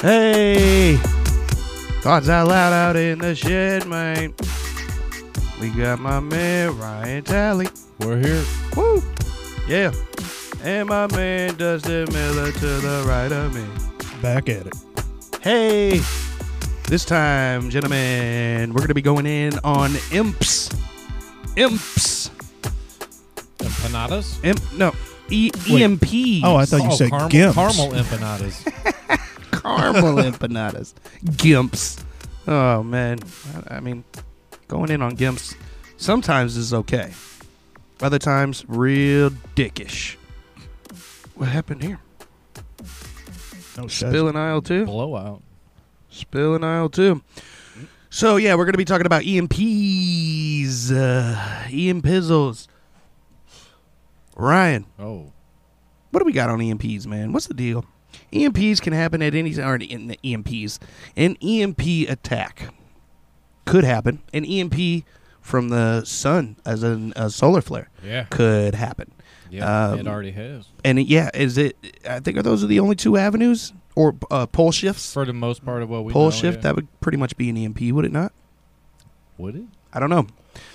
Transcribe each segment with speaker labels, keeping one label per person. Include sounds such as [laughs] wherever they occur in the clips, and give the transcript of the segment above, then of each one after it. Speaker 1: Hey! God's out loud out in the shed, man. We got my man Ryan Talley.
Speaker 2: We're here.
Speaker 1: Woo! Yeah. And my man Dustin Miller to the right of me.
Speaker 3: Back at it.
Speaker 1: Hey! This time, gentlemen, we're going to be going in on imps. Imps.
Speaker 2: Empanadas?
Speaker 1: Imp, no. E-
Speaker 3: Wait.
Speaker 1: EMP.
Speaker 3: Oh, I thought you said
Speaker 2: caramel,
Speaker 3: gimps. [laughs]
Speaker 2: caramel empanadas.
Speaker 1: caramel empanadas. Gimps. Oh, man. I, I mean, going in on gimps sometimes is okay. Other times, real dickish. What happened here?
Speaker 3: No
Speaker 1: Spill in aisle two?
Speaker 2: Blowout.
Speaker 1: Spill in aisle two. So, yeah, we're going to be talking about EMPs. Uh, EMPizzles. Ryan,
Speaker 2: Oh.
Speaker 1: what do we got on EMPs, man? What's the deal? EMPs can happen at any or in the EMPs. An EMP attack could happen. An EMP from the sun, as in a solar flare,
Speaker 2: Yeah.
Speaker 1: could happen.
Speaker 2: Yeah.
Speaker 1: Um,
Speaker 2: it already has.
Speaker 1: And it- yeah, is it? I think are those are the only two avenues or uh, pole shifts.
Speaker 2: For the most part of what we
Speaker 1: pole
Speaker 2: know,
Speaker 1: shift
Speaker 2: yeah.
Speaker 1: that would pretty much be an EMP, would it not?
Speaker 2: would it?
Speaker 1: I don't know.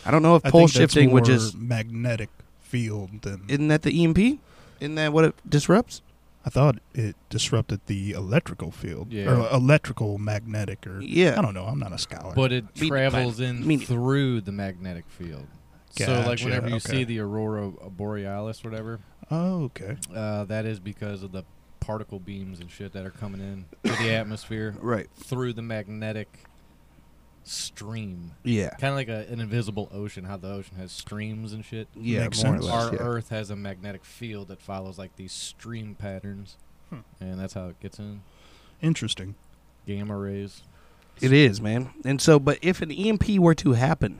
Speaker 1: I don't know if
Speaker 3: I
Speaker 1: pole
Speaker 3: think that's
Speaker 1: shifting would
Speaker 3: more
Speaker 1: just
Speaker 3: magnetic field than
Speaker 1: isn't that the EMP? Isn't that what it disrupts?
Speaker 3: I thought it disrupted the electrical field
Speaker 2: Yeah.
Speaker 3: or electrical magnetic or
Speaker 1: Yeah.
Speaker 3: I don't know. I'm not a scholar.
Speaker 2: But it
Speaker 1: Mean-
Speaker 2: travels in
Speaker 1: mean-
Speaker 2: through the magnetic field. So like
Speaker 3: Gotcha,
Speaker 2: whenever you
Speaker 3: okay.
Speaker 2: see the aurora borealis, whatever,
Speaker 3: oh, okay.
Speaker 2: uh, that is because of the particle beams and shit that are coming in to the atmosphere
Speaker 1: Right.
Speaker 2: through the magnetic stream.
Speaker 1: Yeah.
Speaker 2: Kind of like a, an invisible ocean, how the ocean has streams and shit.
Speaker 1: Yeah.
Speaker 3: Makes
Speaker 1: more
Speaker 3: sense.
Speaker 1: or less.
Speaker 2: Our
Speaker 1: yeah.
Speaker 2: Earth has a magnetic field that follows like these stream patterns,
Speaker 3: Hmm.
Speaker 2: and that's how it gets in
Speaker 3: Interesting.
Speaker 2: gamma rays.
Speaker 1: It is, man. And so, but if an EMP were to happen,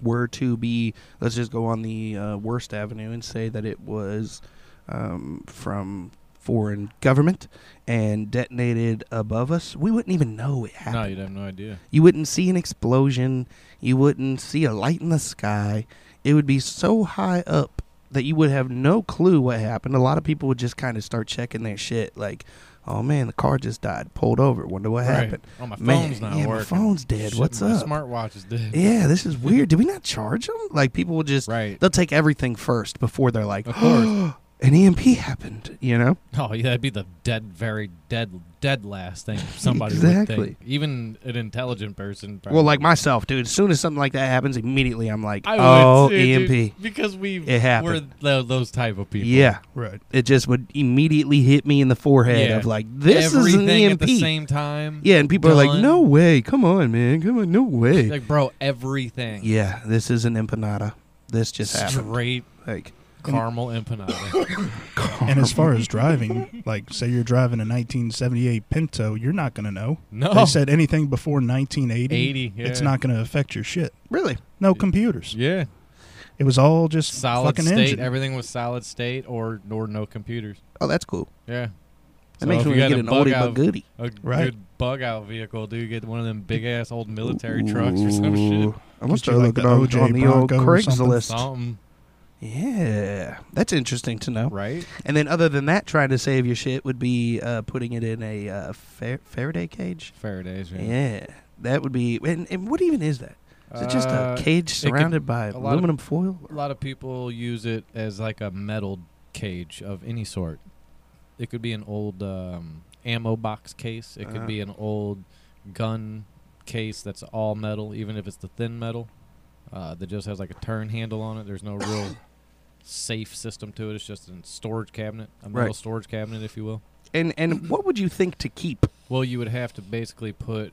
Speaker 1: were to be, let's just go on the uh, worst avenue and say that it was um, from foreign government and detonated above us, we wouldn't even know it happened.
Speaker 2: No, you'd have no idea.
Speaker 1: You wouldn't see an explosion. You wouldn't see a light in the sky. It would be so high up that you would have no clue what happened. A lot of people would just kind of start checking their shit, like, "Oh man, the car just died. Pulled over. Wonder what
Speaker 2: Right.
Speaker 1: happened."
Speaker 2: Oh, my
Speaker 1: Man,
Speaker 2: phone's not
Speaker 1: yeah, my
Speaker 2: working.
Speaker 1: phone's dead.
Speaker 2: Shit,
Speaker 1: What's
Speaker 2: my
Speaker 1: up?
Speaker 2: Smartwatch is dead.
Speaker 1: Yeah, this is weird. Did we not charge them? Like people will just
Speaker 2: Right.
Speaker 1: they'll take everything first before they're like,
Speaker 2: Of course.
Speaker 1: [gasps] an EMP happened." You know?
Speaker 2: Oh, yeah, that'd be the dead, very dead, dead
Speaker 1: [laughs]
Speaker 2: last thing somebody would
Speaker 1: Exactly.
Speaker 2: think. Even an intelligent person.
Speaker 1: Well, like
Speaker 2: probably.
Speaker 1: myself, dude. As soon as something like that happens, immediately I'm like,
Speaker 2: I would
Speaker 1: "Oh,
Speaker 2: too, dude,
Speaker 1: EMP."
Speaker 2: because we
Speaker 1: It
Speaker 2: were
Speaker 1: happened.
Speaker 2: tho- those type of people.
Speaker 1: Yeah,
Speaker 3: Right.
Speaker 2: [laughs]
Speaker 1: it just would immediately hit me in the forehead
Speaker 2: Yeah.
Speaker 1: of like, "This is an
Speaker 2: Everything
Speaker 1: EMP."
Speaker 2: at the same time.
Speaker 1: yeah, and people are like,
Speaker 2: done.
Speaker 1: "No way! Come on, man! Come on, no way!"
Speaker 2: Like, bro, everything.
Speaker 1: yeah, this is an empanada. This just happened.
Speaker 2: straight
Speaker 1: Like,
Speaker 2: caramel empanada.
Speaker 3: And as far as driving, like say you're driving a 1978 Pinto, you're not going to know.
Speaker 2: No,
Speaker 3: They said anything before 1980,
Speaker 2: Oh. eighty. Yeah.
Speaker 3: it's not going to affect your shit.
Speaker 1: [laughs] really?
Speaker 3: No computers.
Speaker 2: Yeah,
Speaker 3: It was all just
Speaker 2: solid
Speaker 3: fucking
Speaker 2: state.
Speaker 3: engine.
Speaker 2: Everything was solid state, or or no computers.
Speaker 1: Oh, that's cool.
Speaker 2: Yeah,
Speaker 1: That
Speaker 2: So
Speaker 1: makes
Speaker 2: if
Speaker 1: me
Speaker 2: you
Speaker 1: wanna
Speaker 2: got
Speaker 1: get
Speaker 2: a
Speaker 1: an
Speaker 2: bug
Speaker 1: oldie
Speaker 2: out
Speaker 1: but
Speaker 2: of-
Speaker 1: goodie.
Speaker 2: a
Speaker 3: Right.
Speaker 2: good bug out vehicle, dude. Get one of them big ass old military trucks or some shit.
Speaker 1: I must
Speaker 3: Get
Speaker 1: start
Speaker 3: you like
Speaker 1: looking
Speaker 3: the
Speaker 1: on,
Speaker 3: OJ
Speaker 1: on the old
Speaker 3: Bronco or something.
Speaker 1: Craigslist.
Speaker 2: Something,
Speaker 1: Yeah, that's interesting to know.
Speaker 2: right?
Speaker 1: And then, other than that, trying to save your shit would be uh, putting it in a uh, Fa- Faraday cage.
Speaker 2: Faraday's.
Speaker 1: Yeah.
Speaker 2: Yeah.
Speaker 1: that would be. And, and what even is that? Is it just
Speaker 2: Uh,
Speaker 1: a cage
Speaker 2: could-
Speaker 1: surrounded by
Speaker 2: a lot of-
Speaker 1: aluminum foil?
Speaker 2: A lot of people use it as like a metal cage of any sort. It could be an old um, ammo box case. It could
Speaker 1: Uh-huh.
Speaker 2: be an old gun case that's all metal, even if it's the thin metal. Uh, that just has like a turn handle on it. There's no
Speaker 1: [coughs]
Speaker 2: real safe system to it. It's just a storage cabinet, a metal
Speaker 1: Right.
Speaker 2: storage cabinet, if you will.
Speaker 1: And and what would you think to keep?
Speaker 2: Well, you would have to basically put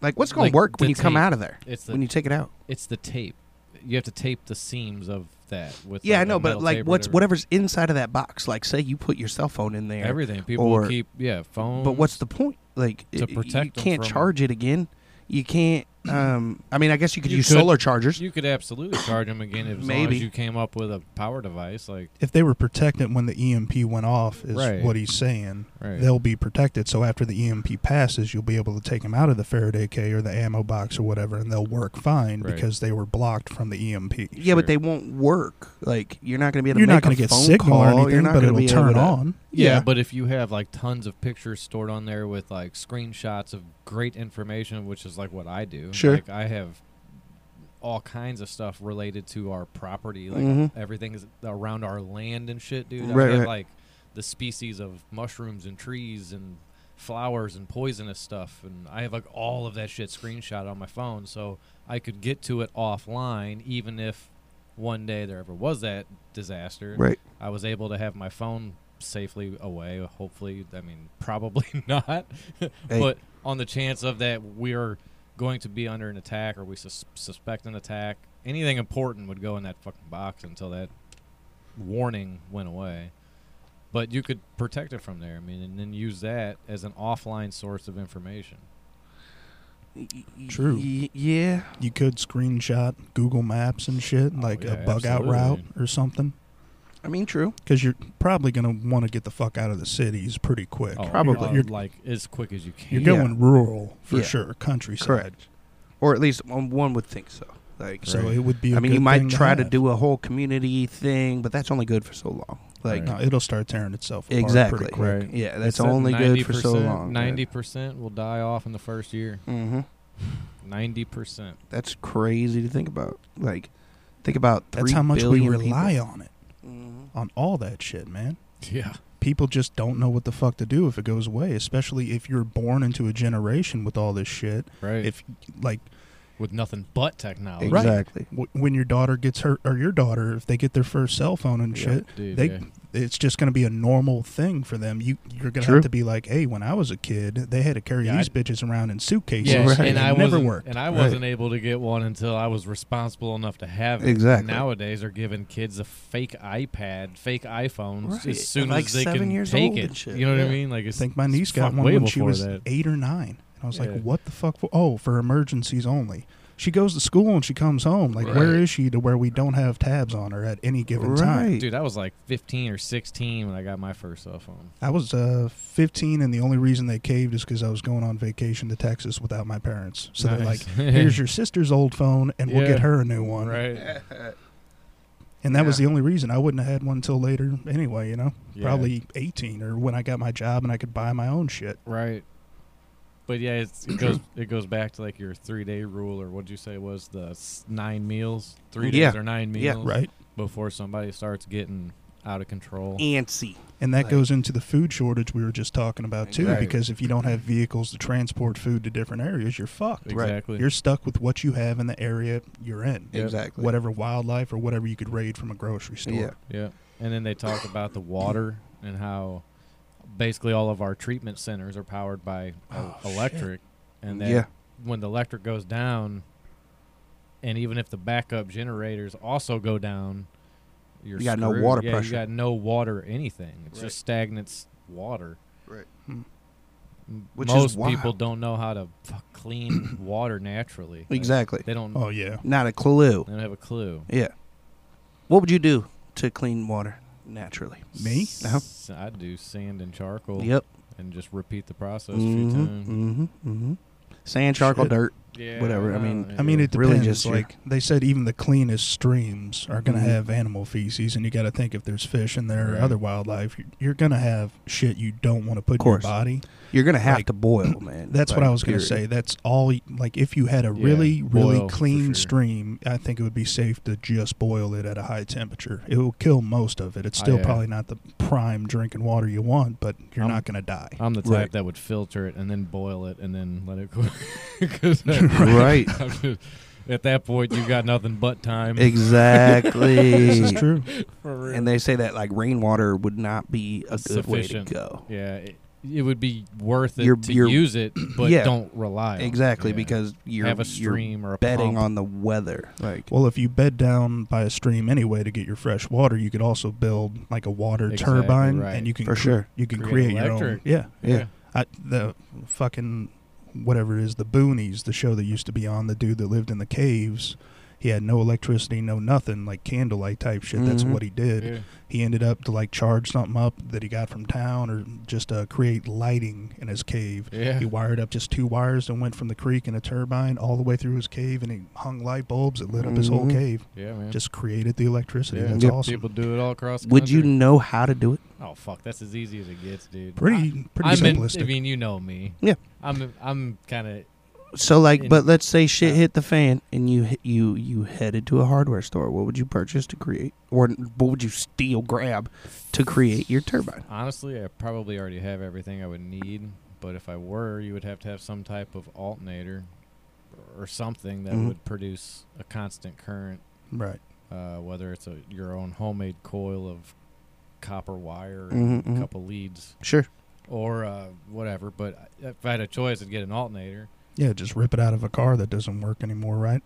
Speaker 1: Like, what's going to
Speaker 2: Like
Speaker 1: work when
Speaker 2: the
Speaker 1: you come
Speaker 2: tape.
Speaker 1: out of there?
Speaker 2: it's the
Speaker 1: When you take it out?
Speaker 2: it's the tape. You have to tape the seams of that with
Speaker 1: Yeah,
Speaker 2: like
Speaker 1: I
Speaker 2: a
Speaker 1: know, but
Speaker 2: metal
Speaker 1: like,
Speaker 2: tape or
Speaker 1: what's
Speaker 2: whatever.
Speaker 1: whatever's inside of that box? Like, say you put your cell phone in there.
Speaker 2: everything people
Speaker 1: or-
Speaker 2: will keep yeah phone
Speaker 1: But what's the point? Like,
Speaker 2: To
Speaker 1: i-
Speaker 2: protect
Speaker 1: you
Speaker 2: 'em
Speaker 1: can't
Speaker 2: from-
Speaker 1: charge it again. You can't Um, I mean, I guess you could
Speaker 2: You
Speaker 1: use
Speaker 2: could-
Speaker 1: solar chargers.
Speaker 2: You could absolutely charge them again if, as long
Speaker 1: Maybe.
Speaker 2: as you came up with a power device. Like,
Speaker 3: If they were protected when the EMP went off, is
Speaker 2: Right.
Speaker 3: what he's saying.
Speaker 2: right?
Speaker 3: They'll be protected. So after the EMP passes, you'll be able to take them out of the Faraday K or the ammo box or whatever, and they'll work fine
Speaker 2: Right.
Speaker 3: because they were blocked from the EMP.
Speaker 1: yeah, but they won't work. Like you're not going to be able to.
Speaker 3: You're
Speaker 1: make
Speaker 3: not going
Speaker 1: a
Speaker 3: to get
Speaker 1: phone
Speaker 3: signal
Speaker 1: call.
Speaker 3: or
Speaker 1: You're
Speaker 3: anything,
Speaker 1: not
Speaker 3: but
Speaker 1: gonna
Speaker 3: it'll
Speaker 1: be
Speaker 3: turn
Speaker 1: able to-
Speaker 3: on.
Speaker 2: yeah, but if you have like tons of pictures stored on there with like screenshots of great information, which is like what I do.
Speaker 1: Sure.
Speaker 2: Like I have all kinds of stuff related to our property, like
Speaker 3: Mm-hmm.
Speaker 1: Mhm.
Speaker 2: everything is around our land and shit, dude.
Speaker 1: Right,
Speaker 2: I have
Speaker 1: right.
Speaker 2: like the species of mushrooms and trees and flowers and poisonous stuff and I have like all of that shit screenshot on my phone so I could get to it offline even if one day there ever was that disaster.
Speaker 1: Right.
Speaker 2: I was able to have my phone safely away. Hopefully, I mean, [laughs] probably not,
Speaker 1: Hey.
Speaker 2: but on the chance of that, we're going to be under an attack or we sus- suspect an attack. Anything important would go in that fucking box until that warning went away. But you could protect it from there. I mean, and then use that as an offline source of information.
Speaker 1: Uh, Y- y-
Speaker 3: True.
Speaker 1: y- yeah.
Speaker 3: You could screenshot Google Maps and shit,
Speaker 2: Oh,
Speaker 3: like
Speaker 2: yeah,
Speaker 3: a bug out
Speaker 2: absolutely.
Speaker 3: route or something,
Speaker 1: I mean, true.
Speaker 3: because you're probably going to want to get the fuck out of the cities pretty quick.
Speaker 2: Oh,
Speaker 1: Probably.
Speaker 2: uh,
Speaker 3: You're,
Speaker 2: like as quick as you can.
Speaker 3: you're
Speaker 1: Yeah.
Speaker 3: going rural for
Speaker 1: Yeah.
Speaker 3: sure, countryside.
Speaker 1: Correct. Or at least one, one would think so. Like,
Speaker 3: So
Speaker 2: Right.
Speaker 3: it would be. I
Speaker 1: I mean, you might try to, do a whole community thing, but that's only good for so long. Like,
Speaker 2: Right.
Speaker 3: No, it'll start tearing itself apart
Speaker 1: Exactly.
Speaker 3: pretty quick.
Speaker 1: yeah, that's only good for so long.
Speaker 2: Ninety percent will die off in the first year.
Speaker 1: Mm-hmm.
Speaker 2: Ninety percent.
Speaker 1: That's crazy to think about. Like, think about
Speaker 3: That's how much we rely on it,
Speaker 1: Mm-hmm.
Speaker 3: on all that shit, man.
Speaker 2: Yeah.
Speaker 3: People just don't know what the fuck to do if it goes away, especially if you're born into a generation with all this shit.
Speaker 2: Right.
Speaker 3: If like
Speaker 2: with nothing but technology.
Speaker 3: Right.
Speaker 1: Exactly.
Speaker 3: w- when your daughter gets hurt or your daughter, if they get their first cell phone and
Speaker 1: Yeah.
Speaker 3: shit,
Speaker 2: Dude,
Speaker 3: they
Speaker 2: yeah.
Speaker 3: it's just going to be a normal thing for them. You you're going to
Speaker 1: True.
Speaker 3: have to be like, hey, when I was a kid, they had to carry
Speaker 2: Yeah,
Speaker 3: these
Speaker 2: I-
Speaker 3: bitches around in suitcases.
Speaker 2: Yeah,
Speaker 1: Right.
Speaker 2: and I
Speaker 3: It never
Speaker 2: wasn't,
Speaker 3: worked.
Speaker 2: and I
Speaker 1: Right.
Speaker 2: wasn't able to get one until I was responsible enough to have it.
Speaker 1: Exactly.
Speaker 2: Nowadays, are giving kids a fake iPad, fake iPhones
Speaker 1: Right.
Speaker 2: as soon
Speaker 1: Like
Speaker 2: as they
Speaker 1: seven
Speaker 2: can
Speaker 1: years
Speaker 2: take
Speaker 1: old
Speaker 2: it.
Speaker 1: and shit.
Speaker 2: You know what
Speaker 1: Yeah.
Speaker 2: I mean? Like,
Speaker 3: I
Speaker 2: it's,
Speaker 3: think my
Speaker 2: it's
Speaker 3: niece got
Speaker 2: fuck
Speaker 3: one
Speaker 2: way
Speaker 3: when she
Speaker 2: before
Speaker 3: was
Speaker 2: that.
Speaker 3: eight or nine. And I was
Speaker 2: Yeah.
Speaker 3: like, what the fuck? For, oh, for emergencies only. She goes to school and she comes home. Like, where
Speaker 1: Right.
Speaker 3: is she to where we don't have tabs on her at any given time?
Speaker 1: Right.
Speaker 2: dude, I was like 15 or 16 when I got my first cell phone.
Speaker 3: I was uh, 15, and the only reason they caved is because I was going on vacation to Texas without my parents. So they're like, [laughs]
Speaker 2: [laughs] Nice.
Speaker 3: here's your sister's old phone, and we'll
Speaker 2: Yeah.
Speaker 3: get her a new one.
Speaker 2: right.
Speaker 3: And that was
Speaker 1: Yeah.
Speaker 3: the only reason. I wouldn't have had one until later anyway, you know?
Speaker 2: Yeah.
Speaker 3: Probably 18 or when I got my job and I could buy my own shit.
Speaker 2: Right. But yeah, it's, it goes it goes back to like your three day rule, or what'd you say was the s- nine meals, three days
Speaker 1: Yeah.
Speaker 2: or nine meals,
Speaker 1: Yeah.
Speaker 3: Right.
Speaker 2: Before somebody starts getting out of control.
Speaker 1: Antsy.
Speaker 3: And that
Speaker 1: Right.
Speaker 3: goes into the food shortage we were just talking about too,
Speaker 1: Right.
Speaker 3: because if you don't have vehicles to transport food to different areas, you're fucked.
Speaker 2: Exactly.
Speaker 3: You're stuck with what you have in the area you're in,
Speaker 2: Yep.
Speaker 1: Exactly.
Speaker 3: whatever wildlife or whatever you could raid from a grocery store.
Speaker 1: Yeah.
Speaker 2: Yeah. And then they talked about the water and how basically all of our treatment centers are powered by uh,
Speaker 3: Oh, shit.
Speaker 2: electric, and that
Speaker 1: Yeah.
Speaker 2: when the electric goes down, and even if the backup generators also go down, you're
Speaker 1: You got no
Speaker 2: screwed.
Speaker 1: water
Speaker 2: yeah,
Speaker 1: pressure.
Speaker 2: You got no water, or anything. It's
Speaker 1: Right.
Speaker 2: just stagnant s- water.
Speaker 1: Right.
Speaker 3: Hmm.
Speaker 2: M-
Speaker 1: Which is
Speaker 2: Most people
Speaker 1: wild.
Speaker 2: don't know how to fuck clean [coughs] water naturally. Like,
Speaker 1: Exactly.
Speaker 2: They don't.
Speaker 3: Oh yeah.
Speaker 1: Not a clue.
Speaker 2: They don't have a clue.
Speaker 1: Yeah. What would you do to clean water naturally?
Speaker 3: Me?
Speaker 1: Uh-huh.
Speaker 2: S- I'd do sand and charcoal
Speaker 1: Yep.
Speaker 2: and just repeat the process a few
Speaker 1: Mm-hmm.
Speaker 2: times.
Speaker 1: Mm-hmm. Sand, charcoal,
Speaker 3: Shit.
Speaker 1: dirt.
Speaker 2: Yeah,
Speaker 1: Whatever, I mean-
Speaker 3: I mean, it depends.
Speaker 1: Really just your-
Speaker 3: like they said, even the cleanest streams are going to
Speaker 1: Mhm.
Speaker 3: have animal feces, and you got to think if there's fish in there
Speaker 2: Right.
Speaker 3: or other wildlife, you're, you're going to have shit you don't want to put in your
Speaker 1: Course.
Speaker 3: body.
Speaker 1: You're gonna have
Speaker 3: Like,
Speaker 1: to boil, man.
Speaker 3: That's what
Speaker 1: Like,
Speaker 3: I was going to
Speaker 1: period.
Speaker 3: say. That's all. y- Like, if you had a
Speaker 2: Yeah,
Speaker 3: really, really
Speaker 2: boil, for
Speaker 3: clean
Speaker 2: sure.
Speaker 3: stream, I think it would be safe to just boil it at a high temperature. It will kill most of it. It's
Speaker 2: Oh,
Speaker 3: still
Speaker 2: yeah. Um,
Speaker 3: probably not the prime drinking water you want, but you're
Speaker 2: I'm-
Speaker 3: not going to die.
Speaker 2: I'm the type
Speaker 1: Right.
Speaker 2: that would filter it and then boil it and then let it cool. [laughs]
Speaker 1: [laughs]
Speaker 2: 'Cause
Speaker 1: Right.
Speaker 2: [laughs] I'm just- At that point, you got nothing but time.
Speaker 1: Exactly.
Speaker 3: [laughs] This is true.
Speaker 2: For real.
Speaker 1: And they say that like rainwater would not be a good
Speaker 2: Sufficient.
Speaker 1: way to go.
Speaker 2: yeah, it, it would be worth it
Speaker 1: You're-
Speaker 2: to
Speaker 1: you're-
Speaker 2: use it, but
Speaker 1: Yeah.
Speaker 2: don't rely on it.
Speaker 1: Exactly,
Speaker 2: Yeah.
Speaker 1: because you're
Speaker 2: have a
Speaker 1: you're
Speaker 2: stream or a
Speaker 1: betting
Speaker 2: pump.
Speaker 1: on the weather. Like
Speaker 3: Well, if you bed down by a stream anyway to get your fresh water, you could also build like a water
Speaker 2: Exactly
Speaker 3: turbine,
Speaker 2: right.
Speaker 3: and you can
Speaker 1: For
Speaker 3: cre-
Speaker 1: sure.
Speaker 3: you can
Speaker 2: Create
Speaker 3: create, your
Speaker 2: electric.
Speaker 3: own. Yeah,
Speaker 1: yeah.
Speaker 2: yeah.
Speaker 3: I, the fucking whatever it is, the Boonies, the show that used to be on, the dude that lived in the caves. He had no electricity, no nothing, like candlelight type shit. That's
Speaker 1: Mhm.
Speaker 3: what he did.
Speaker 2: Mm-hmm. Yeah.
Speaker 3: He ended up to like charge something up that he got from town or just uh, create lighting in his cave.
Speaker 2: Yeah.
Speaker 3: He wired up just two wires that went from the creek in a turbine all the way through his cave, and he hung light bulbs that lit up his whole
Speaker 1: Mhm.
Speaker 3: cave.
Speaker 2: Yeah, man.
Speaker 3: Just created the electricity.
Speaker 2: Mm-hmm. Yeah.
Speaker 3: That's
Speaker 1: Yep.
Speaker 3: awesome.
Speaker 2: people do it all across. The
Speaker 1: Would you
Speaker 2: country.
Speaker 1: know how to do it?
Speaker 2: Oh fuck, that's as easy as it gets, dude.
Speaker 3: Pretty, pretty
Speaker 2: I'm in-
Speaker 3: simplistic.
Speaker 2: I mean, you know me.
Speaker 1: Yeah.
Speaker 2: I'm. I'm kind of.
Speaker 1: So like,
Speaker 2: In-
Speaker 1: but let's say shit
Speaker 2: uh,
Speaker 1: hit the fan, and you hit- you you headed to a hardware store. What would you purchase to create, or what would you steal, grab to create your turbine?
Speaker 2: Honestly, I probably already have everything I would need. But if I were, you would have to have some type of alternator or something that
Speaker 3: Mm-hmm.
Speaker 1: Mhm.
Speaker 2: would produce a constant current.
Speaker 3: right.
Speaker 2: Uh, whether it's a, your own homemade coil of copper wire,
Speaker 3: Mm-hmm.
Speaker 1: Mhm,
Speaker 2: and
Speaker 1: mhm.
Speaker 2: a couple leads,
Speaker 1: Sure.
Speaker 2: or uh, whatever. But if I had a choice, I'd get an alternator.
Speaker 3: Yeah, just rip it out of a car that doesn't work anymore, right?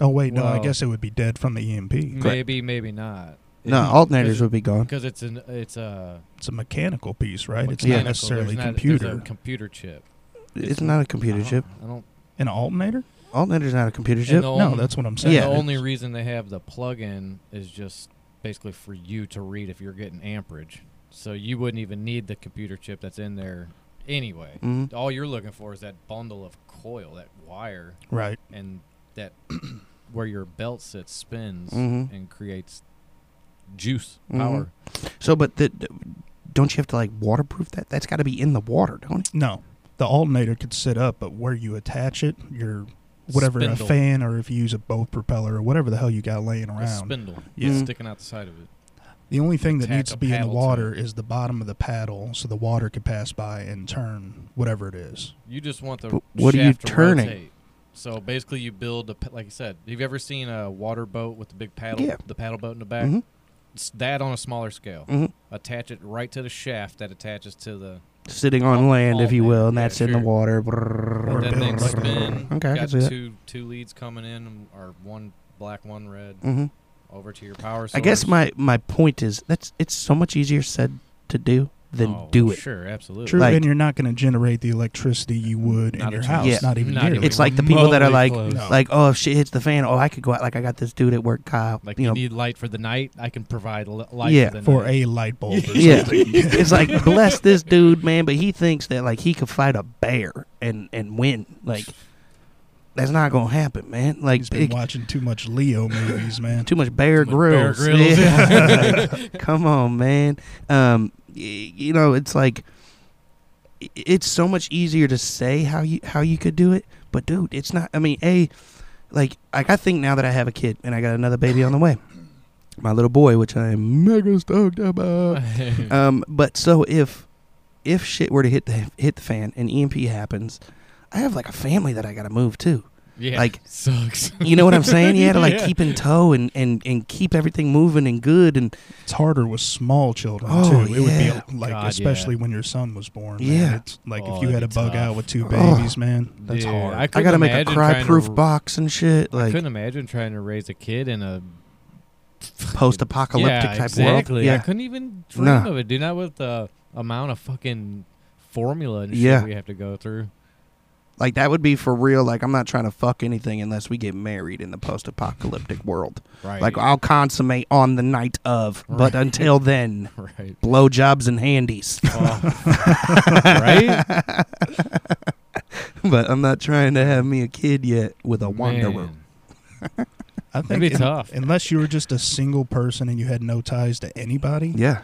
Speaker 3: Oh wait, no, I
Speaker 2: Well- Mm.
Speaker 3: guess it would be dead from the E EMP.
Speaker 2: Maybe, maybe not.
Speaker 1: No, alternators would be gone.
Speaker 2: because it's an it's a
Speaker 3: It's a mechanical piece, right?
Speaker 1: Mechanical,
Speaker 3: It's not
Speaker 2: mechanical,
Speaker 3: necessarily
Speaker 2: there's not- there's
Speaker 3: computer.
Speaker 2: a computer chip.
Speaker 1: It's, not a computer
Speaker 2: I
Speaker 1: chip.
Speaker 2: don't- I don't.
Speaker 3: An alternator?
Speaker 1: Alternator's not a computer
Speaker 2: and
Speaker 1: chip.
Speaker 2: the
Speaker 3: No,
Speaker 2: only-
Speaker 3: that's what I'm saying.
Speaker 2: and
Speaker 1: Yeah.
Speaker 2: The only reason they have the plug-in is just basically for you to read if you're getting amperage. So you wouldn't even need the computer chip that's in there anyway.
Speaker 1: Mhm.
Speaker 2: All you're looking for is that bundle of coil, that wire,
Speaker 3: right.
Speaker 2: and that [coughs] where your belt sits spins
Speaker 1: Mhm.
Speaker 2: and creates juice
Speaker 1: Mhm.
Speaker 2: power.
Speaker 1: So, but the, the- don't you have to like waterproof that? That's got to be in the water, don't it?
Speaker 3: No, the alternator could sit up, but where you attach it, your whatever
Speaker 2: Spindle.
Speaker 3: a fan or if you use a boat propeller or whatever the hell you got laying
Speaker 2: A
Speaker 3: around.
Speaker 2: spindle
Speaker 1: Yeah. Mhm.
Speaker 2: sticking out the side of it.
Speaker 3: The only thing that
Speaker 2: Tack
Speaker 3: needs to
Speaker 2: a
Speaker 3: be in the
Speaker 2: paddle to
Speaker 3: water
Speaker 2: it.
Speaker 3: is the bottom of the paddle, so the water could pass by and turn whatever it is.
Speaker 2: You just want the
Speaker 1: But what are you
Speaker 2: shaft to
Speaker 1: turning?
Speaker 2: rotate. So basically, you build a pa- like I said. Have you ever seen a water boat with the big paddle?
Speaker 1: Yeah.
Speaker 2: The paddle boat in the back.
Speaker 1: Mhm.
Speaker 2: It's that on a smaller scale.
Speaker 1: Mhm.
Speaker 2: Attach it right to the shaft that attaches to the.
Speaker 1: Sitting on
Speaker 2: Al-
Speaker 1: land, if you will, and
Speaker 2: alternator,
Speaker 1: that's
Speaker 2: yeah,
Speaker 1: in the
Speaker 2: sure.
Speaker 1: water.
Speaker 2: And then they spin.
Speaker 1: Okay, I can
Speaker 2: got
Speaker 1: see that.
Speaker 2: two two leads coming in, or one black, one red,
Speaker 1: Mm-hmm.
Speaker 2: over to your power source.
Speaker 1: I guess my my point is that's it's so much easier said to do than
Speaker 2: Oh,
Speaker 1: do it.
Speaker 2: Sure, absolutely.
Speaker 3: True,
Speaker 1: Like-
Speaker 3: and you're not going to generate the electricity you would in
Speaker 2: Not a
Speaker 3: your
Speaker 2: chance.
Speaker 3: house,
Speaker 1: Yeah.
Speaker 3: not even
Speaker 2: Not
Speaker 3: near
Speaker 2: even
Speaker 3: it.
Speaker 1: It's like the people that are
Speaker 2: remotely
Speaker 1: like-
Speaker 2: close.
Speaker 3: No.
Speaker 1: Like, oh, if shit hits the fan, oh, I could go out. Like, I got this dude at work, Kyle.
Speaker 2: Like
Speaker 1: you,
Speaker 2: you
Speaker 1: know,
Speaker 2: need light for the night. I can provide li- light
Speaker 1: Yeah,
Speaker 2: for the
Speaker 3: for
Speaker 2: night.
Speaker 3: a light bulb. Or
Speaker 1: [laughs] Yeah.
Speaker 3: something.
Speaker 1: [laughs] it's like bless this dude, man. But he thinks that like he could fight a bear and and win. Like, that's not gonna happen, man. Like,
Speaker 3: [laughs] He's been
Speaker 1: big-
Speaker 3: watching too much
Speaker 1: [sighs]
Speaker 3: Leo movies, man.
Speaker 1: too much bear
Speaker 2: Too much Bear
Speaker 1: grills. [laughs]
Speaker 2: Grylls. [laughs]
Speaker 1: Yeah. Come on, man. Um, y- you know, it's like i- it's so much easier to say how you how you could do it, but dude, it's not. I mean, a like like I think now that I have a kid and I got another baby on the way, my little boy, which I am mega stoked
Speaker 2: [laughs]
Speaker 1: about. Um, but so if if shit were to hit the hit the fan and EMP happens, I have like a family that I got to move to.
Speaker 2: yeah,
Speaker 1: like-
Speaker 2: sucks.
Speaker 1: You know what I'm saying?
Speaker 2: [laughs]
Speaker 1: You had to like
Speaker 2: Yeah.
Speaker 1: keep in tow and, and, and keep everything moving and good and
Speaker 3: It's harder with small children
Speaker 1: Oh,
Speaker 3: too. It would be
Speaker 1: yeah.
Speaker 3: a- like,
Speaker 2: God,
Speaker 3: especially when your son was born. man.
Speaker 1: Yeah.
Speaker 3: it's like
Speaker 2: Oh,
Speaker 3: if you had a
Speaker 2: that'd be
Speaker 3: bug
Speaker 2: tough.
Speaker 3: out with two
Speaker 1: Oh.
Speaker 3: babies, man. That's
Speaker 2: Dude,
Speaker 3: hard.
Speaker 2: I,
Speaker 1: I
Speaker 2: couldn't
Speaker 1: gotta make a
Speaker 2: imagine
Speaker 1: cry
Speaker 2: trying
Speaker 1: proof
Speaker 2: to,
Speaker 1: box and shit.
Speaker 2: I
Speaker 1: Like
Speaker 2: couldn't imagine trying to raise a kid in a
Speaker 1: post apocalyptic
Speaker 2: yeah,
Speaker 1: type
Speaker 2: exactly.
Speaker 1: world.
Speaker 2: I
Speaker 1: Yeah.
Speaker 2: couldn't even dream
Speaker 1: Nah.
Speaker 2: of it. Do not with the amount of fucking formula and
Speaker 1: Yeah.
Speaker 2: shit we have to go through.
Speaker 1: Like that would be for real. Like I'm not trying to fuck anything unless we get married in the post apocalyptic world.
Speaker 2: Right.
Speaker 1: Like I'll consummate on the night of, but
Speaker 2: Right.
Speaker 1: until then,
Speaker 2: [laughs] right.
Speaker 1: blowjobs and handies. [laughs]
Speaker 2: Oh. [laughs] right.
Speaker 1: but I'm not trying to have me a kid yet with a wanderer.
Speaker 2: Man.
Speaker 3: I
Speaker 2: That'd be
Speaker 3: think un-
Speaker 2: tough.
Speaker 3: unless you were just a single person and you had no ties to anybody,
Speaker 1: Yeah,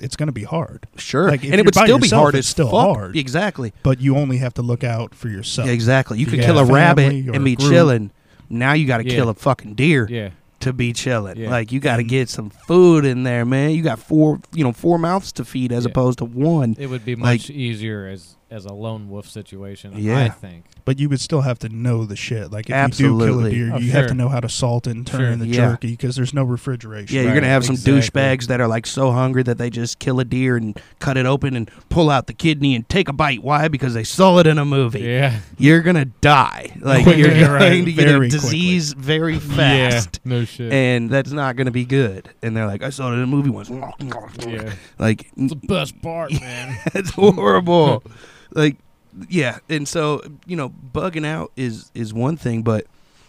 Speaker 3: it's going to be hard.
Speaker 1: sure.
Speaker 3: Like, if
Speaker 1: and
Speaker 3: you're
Speaker 1: it would
Speaker 3: by
Speaker 1: still
Speaker 3: yourself,
Speaker 1: be hard
Speaker 3: it's
Speaker 1: as
Speaker 3: still
Speaker 1: fuck.
Speaker 3: hard.
Speaker 1: Exactly.
Speaker 3: But you only have to look out for yourself.
Speaker 1: Yeah, exactly. You
Speaker 3: You
Speaker 1: could
Speaker 3: got
Speaker 1: kill
Speaker 3: a
Speaker 1: a rabbit
Speaker 3: family or
Speaker 1: and
Speaker 3: a
Speaker 1: be
Speaker 3: group.
Speaker 1: chilling. Now you got to
Speaker 2: Yeah.
Speaker 1: kill a fucking deer
Speaker 2: Yeah.
Speaker 1: to be chilling.
Speaker 2: Yeah. Mm-hmm.
Speaker 1: Like you got to get some food in there, man. You got four, you know, four mouths to feed as
Speaker 2: Yeah.
Speaker 1: opposed to one.
Speaker 2: It would be
Speaker 1: Like-
Speaker 2: much easier as as a lone wolf situation. I
Speaker 1: Yeah.
Speaker 2: think.
Speaker 3: But you would still have to know the shit. Like if you do kill a
Speaker 1: Absolutely.
Speaker 3: deer,
Speaker 2: Oh,
Speaker 3: you have
Speaker 2: sure.
Speaker 3: to know how to salt and turn
Speaker 2: Sure.
Speaker 3: the
Speaker 1: Yeah.
Speaker 3: jerky because there's no refrigeration.
Speaker 1: Yeah, you're
Speaker 2: Right,
Speaker 1: gonna have some
Speaker 2: exactly.
Speaker 1: douchebags that are like so hungry that they just kill a deer and cut it open and pull out the kidney and take a bite. Why? Because they saw it in a movie.
Speaker 2: Yeah.
Speaker 1: You're gonna
Speaker 2: [laughs]
Speaker 1: die. Like
Speaker 3: Quickly,
Speaker 1: you're going
Speaker 3: right,
Speaker 1: to get
Speaker 3: very
Speaker 1: a disease very fast.
Speaker 2: Yeah. [laughs] No shit.
Speaker 1: And that's not going to be good. And they're like, I saw it in a movie once.
Speaker 2: yeah.
Speaker 1: Like, [laughs]
Speaker 2: It's the best part, man. [laughs]
Speaker 1: It's horrible. like yeah, and so you know, bugging out is is one thing, but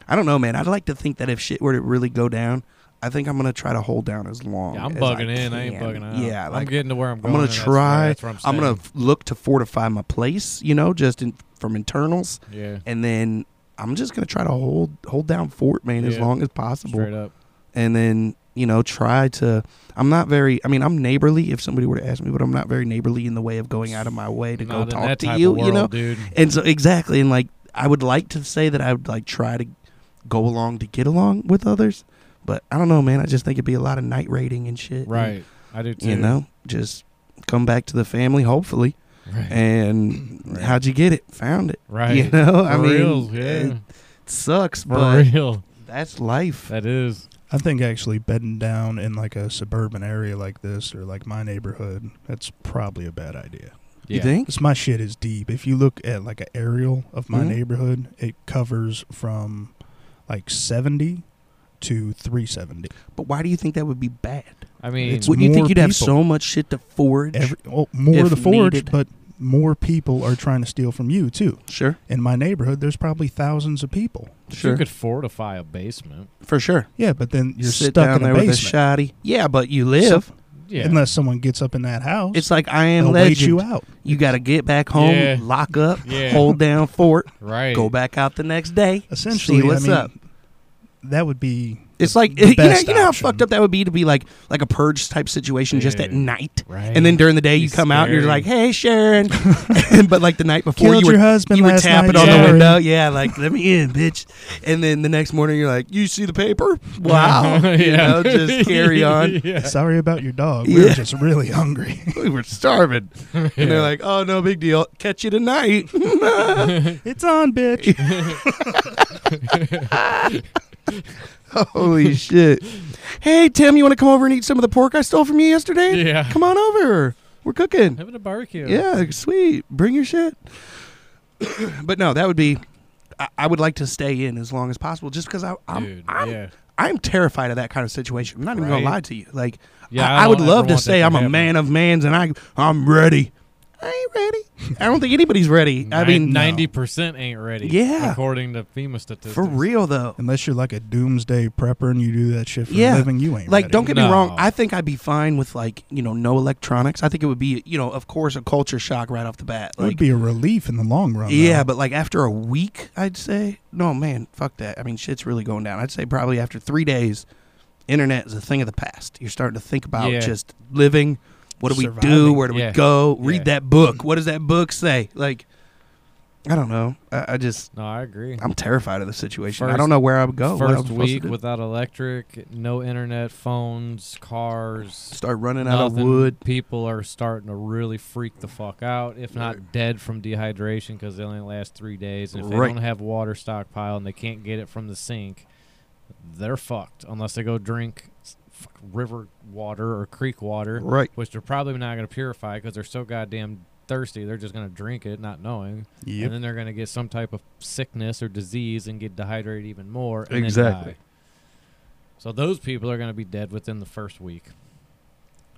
Speaker 1: I don't know, man. I'd like to think that if shit were to really go down, I think I'm gonna try to hold down as long.
Speaker 2: Yeah, I'm
Speaker 1: as
Speaker 2: bugging
Speaker 1: I
Speaker 2: in. I ain't
Speaker 1: can.
Speaker 2: bugging out.
Speaker 1: Yeah,
Speaker 2: I'm
Speaker 1: like
Speaker 2: getting to where I'm
Speaker 1: I'm
Speaker 2: going.
Speaker 1: gonna
Speaker 2: and that's-
Speaker 1: try.
Speaker 2: That's what
Speaker 1: I'm
Speaker 2: I'm,
Speaker 1: gonna f- look to fortify my place, you know, just in, from internals,
Speaker 2: saying.
Speaker 1: and then I'm just gonna try to hold hold down fort, man, as
Speaker 2: Yeah.
Speaker 1: long as
Speaker 2: Yeah,
Speaker 1: possible,
Speaker 2: straight up.
Speaker 1: and then you know try to. I'm not very. I mean, I'm neighborly. If somebody were to ask me, but I'm not very neighborly in the way of going out of my way to
Speaker 2: Not in
Speaker 1: go talk
Speaker 2: that
Speaker 1: to
Speaker 2: type
Speaker 1: you,
Speaker 2: of world,
Speaker 1: you know.
Speaker 2: dude.
Speaker 1: And so exactly, and like I would like to say that I would like try to go along to get along with others, but I don't know, man. I just think it'd be a lot of night raiding and shit. and,
Speaker 2: Right. I do too.
Speaker 1: you know, just come back to the family, hopefully.
Speaker 2: Right. [clears throat]
Speaker 1: And
Speaker 3: Right.
Speaker 1: how'd you get it? Found it. [laughs]
Speaker 2: right.
Speaker 1: You know, I
Speaker 2: [laughs] For
Speaker 1: mean,
Speaker 2: real,
Speaker 1: it
Speaker 2: yeah.
Speaker 1: sucks,
Speaker 2: For
Speaker 1: but
Speaker 2: real.
Speaker 1: that's life.
Speaker 2: That is.
Speaker 3: I think actually bedding down in like a suburban area like this or like my neighborhood, that's probably a bad idea.
Speaker 2: Yeah.
Speaker 1: You think?
Speaker 3: Because my shit is deep. If you look at like an aerial of my
Speaker 1: Mhm.
Speaker 3: neighborhood, it covers from like 70 to 370.
Speaker 1: But why do you think that would be bad?
Speaker 2: I mean,
Speaker 3: It's
Speaker 1: Wouldn't you think
Speaker 3: more
Speaker 1: you'd have
Speaker 3: people.
Speaker 1: so much shit to forge?
Speaker 3: Every, oh, more of the
Speaker 1: If
Speaker 3: forge,
Speaker 1: needed.
Speaker 3: but more people are trying to steal from you too.
Speaker 1: sure,
Speaker 3: In my neighborhood, there's probably thousands of people.
Speaker 1: sure,
Speaker 2: you could fortify a basement.
Speaker 1: for sure.
Speaker 3: Yeah, but then you're
Speaker 1: Sit
Speaker 3: stuck
Speaker 1: down
Speaker 3: in
Speaker 1: there
Speaker 3: a basement.
Speaker 1: with a shoddy. Yeah, but you live.
Speaker 2: Yeah.
Speaker 3: Unless someone gets up in that house,
Speaker 1: it's like I am
Speaker 3: they'll
Speaker 1: legend.
Speaker 3: wait you out.
Speaker 1: You got to get back home,
Speaker 2: Yeah.
Speaker 1: lock up,
Speaker 2: Yeah.
Speaker 1: hold down fort,
Speaker 2: right.
Speaker 1: go back out the next day.
Speaker 3: Essentially,
Speaker 1: see what's
Speaker 3: I mean,
Speaker 1: up.
Speaker 3: That would be.
Speaker 1: It's like
Speaker 3: the
Speaker 1: you know,
Speaker 3: best
Speaker 1: you know how
Speaker 3: option.
Speaker 1: fucked up that would be to be like like a purge type situation just at
Speaker 2: Yeah.
Speaker 1: night,
Speaker 2: Right.
Speaker 1: and then during the day you
Speaker 2: It's
Speaker 1: come out and you're
Speaker 2: scary.
Speaker 1: like, "Hey,
Speaker 3: [laughs]
Speaker 1: Sharon," [laughs] but like the night before
Speaker 3: Killed
Speaker 1: you
Speaker 3: your
Speaker 1: were
Speaker 3: husband
Speaker 1: you were
Speaker 3: last
Speaker 1: tapping
Speaker 3: night.
Speaker 1: on the
Speaker 2: Sharon.
Speaker 1: window, yeah, like let me in, bitch. And then the next morning you're like, "You see the paper? Wow,
Speaker 2: yeah.
Speaker 1: you know, just carry on.
Speaker 2: yeah.
Speaker 3: [laughs] Sorry about your dog. We
Speaker 1: Yeah.
Speaker 3: were just really hungry. [laughs]
Speaker 1: we were starving." And they're like, "Oh, no big deal. Catch you tonight." [laughs]
Speaker 3: it's on, bitch.
Speaker 1: [laughs] Holy shit. Hey, Tim, you want to come over and eat some of the pork I stole from you yesterday?
Speaker 2: Yeah.
Speaker 1: Come on over. We're cooking.
Speaker 2: Having a barbecue.
Speaker 1: Yeah, sweet. Bring your shit. [clears throat] but no, that would be. I, I would like to stay in as long as possible, just because I, I'm
Speaker 2: Dude,
Speaker 1: I'm,
Speaker 2: yeah.
Speaker 1: I'm terrified of that kind of situation. I'm not even gonna
Speaker 2: Right.
Speaker 1: lie to you. Like,
Speaker 2: Yeah,
Speaker 1: I, I,
Speaker 2: I
Speaker 1: would
Speaker 2: don't ever
Speaker 1: love to
Speaker 2: want that
Speaker 1: say
Speaker 2: to
Speaker 1: I'm a
Speaker 2: happen.
Speaker 1: man of man's and I I'm ready. I ain't ready. I don't think anybody's ready. I mean,
Speaker 2: ninety percent ain't ready.
Speaker 1: Yeah.
Speaker 2: according to FEMA statistics.
Speaker 1: for real though.
Speaker 3: Unless you're like a doomsday prepper and you do that shit for
Speaker 1: Yeah.
Speaker 3: a living, you ain't
Speaker 1: like
Speaker 3: ready.
Speaker 1: don't get me
Speaker 2: No.
Speaker 1: wrong i think i'd be fine with like you know no electronics i think it would be you know of course a culture shock right off the bat
Speaker 3: It would
Speaker 1: like
Speaker 3: be a relief in the long run.
Speaker 1: yeah
Speaker 3: though.
Speaker 1: but like after a week i'd say no man fuck that i mean shit's really going down i'd say probably after three days internet is a thing of the past you're starting to think about
Speaker 2: Yeah.
Speaker 1: just living what do we do
Speaker 3: Surviving.
Speaker 1: where do
Speaker 2: Yeah.
Speaker 1: we go read
Speaker 2: Yeah.
Speaker 1: that book what does that book say like i don't know i, I just
Speaker 2: No, I agree.
Speaker 1: i'm terrified of the situation i
Speaker 2: First-
Speaker 1: don't know where i would go what I'm
Speaker 2: First
Speaker 1: supposed to
Speaker 2: week
Speaker 1: do.
Speaker 2: without electric, no internet, phones, cars,
Speaker 1: start running out of
Speaker 2: nothing.
Speaker 1: wood
Speaker 2: People are starting to really freak the fuck out, if not dead from dehydration, because they only last three days. And if
Speaker 1: Right.
Speaker 2: they don't have water stockpile and they can't get it from the sink, they're fucked unless they go drink s- fuck, river water or creek water,
Speaker 1: right
Speaker 2: which they're probably not going to purify because they're so goddamn thirsty. They're just going to drink it, not knowing,
Speaker 3: Yep.
Speaker 2: and then they're going to get some type of sickness or disease and get dehydrated even more. And
Speaker 1: Exactly.
Speaker 2: Then die. So those people are going to be dead within the first week.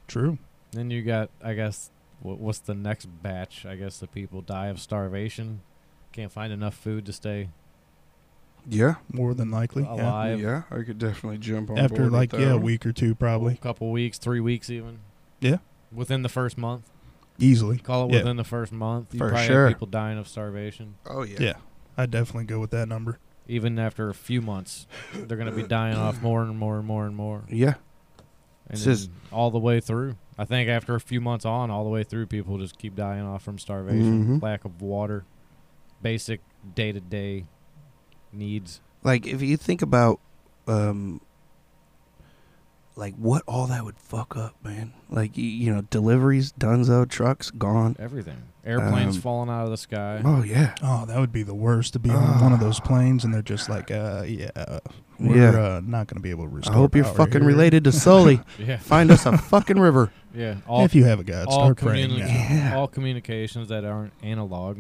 Speaker 3: True.
Speaker 2: Then you got, I guess, what, what's the next batch? I guess the people die of starvation, can't find enough food to stay
Speaker 1: yeah
Speaker 3: More than likely. Yeah.
Speaker 2: alive.
Speaker 1: Yeah, I could definitely jump on
Speaker 3: After
Speaker 1: board with
Speaker 3: like,
Speaker 1: that
Speaker 3: yeah, a
Speaker 1: one.
Speaker 3: week or two probably.
Speaker 2: A couple weeks, three weeks even.
Speaker 3: Yeah.
Speaker 2: Within the first month,
Speaker 3: Easily.
Speaker 2: call it
Speaker 3: Yeah.
Speaker 2: within the first month. You
Speaker 1: For
Speaker 2: probably
Speaker 1: sure.
Speaker 2: have people dying of starvation.
Speaker 1: Oh yeah.
Speaker 3: Yeah. I'd definitely go with that number.
Speaker 2: Even after a few months, they're going to be dying off more and more and more and more,
Speaker 1: Yeah.
Speaker 2: and
Speaker 1: It's just-
Speaker 2: then all the way through. I think after a few months on, all the way through, people just keep dying off from starvation,
Speaker 1: Mhm.
Speaker 2: lack of water, basic day to day needs.
Speaker 1: Like if you think about um like what all that would fuck up, man. Like y- you know, deliveries, dunzo, trucks gone.
Speaker 2: Everything. Airplanes
Speaker 1: Um,
Speaker 2: falling out of the sky.
Speaker 1: Oh yeah.
Speaker 3: Oh, that would be the worst to be on one of those planes and they're just like, uh, yeah, we're
Speaker 1: Ah. Yeah.
Speaker 3: uh, not going to be able to
Speaker 1: I
Speaker 3: restore.
Speaker 1: hope you're
Speaker 3: power
Speaker 1: fucking
Speaker 3: here.
Speaker 1: related to Sully.
Speaker 2: Yeah.
Speaker 1: Find us a fucking river.
Speaker 2: Yeah. All,
Speaker 3: if you have a god,
Speaker 2: all,
Speaker 3: start praying.
Speaker 2: communi-
Speaker 3: now.
Speaker 1: Yeah.
Speaker 2: all communications that aren't analog.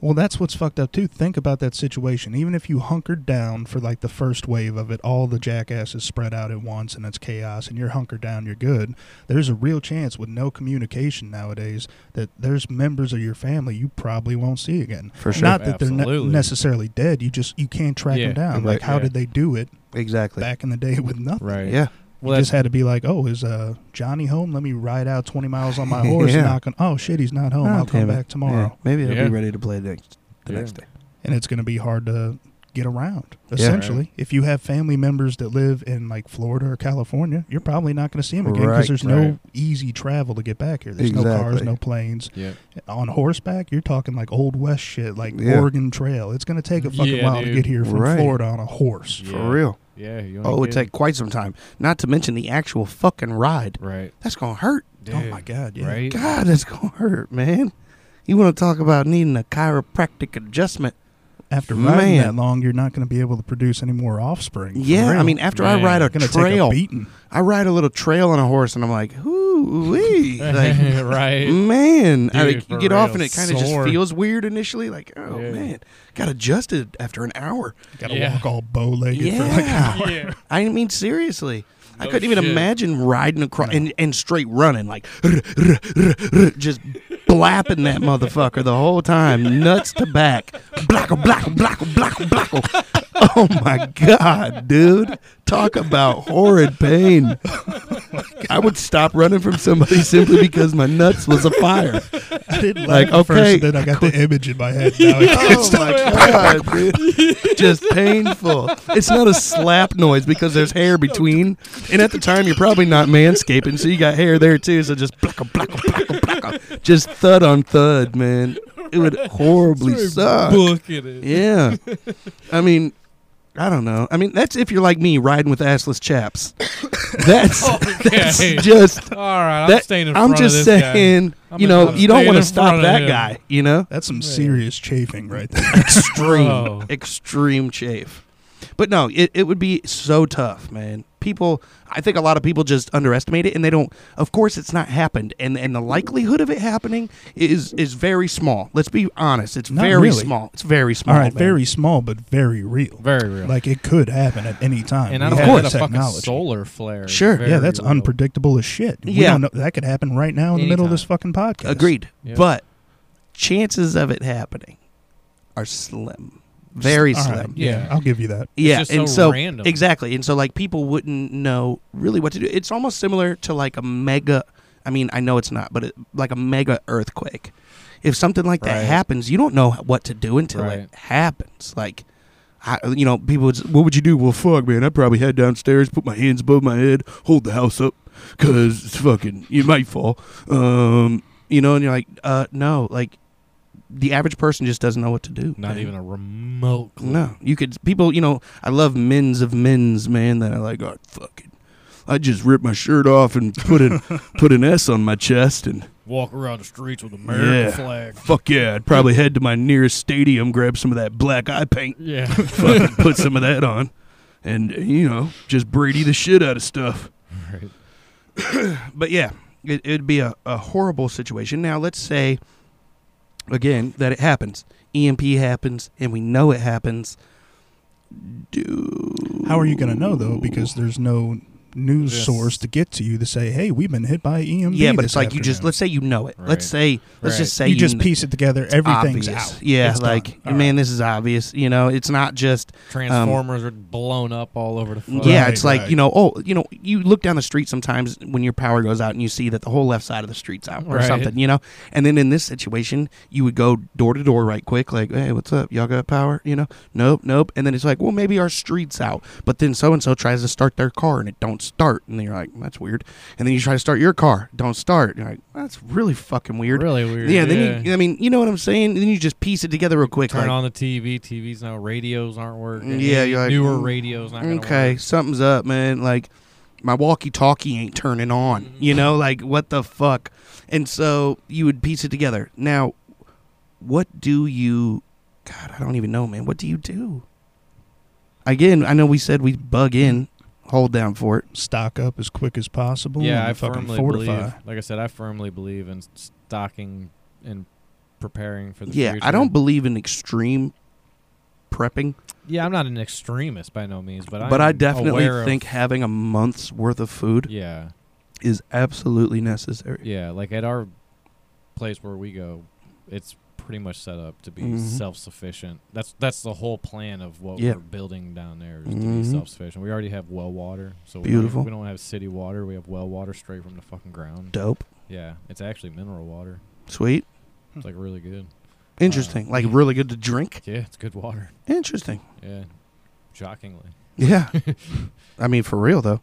Speaker 3: Well, that's what's fucked up too. Think about that situation. Even if you hunkered down for like the first wave of it, all the jackasses spread out at once and it's chaos and you're hunkered down, you're good. There's a real chance with no communication nowadays that there's members of your family you probably won't see again.
Speaker 1: For sure.
Speaker 3: Not that they're ne-
Speaker 2: Absolutely.
Speaker 3: necessarily dead, you just you can't track
Speaker 2: Yeah.
Speaker 3: them down.
Speaker 1: Right.
Speaker 3: Like how
Speaker 2: Yeah.
Speaker 3: did they do it
Speaker 1: Exactly.
Speaker 3: back in the day with nothing?
Speaker 2: Right.
Speaker 1: Yeah.
Speaker 2: Well,
Speaker 3: you just
Speaker 2: that's,
Speaker 3: had to be like, "Oh, is uh, Johnny home? Let me ride out twenty miles on
Speaker 2: [laughs]
Speaker 3: my horse
Speaker 1: Yeah.
Speaker 3: and knock on. Oh shit, he's not home.
Speaker 2: Ah,
Speaker 1: Oh,
Speaker 3: I'll come
Speaker 1: damn it.
Speaker 3: back tomorrow."
Speaker 1: Yeah. Maybe they'll
Speaker 2: Yeah.
Speaker 1: be ready to play next the
Speaker 2: Yeah.
Speaker 1: next day.
Speaker 3: and it's going to be hard to get around
Speaker 1: Yeah.
Speaker 3: essentially if you have family members that live in like florida or california you're probably not going to see them again because
Speaker 1: Right,
Speaker 3: there's
Speaker 2: right.
Speaker 3: no easy travel to get back here there's no cars
Speaker 1: Exactly.
Speaker 3: no planes
Speaker 2: yeah.
Speaker 3: on horseback you're talking like old west shit like
Speaker 1: Yeah.
Speaker 3: oregon trail it's going to take a fucking
Speaker 2: Yeah,
Speaker 3: while to
Speaker 2: dude.
Speaker 3: get here from
Speaker 1: Right.
Speaker 3: florida on a horse
Speaker 2: Yeah.
Speaker 1: For real.
Speaker 2: Yeah. You ain't
Speaker 1: Oh, it would
Speaker 2: kidding.
Speaker 1: take quite some time. Not to mention the actual fucking ride.
Speaker 2: Right.
Speaker 1: That's gonna hurt.
Speaker 3: oh my god yeah
Speaker 2: Right.
Speaker 1: God, that's gonna hurt, man. You want to talk about needing a chiropractic adjustment?
Speaker 3: after riding
Speaker 1: Man.
Speaker 3: that long you're not going to be able to produce any more offspring for
Speaker 1: Yeah, I
Speaker 3: real.
Speaker 1: mean, after I
Speaker 2: Man.
Speaker 1: ride a
Speaker 3: Gonna
Speaker 1: trail,
Speaker 3: take a beating
Speaker 1: I ride a little trail on a horse, and I'm like, ooh
Speaker 2: [laughs]
Speaker 1: wee, like mm,
Speaker 2: right.
Speaker 1: man. I,
Speaker 2: Dude,
Speaker 1: like, you
Speaker 2: for
Speaker 1: get off,
Speaker 2: real,
Speaker 1: and it kind of
Speaker 2: sore.
Speaker 1: just feels weird initially. Like, oh
Speaker 2: Yeah.
Speaker 1: man, got adjusted after an hour.
Speaker 3: gotta
Speaker 2: Yeah.
Speaker 3: walk all bow-legged for like an
Speaker 1: Yeah.
Speaker 3: hour
Speaker 2: [laughs] Yeah.
Speaker 1: I mean, seriously. I
Speaker 2: No
Speaker 1: couldn't even
Speaker 2: shit.
Speaker 1: imagine riding across
Speaker 3: No.
Speaker 1: and, and straight running like [laughs] just blapping that motherfucker the whole time, nuts to back, blackle, blackle, blackle, blackle, blackle. Oh my god, dude! Talk about horrid pain. [laughs] I would stop running from somebody simply because my nuts was afire.
Speaker 3: [laughs] I didn't
Speaker 1: Like,
Speaker 3: like, at
Speaker 1: okay,
Speaker 3: first, then I got the image in
Speaker 1: [laughs]
Speaker 3: my head. Now I can't
Speaker 1: Oh
Speaker 3: stop.
Speaker 1: my god, dude. [laughs] Just painful. It's not a slap noise because there's hair between. And at the time you're probably not manscaping, so you got hair there too, so just blacka blacka blacka blacka. Just thud on thud, man. It would horribly suck.
Speaker 2: Book at it.
Speaker 1: Yeah. I mean, I don't know. I mean, that's if you're like me riding with assless
Speaker 2: [coughs]
Speaker 1: chaps. That's that's
Speaker 2: Oh, [laughs] Okay.
Speaker 1: just
Speaker 2: All right. I'm
Speaker 1: that-
Speaker 2: staying in
Speaker 1: I'm
Speaker 2: front
Speaker 1: just
Speaker 2: of this guy.
Speaker 1: saying,
Speaker 2: I'm
Speaker 1: you
Speaker 2: in-
Speaker 1: know,
Speaker 2: I'm
Speaker 1: you don't want
Speaker 2: staying
Speaker 1: to
Speaker 2: in front
Speaker 1: stop
Speaker 2: of
Speaker 1: that
Speaker 2: him.
Speaker 1: guy, you know?
Speaker 3: That's some
Speaker 2: Yeah.
Speaker 3: serious chafing
Speaker 1: [laughs]
Speaker 3: right there. [laughs]
Speaker 1: extreme,
Speaker 2: Bro.
Speaker 1: extreme chafe. But no, it, it would be so tough, man. People, I think a lot of people just underestimate it, and they don't. Of course, it's not happened, and and the likelihood of it happening is is very small. Let's be honest; it's
Speaker 3: Not
Speaker 1: very
Speaker 3: really.
Speaker 1: small. It's very small.
Speaker 3: All right,
Speaker 1: man.
Speaker 3: very small but very real.
Speaker 2: Very real.
Speaker 3: Like it could happen at any time.
Speaker 2: and
Speaker 3: We
Speaker 2: I don't
Speaker 3: have
Speaker 2: get
Speaker 3: the
Speaker 2: a fucking
Speaker 3: technology.
Speaker 2: solar flare. is
Speaker 1: Sure.
Speaker 3: yeah,
Speaker 2: very
Speaker 3: that's
Speaker 2: real.
Speaker 3: unpredictable as shit. We
Speaker 1: Yeah.
Speaker 3: don't know- that could happen right now in the middle of
Speaker 2: Anytime.
Speaker 3: this fucking podcast.
Speaker 1: agreed.
Speaker 2: Yeah.
Speaker 1: But chances of it happening are slim, very
Speaker 3: All
Speaker 1: slim.
Speaker 3: right,
Speaker 2: Yeah.
Speaker 3: I'll give you that.
Speaker 2: It's
Speaker 1: yeah,
Speaker 2: just
Speaker 1: and
Speaker 2: so
Speaker 1: so
Speaker 2: random.
Speaker 1: exactly, and so like people wouldn't know really what to do. It's almost similar to like a mega. I mean, I know it's not, but it, like a mega earthquake. If something like that
Speaker 2: Right.
Speaker 1: happens, you don't know what to do until
Speaker 2: Right.
Speaker 1: it happens. Like, I, you know, people. Would, s- what would you do? Well, fuck, man. I would probably head downstairs, put my hands above my head, hold the house up, cause it's fucking. You might fall. Um, you know, and you're like, uh, no, like. The average person just doesn't know what to do.
Speaker 2: Not
Speaker 1: man.
Speaker 2: even a remote. clue.
Speaker 1: No, you could people. You know, I love men's of men's, man. That are like, oh fuck it, I just rip my shirt off and put
Speaker 3: [laughs]
Speaker 1: an put an S on my chest, and
Speaker 2: Walk around the streets with American
Speaker 1: Yeah. [laughs]
Speaker 2: flag.
Speaker 1: fuck yeah, I'd probably head to my nearest stadium, grab some of that black eye
Speaker 3: [laughs]
Speaker 1: paint,
Speaker 2: Yeah. [laughs]
Speaker 1: fucking put some of that on, and you know, just Brady the shit out of stuff.
Speaker 2: Right.
Speaker 1: But yeah, it, it'd be a, a horrible situation. Now let's say, again, that it happens. EMP happens, and we know it happens. Do
Speaker 3: How are you going to know though? Because there's no news
Speaker 2: Yes.
Speaker 3: source to get to you to say, "Hey, we've been hit by EMP."
Speaker 1: Yeah, but
Speaker 3: this
Speaker 1: it's like you just
Speaker 3: afternoon."
Speaker 1: let's say you know it.
Speaker 2: Right.
Speaker 1: Let's say let's
Speaker 2: Right.
Speaker 1: just say
Speaker 3: you just
Speaker 1: kn-
Speaker 3: piece it together.
Speaker 1: it's
Speaker 3: Everything's
Speaker 1: obvious.
Speaker 3: out.
Speaker 1: Yeah,
Speaker 3: It's done.
Speaker 1: like
Speaker 3: All
Speaker 1: man, this is obvious. You know, it's not just
Speaker 2: Transformers are blown up all over the. fuck.
Speaker 1: yeah.
Speaker 3: Right,
Speaker 1: It's like
Speaker 3: right.
Speaker 1: you know, oh, you know, you look down the street sometimes when your power goes out and you see that the whole left side of the street's out or
Speaker 2: Right.
Speaker 1: something. You know, and then in this situation, you would go door to door right quick, like, hey, what's up? Y'all got power? You know, nope, nope. And then it's like, well, maybe our street's out, but then so and so tries to start their car and it don't start, and then you're like, that's weird. And then you try to start your car, don't start. You're like, that's really fucking weird.
Speaker 2: Really weird.
Speaker 1: Yeah, then you, I mean, you know what I'm saying? Then you just piece it together real quick.
Speaker 2: turn
Speaker 1: like,
Speaker 2: on the TV. TVs now. Radios aren't working.
Speaker 1: Yeah, you're like,
Speaker 2: newer
Speaker 1: mm,
Speaker 2: radios not gonna
Speaker 1: okay,
Speaker 2: work.
Speaker 1: something's up, man. Like, my walkie talkie ain't turning on.
Speaker 2: Mm-hmm.
Speaker 1: You know, like, what the fuck? And so you would piece it together. Now, what do you. God, I don't even know, man. What do you do? Again, I know we said we bug in, hold down for it.
Speaker 3: stock up as quick as possible.
Speaker 2: Yeah,
Speaker 3: and
Speaker 2: I
Speaker 3: fucking
Speaker 2: firmly
Speaker 3: fortify.
Speaker 2: believe. Like I said, I firmly believe in stocking and preparing for the
Speaker 1: yeah,
Speaker 2: future.
Speaker 1: I don't believe in extreme prepping,
Speaker 2: Yeah, I'm not an extremist by no means, but I'm
Speaker 1: but I definitely
Speaker 2: aware of-
Speaker 1: think having a month's worth of food
Speaker 2: yeah,
Speaker 1: is absolutely necessary.
Speaker 2: yeah. Like at our place where we go, it's pretty much set up to be
Speaker 1: Mhm.
Speaker 2: self-sufficient. That's that's the whole plan of what
Speaker 1: Yeah.
Speaker 2: we're building down there is to be
Speaker 1: Mhm.
Speaker 2: self-sufficient. We already have well water, so we
Speaker 1: Beautiful.
Speaker 2: Don't, we don't have city water. We have well water straight from the fucking ground.
Speaker 1: Dope.
Speaker 2: Yeah, it's actually mineral water.
Speaker 1: Sweet.
Speaker 2: It's like really good.
Speaker 1: Interesting. like really good to drink.
Speaker 2: Yeah, it's good water.
Speaker 1: Interesting.
Speaker 2: Yeah, shockingly.
Speaker 1: [laughs] Yeah. I mean, for real though.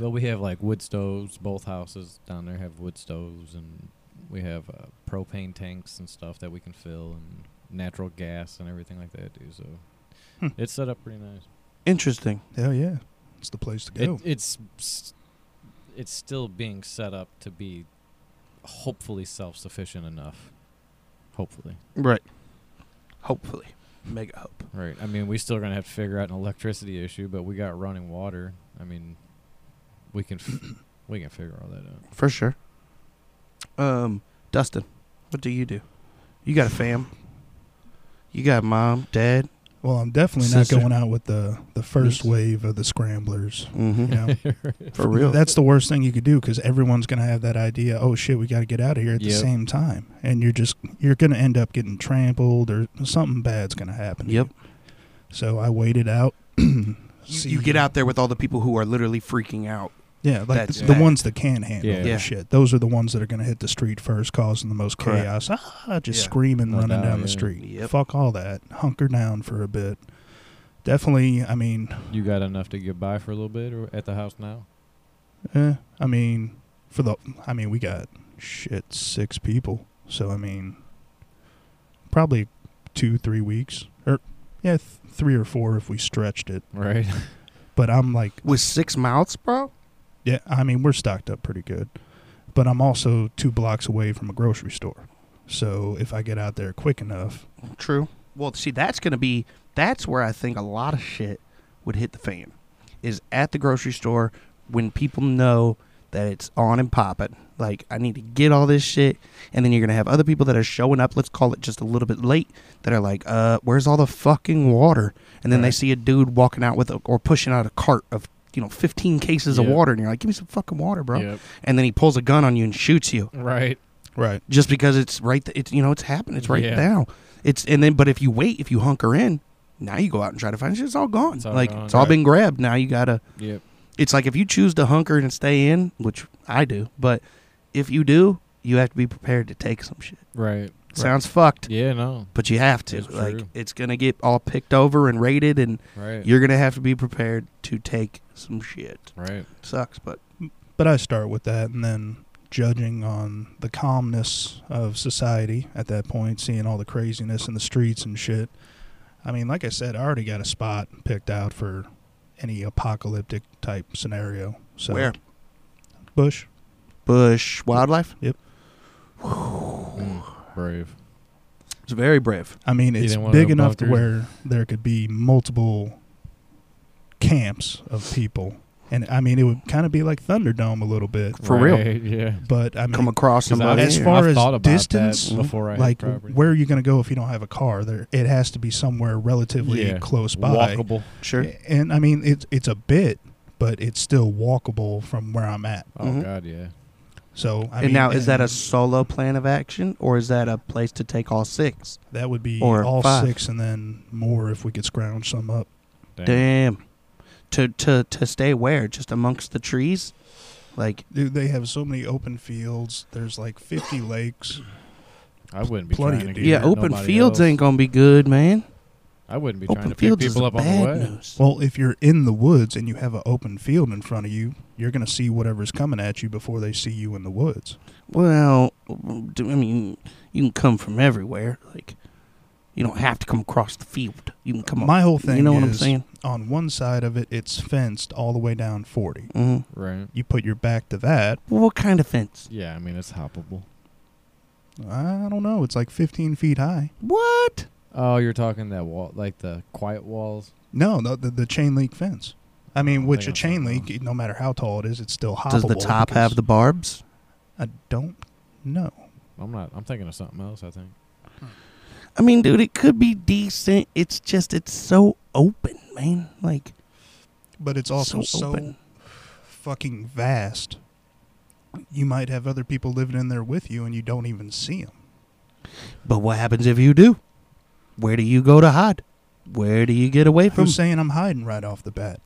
Speaker 2: Well, we have like wood stoves. Both houses down there have wood stoves, and we have uh, propane tanks and stuff that we can fill, and natural gas and everything like that, too. So
Speaker 3: Hmm.
Speaker 2: it's set up pretty nice.
Speaker 1: Interesting.
Speaker 3: Hell yeah, it's the place to go.
Speaker 2: It, it's s- it's still being set up to be hopefully self sufficient enough. Hopefully,
Speaker 1: Right. Hopefully. Mega hope.
Speaker 2: right? I mean, we still gonna have to figure out an electricity issue, but we got running water. I mean, we can f- [coughs] we can figure all that out.
Speaker 1: For sure. Um, Dustin, what do you do? You got a fam. You got mom, dad.
Speaker 3: well, I'm definitely
Speaker 1: Sister.
Speaker 3: not going out with the the first
Speaker 1: Niece.
Speaker 3: wave of the scramblers.
Speaker 1: Mm-hmm.
Speaker 3: You know,
Speaker 2: [laughs]
Speaker 1: For real.
Speaker 3: that's the worst thing you could do because everyone's going to have that idea. Oh shit, we got to get out of here at the
Speaker 2: Yep.
Speaker 3: same time, and you're just you're going to end up getting trampled or something bad's going to happen. to
Speaker 1: Yep.
Speaker 3: you. So I waited out.
Speaker 1: You,
Speaker 3: See-
Speaker 1: you get out there with all the people who are literally freaking out.
Speaker 3: Yeah, like
Speaker 1: That's
Speaker 3: the, the
Speaker 1: bad.
Speaker 3: ones that can handle
Speaker 2: Yeah.
Speaker 3: the
Speaker 1: Yeah.
Speaker 3: shit. Those are the ones that are going to hit the street first, causing the most
Speaker 1: Correct.
Speaker 3: chaos. Ah, just
Speaker 1: Yeah.
Speaker 3: screaming,
Speaker 2: No
Speaker 3: running
Speaker 2: doubt,
Speaker 3: down the
Speaker 2: yeah.
Speaker 3: street.
Speaker 1: Yep.
Speaker 3: Fuck all that. Hunker down for a bit. Definitely. I mean,
Speaker 2: You got enough to get by for a little bit, or at the house now?
Speaker 3: eh, I mean, for the, I mean, we got shit six people. So I mean, probably two, three weeks, or yeah, th- three or four if we stretched it.
Speaker 2: Right.
Speaker 3: But I'm like.
Speaker 1: With six mouths, bro?
Speaker 3: Yeah, I mean we're stocked up pretty good, but I'm also two blocks away from a grocery store. So if I get out there quick enough,
Speaker 1: True. Well, see, that's going to be, that's where I think a lot of shit would hit the fan, is at the grocery store when people know that it's on and popping. Like, I need to get all this shit. And then you're going to have other people that are showing up, let's call it just a little bit late, that are like, uh, where's all the fucking water? And then they
Speaker 2: Right.
Speaker 1: see a dude walking out with, a, or pushing out a cart of, you know, 15 cases of
Speaker 2: Yeah.
Speaker 1: water. And you're like, give me some fucking water, bro. And then he pulls a gun on you and shoots you.
Speaker 2: Right.
Speaker 3: right?
Speaker 1: just because it's right th- it's you know it's happening it's right
Speaker 2: Yeah.
Speaker 1: now it's and then but if you wait if you hunker in now you go out and try to find shit it's all gone
Speaker 2: It's all
Speaker 1: like
Speaker 2: gone.
Speaker 1: it's all
Speaker 3: Right.
Speaker 1: been grabbed now you gotta
Speaker 2: [laughs] Yep.
Speaker 1: it's like if you choose to hunker and stay in which i do but if you do you have to be prepared to take some shit
Speaker 2: Right.
Speaker 1: sounds fucked
Speaker 2: Yeah. No.
Speaker 1: but you have to
Speaker 2: It's
Speaker 1: like
Speaker 2: true.
Speaker 1: it's gonna get all picked over and raided and
Speaker 2: Right.
Speaker 1: you're gonna have to be prepared to take some shit
Speaker 2: right.
Speaker 1: sucks but
Speaker 3: But I start with that, and then judging on the calmness of society at that point, seeing all the craziness in the streets and shit. I mean, like I said, I already got a spot picked out for any apocalyptic type scenario. So
Speaker 1: where
Speaker 3: Bush,
Speaker 1: bush wildlife
Speaker 2: Brave.
Speaker 1: it's very brave
Speaker 3: I mean,
Speaker 2: You
Speaker 3: it's
Speaker 2: didn't want
Speaker 3: big
Speaker 2: no
Speaker 3: enough to
Speaker 2: bunkers?
Speaker 3: where there could be multiple camps of people, and I mean, it would kind of be like Thunderdome a little bit.
Speaker 1: For real.
Speaker 2: Right, [laughs] Yeah.
Speaker 3: But I mean,
Speaker 1: come across
Speaker 2: 'Cause
Speaker 1: somebody
Speaker 3: as
Speaker 1: or-
Speaker 3: far
Speaker 2: I've
Speaker 3: as
Speaker 2: thought about that
Speaker 3: distance,
Speaker 2: before I had
Speaker 3: like
Speaker 2: property.
Speaker 3: where are you going to go if you don't have a car? There, it has to be somewhere relatively
Speaker 2: Yeah.
Speaker 3: close by.
Speaker 2: walkable.
Speaker 1: sure
Speaker 3: And I mean, it's it's a bit, but it's still walkable from where I'm at.
Speaker 2: Oh
Speaker 1: Mhm.
Speaker 2: God, yeah.
Speaker 3: So I
Speaker 1: and
Speaker 3: mean, uh,
Speaker 1: now, is that a
Speaker 3: and
Speaker 1: solo plan of action, or is that a place to take all six?
Speaker 3: that would be
Speaker 1: or
Speaker 3: all
Speaker 1: five?
Speaker 3: six, and then more if we could scrounge some up.
Speaker 2: Damn.
Speaker 1: Damn. To to to stay where? Just amongst the trees, like
Speaker 3: Dude, they have so many open fields. There's like 50 lakes.
Speaker 2: I wouldn't be
Speaker 3: Plenty
Speaker 2: trying to
Speaker 3: of
Speaker 2: get
Speaker 3: deer.
Speaker 1: yeah,
Speaker 2: rid of
Speaker 1: open
Speaker 2: nobody
Speaker 1: fields
Speaker 2: else.
Speaker 1: ain't gonna be good, man.
Speaker 2: I wouldn't be trying
Speaker 1: Open
Speaker 2: to pick
Speaker 1: fields is
Speaker 2: people
Speaker 1: the
Speaker 2: up on the
Speaker 1: bad
Speaker 2: way.
Speaker 1: news.
Speaker 3: Well, if you're in the woods and you have an open field in front of you, you're going to see whatever's coming at you before they see you in the woods.
Speaker 1: Well, do- I mean, you can come from everywhere. Like, you don't have to come across the field. You can come. up-
Speaker 3: My whole thing
Speaker 1: you know what I'm
Speaker 3: is,
Speaker 1: saying?
Speaker 3: on one side of it, it's fenced all the way down 40.
Speaker 1: hmm
Speaker 2: Right.
Speaker 3: You put your back to that,
Speaker 1: What kind of fence?
Speaker 2: Yeah. I mean, it's hoppable.
Speaker 3: I don't know, it's like 15 feet high.
Speaker 1: What?
Speaker 2: Oh, you're talking that wall, like the quiet walls.
Speaker 3: No, the, the, the chain link fence. I mean,
Speaker 2: I
Speaker 3: which a
Speaker 2: think I
Speaker 3: chain
Speaker 2: saw that.
Speaker 3: link, no matter how tall it is, it's still hoppable.
Speaker 1: Does the top have
Speaker 3: because-
Speaker 1: the barbs?
Speaker 3: I don't know.
Speaker 2: I'm not. I'm thinking of something else. I think.
Speaker 1: I mean, dude, it could be decent. It's just it's so open, man. Like
Speaker 3: But it's also so,
Speaker 1: open.
Speaker 3: fucking vast. You might have other people living in there with you, and you don't even see them.
Speaker 1: But what happens if you do? Where do you go to hide? Where do you get away from?
Speaker 3: Who's saying I'm hiding right off the bat?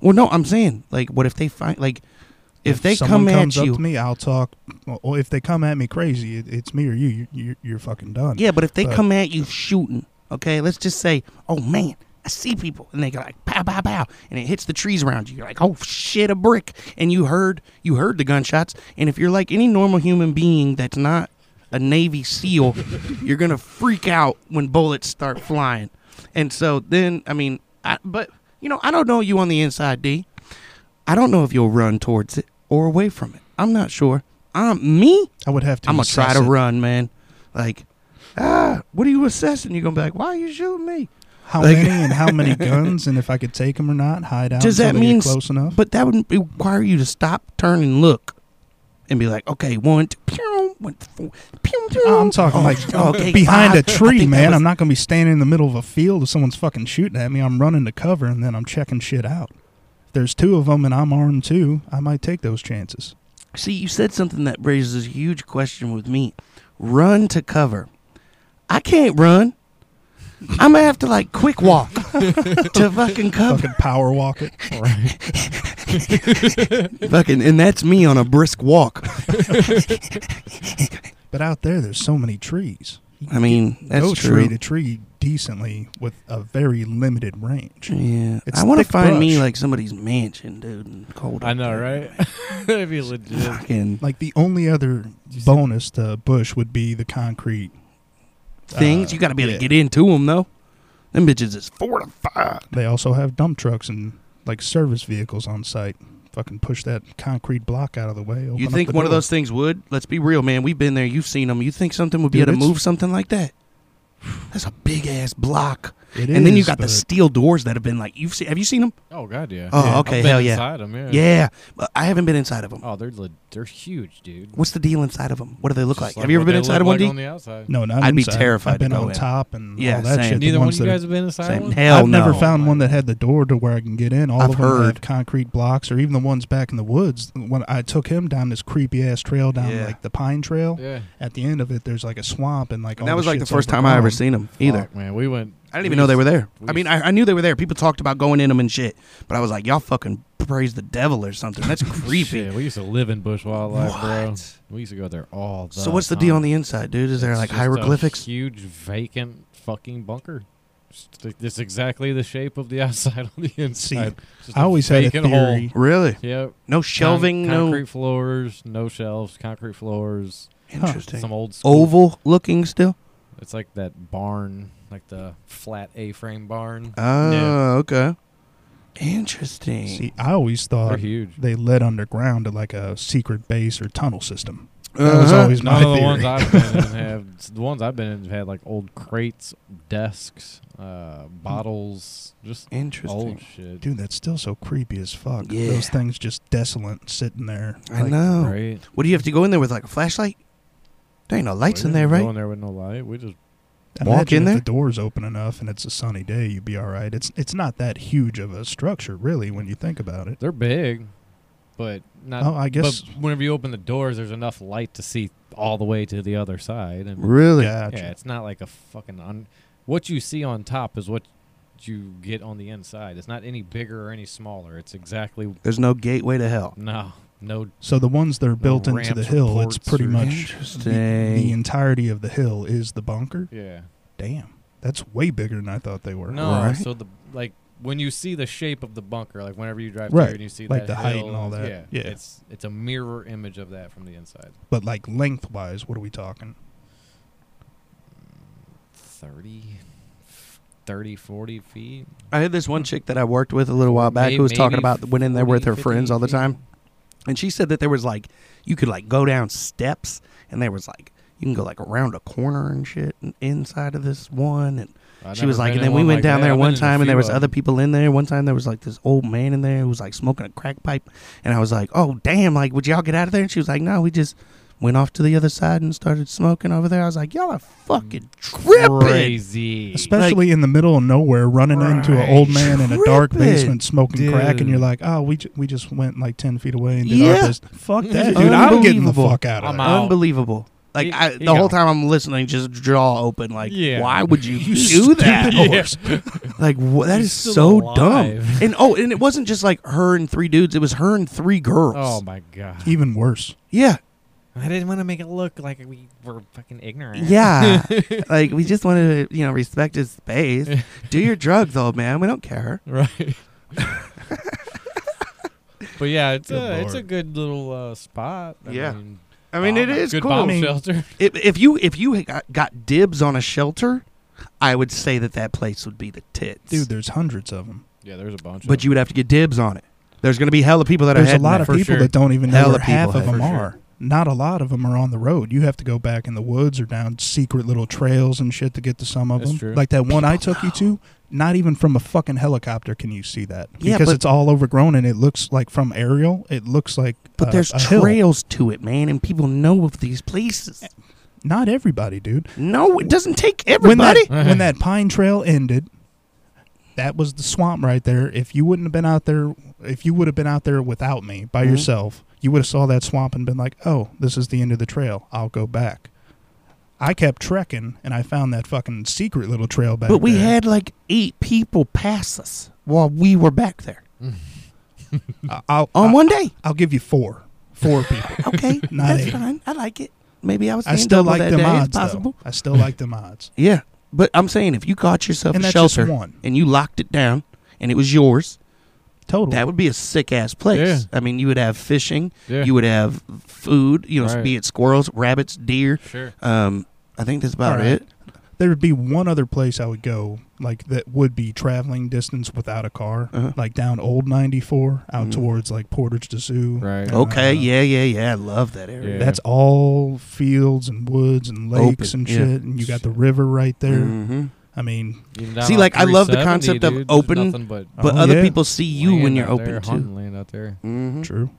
Speaker 1: well, no, I'm saying like, what if they find like, if, they
Speaker 3: someone
Speaker 1: come at
Speaker 3: comes up
Speaker 1: you,
Speaker 3: to me, I'll talk. Well, if they come at me crazy, it, it's me or you. you you're, you're fucking done.
Speaker 1: yeah. But if they
Speaker 3: but-
Speaker 1: come at you shooting, okay, let's just say, oh man, I see people, and they go like pow pow pow, and it hits the trees around you. You're like, oh shit, a brick, and you heard you heard the gunshots, and if you're like any normal human being that's not a Navy SEAL, [laughs] you're gonna freak out when bullets start flying, and so then I mean, I, but you know, I don't know you on the inside, D. I don't know if you'll run towards it or away from it. I'm not sure. I'm me.
Speaker 3: I would have to.
Speaker 1: I'm gonna try
Speaker 3: assess
Speaker 1: to
Speaker 3: it.
Speaker 1: run, man. Like, ah, what are you assessing? You're gonna be like, why are you shooting me?
Speaker 3: How
Speaker 1: Like-
Speaker 3: many and how
Speaker 1: [laughs]
Speaker 3: many guns, and if I could take them or not, hide out.
Speaker 1: Does
Speaker 3: until
Speaker 1: that
Speaker 3: they get
Speaker 1: mean-
Speaker 3: close enough?
Speaker 1: But that would require you to stop, turn, and look, and be like, okay, one, two, pew, one, two, four, pew, pew.
Speaker 3: I'm talking
Speaker 1: Oh, [laughs]
Speaker 3: like uh,
Speaker 1: okay,
Speaker 3: behind
Speaker 1: five.
Speaker 3: a
Speaker 1: I think
Speaker 3: tree,
Speaker 1: that
Speaker 3: man.
Speaker 1: was-
Speaker 3: I'm not going to be standing in the middle of a field if someone's fucking shooting at me. I'm running to cover and then I'm checking shit out. If there's two of them and I'm armed too, I might take those
Speaker 1: [laughs]
Speaker 3: chances.
Speaker 1: See, you said something that raises a huge question with me. Run to cover. I can't run. I'm gonna have to like quick
Speaker 3: [laughs]
Speaker 1: walk to fucking cover.
Speaker 3: Fucking power walk it.
Speaker 2: Right.
Speaker 1: Fucking, and that's me on a brisk walk.
Speaker 3: But out there, there's so many trees.
Speaker 1: I mean, that's
Speaker 3: Go
Speaker 1: true.
Speaker 3: tree to tree decently with a very limited range.
Speaker 1: Yeah,
Speaker 3: It's
Speaker 1: I want to
Speaker 3: thick
Speaker 1: find me
Speaker 3: brush.
Speaker 1: like somebody's mansion, dude. And cold.
Speaker 2: I
Speaker 1: up
Speaker 2: know,
Speaker 1: there.
Speaker 2: [laughs] right? That'd be
Speaker 1: [laughs]
Speaker 2: legit.
Speaker 1: Fucking
Speaker 3: Like the only other bonus to bush would be the concrete
Speaker 1: things.
Speaker 3: Uh,
Speaker 1: you got to be able
Speaker 3: yeah.
Speaker 1: to get into them though. Them bitches is fortified.
Speaker 3: They also have dump trucks and like service vehicles on site. Fucking push that concrete block out of the way. open
Speaker 1: You
Speaker 3: up
Speaker 1: think
Speaker 3: the
Speaker 1: one of
Speaker 3: door.
Speaker 1: those things would? Let's be real, man. We've been there. You've seen them. You think something would be
Speaker 3: Dude,
Speaker 1: able to
Speaker 3: it's-
Speaker 1: move something like that? That's a big ass block.
Speaker 3: It
Speaker 1: and then you
Speaker 3: is,
Speaker 1: got the
Speaker 3: but
Speaker 1: steel doors that have been like you've seen. Have you seen them?
Speaker 2: Oh god, yeah.
Speaker 1: Oh,
Speaker 3: Yeah.
Speaker 2: I've
Speaker 1: okay,
Speaker 2: been
Speaker 1: hell yeah,
Speaker 2: inside 'em, yeah.
Speaker 1: yeah. But I haven't been inside of them.
Speaker 2: Oh, they're le- they're huge, dude.
Speaker 1: What's the deal inside of them? What do they look
Speaker 2: Just
Speaker 1: like? Have you ever
Speaker 2: what
Speaker 1: been
Speaker 2: they
Speaker 1: inside
Speaker 2: look
Speaker 1: of one?
Speaker 2: like
Speaker 1: D?
Speaker 2: on the outside.
Speaker 3: No, not
Speaker 1: I'd be
Speaker 3: inside.
Speaker 1: terrified
Speaker 3: I've been
Speaker 1: to go
Speaker 3: on
Speaker 1: in.
Speaker 3: top and
Speaker 1: Yeah,
Speaker 3: all that
Speaker 1: same.
Speaker 3: shit. The
Speaker 2: Neither one
Speaker 3: ones
Speaker 2: of you
Speaker 3: that are-
Speaker 2: guys have been inside
Speaker 1: Same.
Speaker 2: one.
Speaker 1: Hell
Speaker 3: I've never
Speaker 1: no.
Speaker 3: found
Speaker 2: Oh,
Speaker 3: one
Speaker 2: my.
Speaker 3: that had the door to where I can get in. All
Speaker 1: I've
Speaker 3: of them
Speaker 1: heard.
Speaker 3: have concrete blocks, or even the ones back in the woods. When I took him down this creepy ass trail down
Speaker 1: Yeah.
Speaker 3: like the pine trail,
Speaker 2: Yeah.
Speaker 3: at the end of it, there's like a swamp and like all
Speaker 1: that was like the
Speaker 3: shit's
Speaker 1: first time I ever
Speaker 3: overgrown.
Speaker 1: seen them [laughs] either.
Speaker 2: oh, Fuck, man, we went.
Speaker 1: I didn't
Speaker 2: we
Speaker 1: even know they were
Speaker 2: just-
Speaker 1: there.
Speaker 2: we
Speaker 1: I mean,
Speaker 2: just-
Speaker 1: I, I knew they were there. People talked about going in them and shit, but I was like, y'all fucking praise the devil or something.
Speaker 2: [laughs]
Speaker 1: That's creepy.
Speaker 2: Shit, we used to live in bush wildlife, bro.
Speaker 1: What?
Speaker 2: We used to go there all the
Speaker 1: so what's the deal on
Speaker 2: time.
Speaker 1: the inside, dude? Is there
Speaker 2: It's
Speaker 1: like
Speaker 2: just uh, a
Speaker 1: hieroglyphics?
Speaker 2: huge vacant fucking bunker. Just like- It's exactly the shape of the [laughs] outside on the inside. Just
Speaker 3: I always had a
Speaker 2: vacant
Speaker 3: theory.
Speaker 2: Hole.
Speaker 1: Really?
Speaker 2: Yep.
Speaker 1: No shelving,
Speaker 2: Con- concrete
Speaker 1: no
Speaker 2: floors, no shelves, concrete floors.
Speaker 1: interesting.
Speaker 2: Some old school.
Speaker 1: Oval looking still.
Speaker 2: It's like that barn, like the flat A-frame barn.
Speaker 1: Oh,
Speaker 2: Yeah.
Speaker 1: okay. Interesting.
Speaker 3: See, I always
Speaker 1: Uh,
Speaker 2: They're
Speaker 3: thought
Speaker 1: [laughs]
Speaker 2: huge.
Speaker 3: they led underground to like a secret base or tunnel system.
Speaker 1: uh
Speaker 3: that was always my
Speaker 2: None of the
Speaker 3: theory.
Speaker 2: ones I've
Speaker 1: [laughs]
Speaker 2: been in have the ones I've been in have had like old crates, desks, uh, bottles, just
Speaker 1: interesting.
Speaker 2: old
Speaker 3: [laughs]
Speaker 2: shit.
Speaker 3: Dude, that's still so creepy as fuck.
Speaker 1: Yeah.
Speaker 3: Those things just desolate sitting there.
Speaker 1: I
Speaker 3: like,
Speaker 1: know.
Speaker 2: Right.
Speaker 1: What do you have to go in there with like a flashlight? There ain't no lights
Speaker 2: We
Speaker 1: in
Speaker 2: didn't
Speaker 1: there,
Speaker 2: go
Speaker 1: right?
Speaker 2: in there with no light. We just
Speaker 1: Walk in
Speaker 3: imagine if
Speaker 1: there?
Speaker 3: The door's open enough and it's a sunny day, you'd be all right. It's it's not that huge of a structure, really, when you think about it.
Speaker 2: they're big, but not.
Speaker 3: Oh, I guess.
Speaker 2: Uh, But whenever you open the doors, there's enough light to see all the way to the other side. And
Speaker 1: Really?
Speaker 3: Gotcha.
Speaker 2: yeah, it's not like a fucking. Un- what you see on top is what you get on the inside. It's not any bigger or any smaller. It's exactly
Speaker 1: There's no gateway to hell.
Speaker 2: no, no
Speaker 3: So the ones that are built into
Speaker 2: ramps
Speaker 3: the
Speaker 2: or
Speaker 3: hill, it's
Speaker 2: ports
Speaker 3: pretty
Speaker 2: or-
Speaker 3: much the, the
Speaker 1: Interesting.
Speaker 3: entirety of the hill is the bunker.
Speaker 2: yeah.
Speaker 3: Damn. That's way bigger than I thought they were.
Speaker 2: No,
Speaker 1: Right.
Speaker 2: so the like when you see the shape of the bunker, like whenever you drive
Speaker 3: Right,
Speaker 2: through and you see
Speaker 3: like
Speaker 2: that
Speaker 3: the height
Speaker 2: hill,
Speaker 3: and all that.
Speaker 2: Yeah,
Speaker 3: Yeah.
Speaker 2: it's it's a mirror image of that from the inside.
Speaker 3: But like lengthwise, what are we talking?
Speaker 2: 30, 30 40 feet.
Speaker 1: I had this one chick that I worked with a little while back
Speaker 2: May-
Speaker 1: who Uh, was talking
Speaker 2: maybe
Speaker 1: about went in there
Speaker 2: 40,
Speaker 1: with her
Speaker 2: 50
Speaker 1: friends all the
Speaker 2: feet.
Speaker 1: time, and she said that there was like you could like go down steps and there was like you can go like around a corner and shit and inside of this one and
Speaker 2: I've
Speaker 1: she was
Speaker 2: never
Speaker 1: like
Speaker 2: been
Speaker 1: and then
Speaker 2: in
Speaker 1: we
Speaker 2: one
Speaker 1: went
Speaker 2: like
Speaker 1: down
Speaker 2: that.
Speaker 1: there
Speaker 2: I've been
Speaker 1: one
Speaker 2: in a
Speaker 1: time and there
Speaker 2: few
Speaker 1: was
Speaker 2: of
Speaker 1: other
Speaker 2: them.
Speaker 1: people in there one time there was like this old man in there who was like smoking a crack pipe and I was like oh damn like would y'all get out of there and she was like no we just went off to the other side and started smoking over there. I was like, y'all are fucking tripping.
Speaker 2: Mm. Crazy.
Speaker 3: Especially in the middle of nowhere, running into an old man in a dark
Speaker 1: Tripping,
Speaker 3: basement smoking crack, and
Speaker 2: dude.
Speaker 3: you're like, "Oh, we j- we just went like ten feet away and did
Speaker 1: Yeah.
Speaker 3: our
Speaker 2: [laughs]
Speaker 3: business."
Speaker 1: [laughs]
Speaker 3: Fuck that, dude! I'm
Speaker 1: Unbelievable.
Speaker 3: getting the fuck out of
Speaker 2: I'm
Speaker 3: there.
Speaker 2: out. Wow.
Speaker 1: Unbelievable. Like
Speaker 2: Here-
Speaker 1: I,
Speaker 2: here
Speaker 1: the
Speaker 2: you
Speaker 1: whole
Speaker 2: go.
Speaker 1: time I'm listening, just jaw open. Like,
Speaker 2: Yeah.
Speaker 1: why would you,
Speaker 3: You
Speaker 1: do that?
Speaker 3: stupid
Speaker 2: [laughs] Yeah.
Speaker 3: horse.
Speaker 1: Like, wha- that
Speaker 2: You're
Speaker 1: is
Speaker 2: still
Speaker 1: so
Speaker 2: alive.
Speaker 1: dumb. And oh, and it wasn't just like her and three dudes. It was her and three girls.
Speaker 2: Oh my god.
Speaker 3: Even worse.
Speaker 1: yeah,
Speaker 2: I didn't want to make it look like we were fucking ignorant.
Speaker 1: yeah. like we just wanted to, you know, respect his space. do your drugs, old man. We don't care.
Speaker 2: [laughs] Right. but yeah, it's
Speaker 3: Good
Speaker 2: a it's a
Speaker 3: lord.
Speaker 2: good little uh, spot. I
Speaker 1: Yeah.
Speaker 2: Mean,
Speaker 1: I mean, it
Speaker 2: bomb-
Speaker 1: is
Speaker 2: Oh, good
Speaker 1: cool.
Speaker 2: bomb
Speaker 3: I mean-
Speaker 2: shelter.
Speaker 1: if, if you if you had got, got dibs on a shelter, I would say that that place would be the tits.
Speaker 3: Dude, there's hundreds of them.
Speaker 2: [laughs] Yeah, there's a bunch.
Speaker 1: but you would have to get dibs on it. There's going to be hella people that are
Speaker 3: There's a
Speaker 1: heading
Speaker 3: lot
Speaker 1: there.
Speaker 3: of
Speaker 2: For
Speaker 3: people
Speaker 2: sure.
Speaker 3: that don't even know
Speaker 1: Hella
Speaker 3: where half
Speaker 1: people
Speaker 3: of them
Speaker 1: have- For sure.
Speaker 3: are. Not a lot of them are on the road. You have to go back in the woods or down secret little trails and shit to get to some of
Speaker 2: That's
Speaker 3: them.
Speaker 2: true.
Speaker 3: Like that one I took you to. Not even from a fucking helicopter can you see that
Speaker 1: Yeah,
Speaker 3: because
Speaker 1: but-
Speaker 3: it's all overgrown and it looks like from aerial. It looks like
Speaker 1: But
Speaker 3: uh,
Speaker 1: there's
Speaker 3: a hill.
Speaker 1: trails to it, man, and people know of these places.
Speaker 3: Not everybody, dude.
Speaker 1: No, it doesn't take
Speaker 3: When that
Speaker 1: everybody. [laughs]
Speaker 3: when that pine trail ended, that was the swamp right there. If you wouldn't have been out there, if you would have been out there without me by
Speaker 1: Mhm.
Speaker 3: yourself, you would have saw that swamp and been like, "Oh, this is the end of the trail. I'll go back." I kept trekking and I found that fucking secret little trail back.
Speaker 1: but we
Speaker 3: there.
Speaker 1: had like eight people pass us while we were back there
Speaker 3: I- I'll
Speaker 1: on
Speaker 3: I'll,
Speaker 1: one day.
Speaker 3: I'll give you four,
Speaker 1: [laughs]
Speaker 3: four people.
Speaker 1: Okay,
Speaker 3: Uh, [laughs] Not
Speaker 1: that's
Speaker 3: eight.
Speaker 1: fine. I like it. Maybe I was.
Speaker 3: I
Speaker 1: seeing
Speaker 3: still
Speaker 1: double
Speaker 3: like
Speaker 1: that
Speaker 3: them
Speaker 1: day. It's
Speaker 3: odds. Though.
Speaker 1: possible.
Speaker 3: I still like
Speaker 1: [laughs]
Speaker 3: them odds.
Speaker 1: Yeah, but I'm saying if you got yourself
Speaker 3: And
Speaker 1: a
Speaker 3: that's just
Speaker 1: shelter
Speaker 3: one.
Speaker 1: and you locked it down and it was yours,
Speaker 3: Total.
Speaker 1: that would be a sick ass place.
Speaker 2: Yeah.
Speaker 1: I mean, you would have fishing,
Speaker 2: Yeah.
Speaker 1: you would have food, you know,
Speaker 2: Right.
Speaker 1: be it squirrels, rabbits, deer.
Speaker 2: sure.
Speaker 1: Um, I think that's about
Speaker 3: All right.
Speaker 1: it.
Speaker 3: there would be one other place I would go, like that would be traveling distance without a car,
Speaker 1: Uh-huh.
Speaker 3: like down Old 94 out
Speaker 1: Mm.
Speaker 3: towards like Portage to Zoo.
Speaker 2: Right.
Speaker 3: Oh,
Speaker 1: Okay,
Speaker 3: Uh,
Speaker 1: yeah, yeah, yeah. I love that area.
Speaker 2: Uh-huh. Yeah.
Speaker 3: That's all fields and woods and lakes
Speaker 1: Open,
Speaker 3: and
Speaker 1: yeah.
Speaker 3: shit, and you got the river right there.
Speaker 1: hmm
Speaker 3: I mean,
Speaker 2: Even down
Speaker 1: See,
Speaker 2: on
Speaker 1: like, I love the
Speaker 2: 370,
Speaker 1: concept of
Speaker 2: dude, there's
Speaker 1: open,
Speaker 2: nothing but
Speaker 1: But
Speaker 3: Oh,
Speaker 1: other
Speaker 3: yeah.
Speaker 1: people see you when
Speaker 2: land
Speaker 1: you're
Speaker 2: out there,
Speaker 1: open too.
Speaker 2: hunting land out there.
Speaker 1: hmm
Speaker 3: true,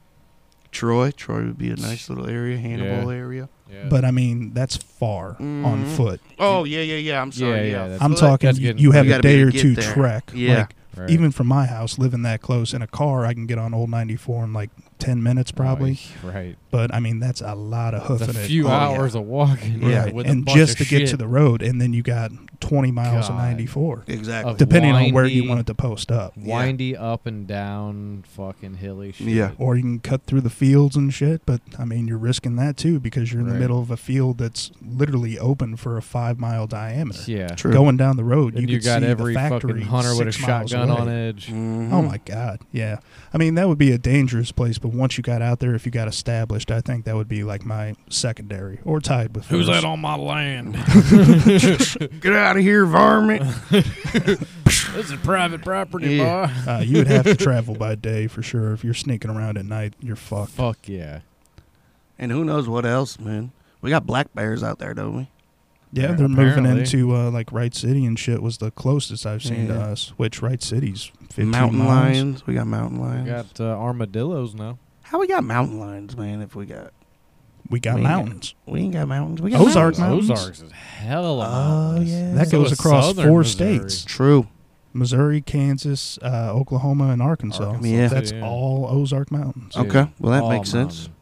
Speaker 1: Troy, Troy would be a nice little area, Hannibal area.
Speaker 2: Yeah.
Speaker 3: but I mean that's far on
Speaker 1: Mhm.
Speaker 3: foot.
Speaker 1: Oh yeah, yeah, yeah. I'm
Speaker 2: Yeah,
Speaker 1: sorry.
Speaker 2: yeah,
Speaker 1: Yeah,
Speaker 2: that's-
Speaker 3: I'm
Speaker 1: But-
Speaker 3: talking,
Speaker 2: that's
Speaker 3: you,
Speaker 2: good.
Speaker 3: you have
Speaker 1: You
Speaker 3: a
Speaker 1: gotta be
Speaker 3: day
Speaker 1: able
Speaker 3: or
Speaker 1: to get
Speaker 3: two
Speaker 1: there.
Speaker 3: trek.
Speaker 1: Yeah.
Speaker 3: Like,
Speaker 2: Right.
Speaker 3: even from my house, living that close in a car, I can get on Old 94 in like 10 minutes probably.
Speaker 2: Right.
Speaker 3: But I mean, that's a lot of
Speaker 2: It's
Speaker 3: hoofing
Speaker 2: a
Speaker 3: it.
Speaker 2: few
Speaker 1: Oh, yeah.
Speaker 2: hours of walking.
Speaker 1: Yeah.
Speaker 2: With a
Speaker 3: and
Speaker 2: bunch
Speaker 3: just
Speaker 2: of
Speaker 3: to get to
Speaker 2: shit
Speaker 3: the road, and then you got 20 miles of
Speaker 2: God.
Speaker 3: 94,
Speaker 1: Exactly.
Speaker 2: Of
Speaker 3: depending on where you
Speaker 2: windy-
Speaker 3: wanted to post up.
Speaker 1: Yeah.
Speaker 2: windy up and down, fucking hilly shit.
Speaker 1: Yeah.
Speaker 3: Or you can cut through the fields and shit, but I mean, you're risking that too because you're in
Speaker 2: Right.
Speaker 3: the middle of a field that's literally open for a five mile diameter.
Speaker 2: Yeah.
Speaker 1: True.
Speaker 3: Going down the road,
Speaker 2: And
Speaker 3: you,
Speaker 2: you,
Speaker 3: could
Speaker 2: got
Speaker 3: see
Speaker 2: every
Speaker 3: the factory
Speaker 2: fucking hunter with a
Speaker 3: six miles
Speaker 2: shotgun on
Speaker 3: away.
Speaker 2: edge.
Speaker 1: Mm-hmm.
Speaker 3: Oh
Speaker 2: [laughs]
Speaker 3: my God! Yeah, I mean that would be a dangerous place, but once you got out there, if you got established, I think that would be like my secondary or tied with first.
Speaker 2: on my land?
Speaker 1: [laughs] Get out of here, varmint.
Speaker 2: [laughs] This is private property,
Speaker 1: Yeah.
Speaker 2: boy.
Speaker 3: uh, you would have
Speaker 2: [laughs]
Speaker 3: to travel by day for sure. If you're sneaking around at night, you're fucked.
Speaker 2: Fuck yeah.
Speaker 1: and who knows what else, man? We got black bears out there, don't we?
Speaker 3: Yeah,
Speaker 2: Appar-
Speaker 3: they're moving
Speaker 2: apparently.
Speaker 3: into uh, like Wright City and shit was the closest I've seen to
Speaker 1: Yeah.
Speaker 3: us. Which Wright City's 15
Speaker 1: mountain
Speaker 3: miles.
Speaker 1: lions. We got mountain
Speaker 2: We
Speaker 1: lions.
Speaker 2: got uh, armadillos now.
Speaker 1: How we got mountain lions, man? If we got
Speaker 3: We got
Speaker 1: Man.
Speaker 3: mountains.
Speaker 1: we ain't got mountains. We got
Speaker 3: Ozark
Speaker 1: mountains.
Speaker 3: Mountains.
Speaker 2: Ozarks is hell of
Speaker 1: Oh, yeah.
Speaker 3: That
Speaker 1: So
Speaker 3: goes across four states:
Speaker 1: True.
Speaker 3: Missouri, Kansas, uh, Oklahoma, and Arkansas.
Speaker 2: Arkansas,
Speaker 1: Yeah.
Speaker 3: that's
Speaker 2: yeah.
Speaker 3: all Ozark Mountains.
Speaker 2: Yeah.
Speaker 1: Okay. Well, that
Speaker 2: All
Speaker 1: makes sense.
Speaker 2: mountain.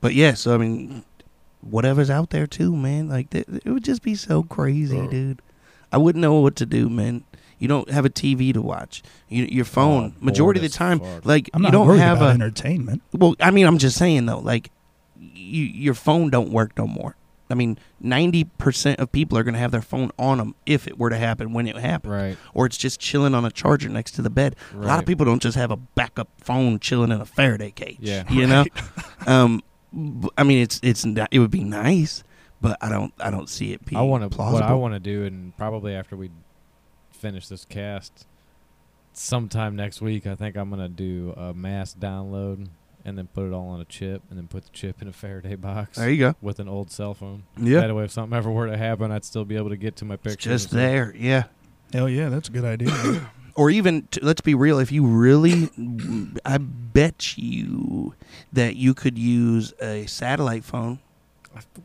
Speaker 1: But yeah, so I mean, whatever's out there too, man. Like th- it would just be so crazy,
Speaker 2: Bro.
Speaker 1: dude. I wouldn't know what to do, man. You don't have a TV to watch. You, your phone,
Speaker 2: bored
Speaker 1: majority of the
Speaker 2: as
Speaker 1: time,
Speaker 2: fuck.
Speaker 1: like
Speaker 3: I'm
Speaker 1: you
Speaker 3: not
Speaker 1: don't
Speaker 3: worried
Speaker 1: have
Speaker 3: about
Speaker 1: a.
Speaker 3: entertainment.
Speaker 1: well, I mean, I'm just saying though, like you, your phone don't work no more. I mean, ninety percent of people are gonna have their phone on them if it were to happen when it happened,
Speaker 2: Right.
Speaker 1: or it's just chilling on a charger next to the bed. A lot of
Speaker 2: Right.
Speaker 1: people don't just have a backup phone chilling in a Faraday cage.
Speaker 2: Yeah.
Speaker 1: you know. [laughs] um, b- I mean, it's it's not, it would be nice, but I don't I don't see it being
Speaker 2: I want to.
Speaker 1: plausible.
Speaker 2: What I want to do, and probably after we finish this cast, sometime next week, I think I'm gonna do a mass download and then put it all on a chip, and then put the chip in a Faraday box
Speaker 1: there you go.
Speaker 2: with an old cell phone.
Speaker 1: Yeah,
Speaker 2: That way, if something ever were to happen, I'd still be able to get to my
Speaker 1: it's
Speaker 2: pictures.
Speaker 1: just
Speaker 2: and stuff.
Speaker 1: there. Yeah,
Speaker 3: Hell yeah, that's a
Speaker 1: [coughs]
Speaker 3: good idea.
Speaker 1: or even t- let's be real. If you really, I bet you that you could use a satellite phone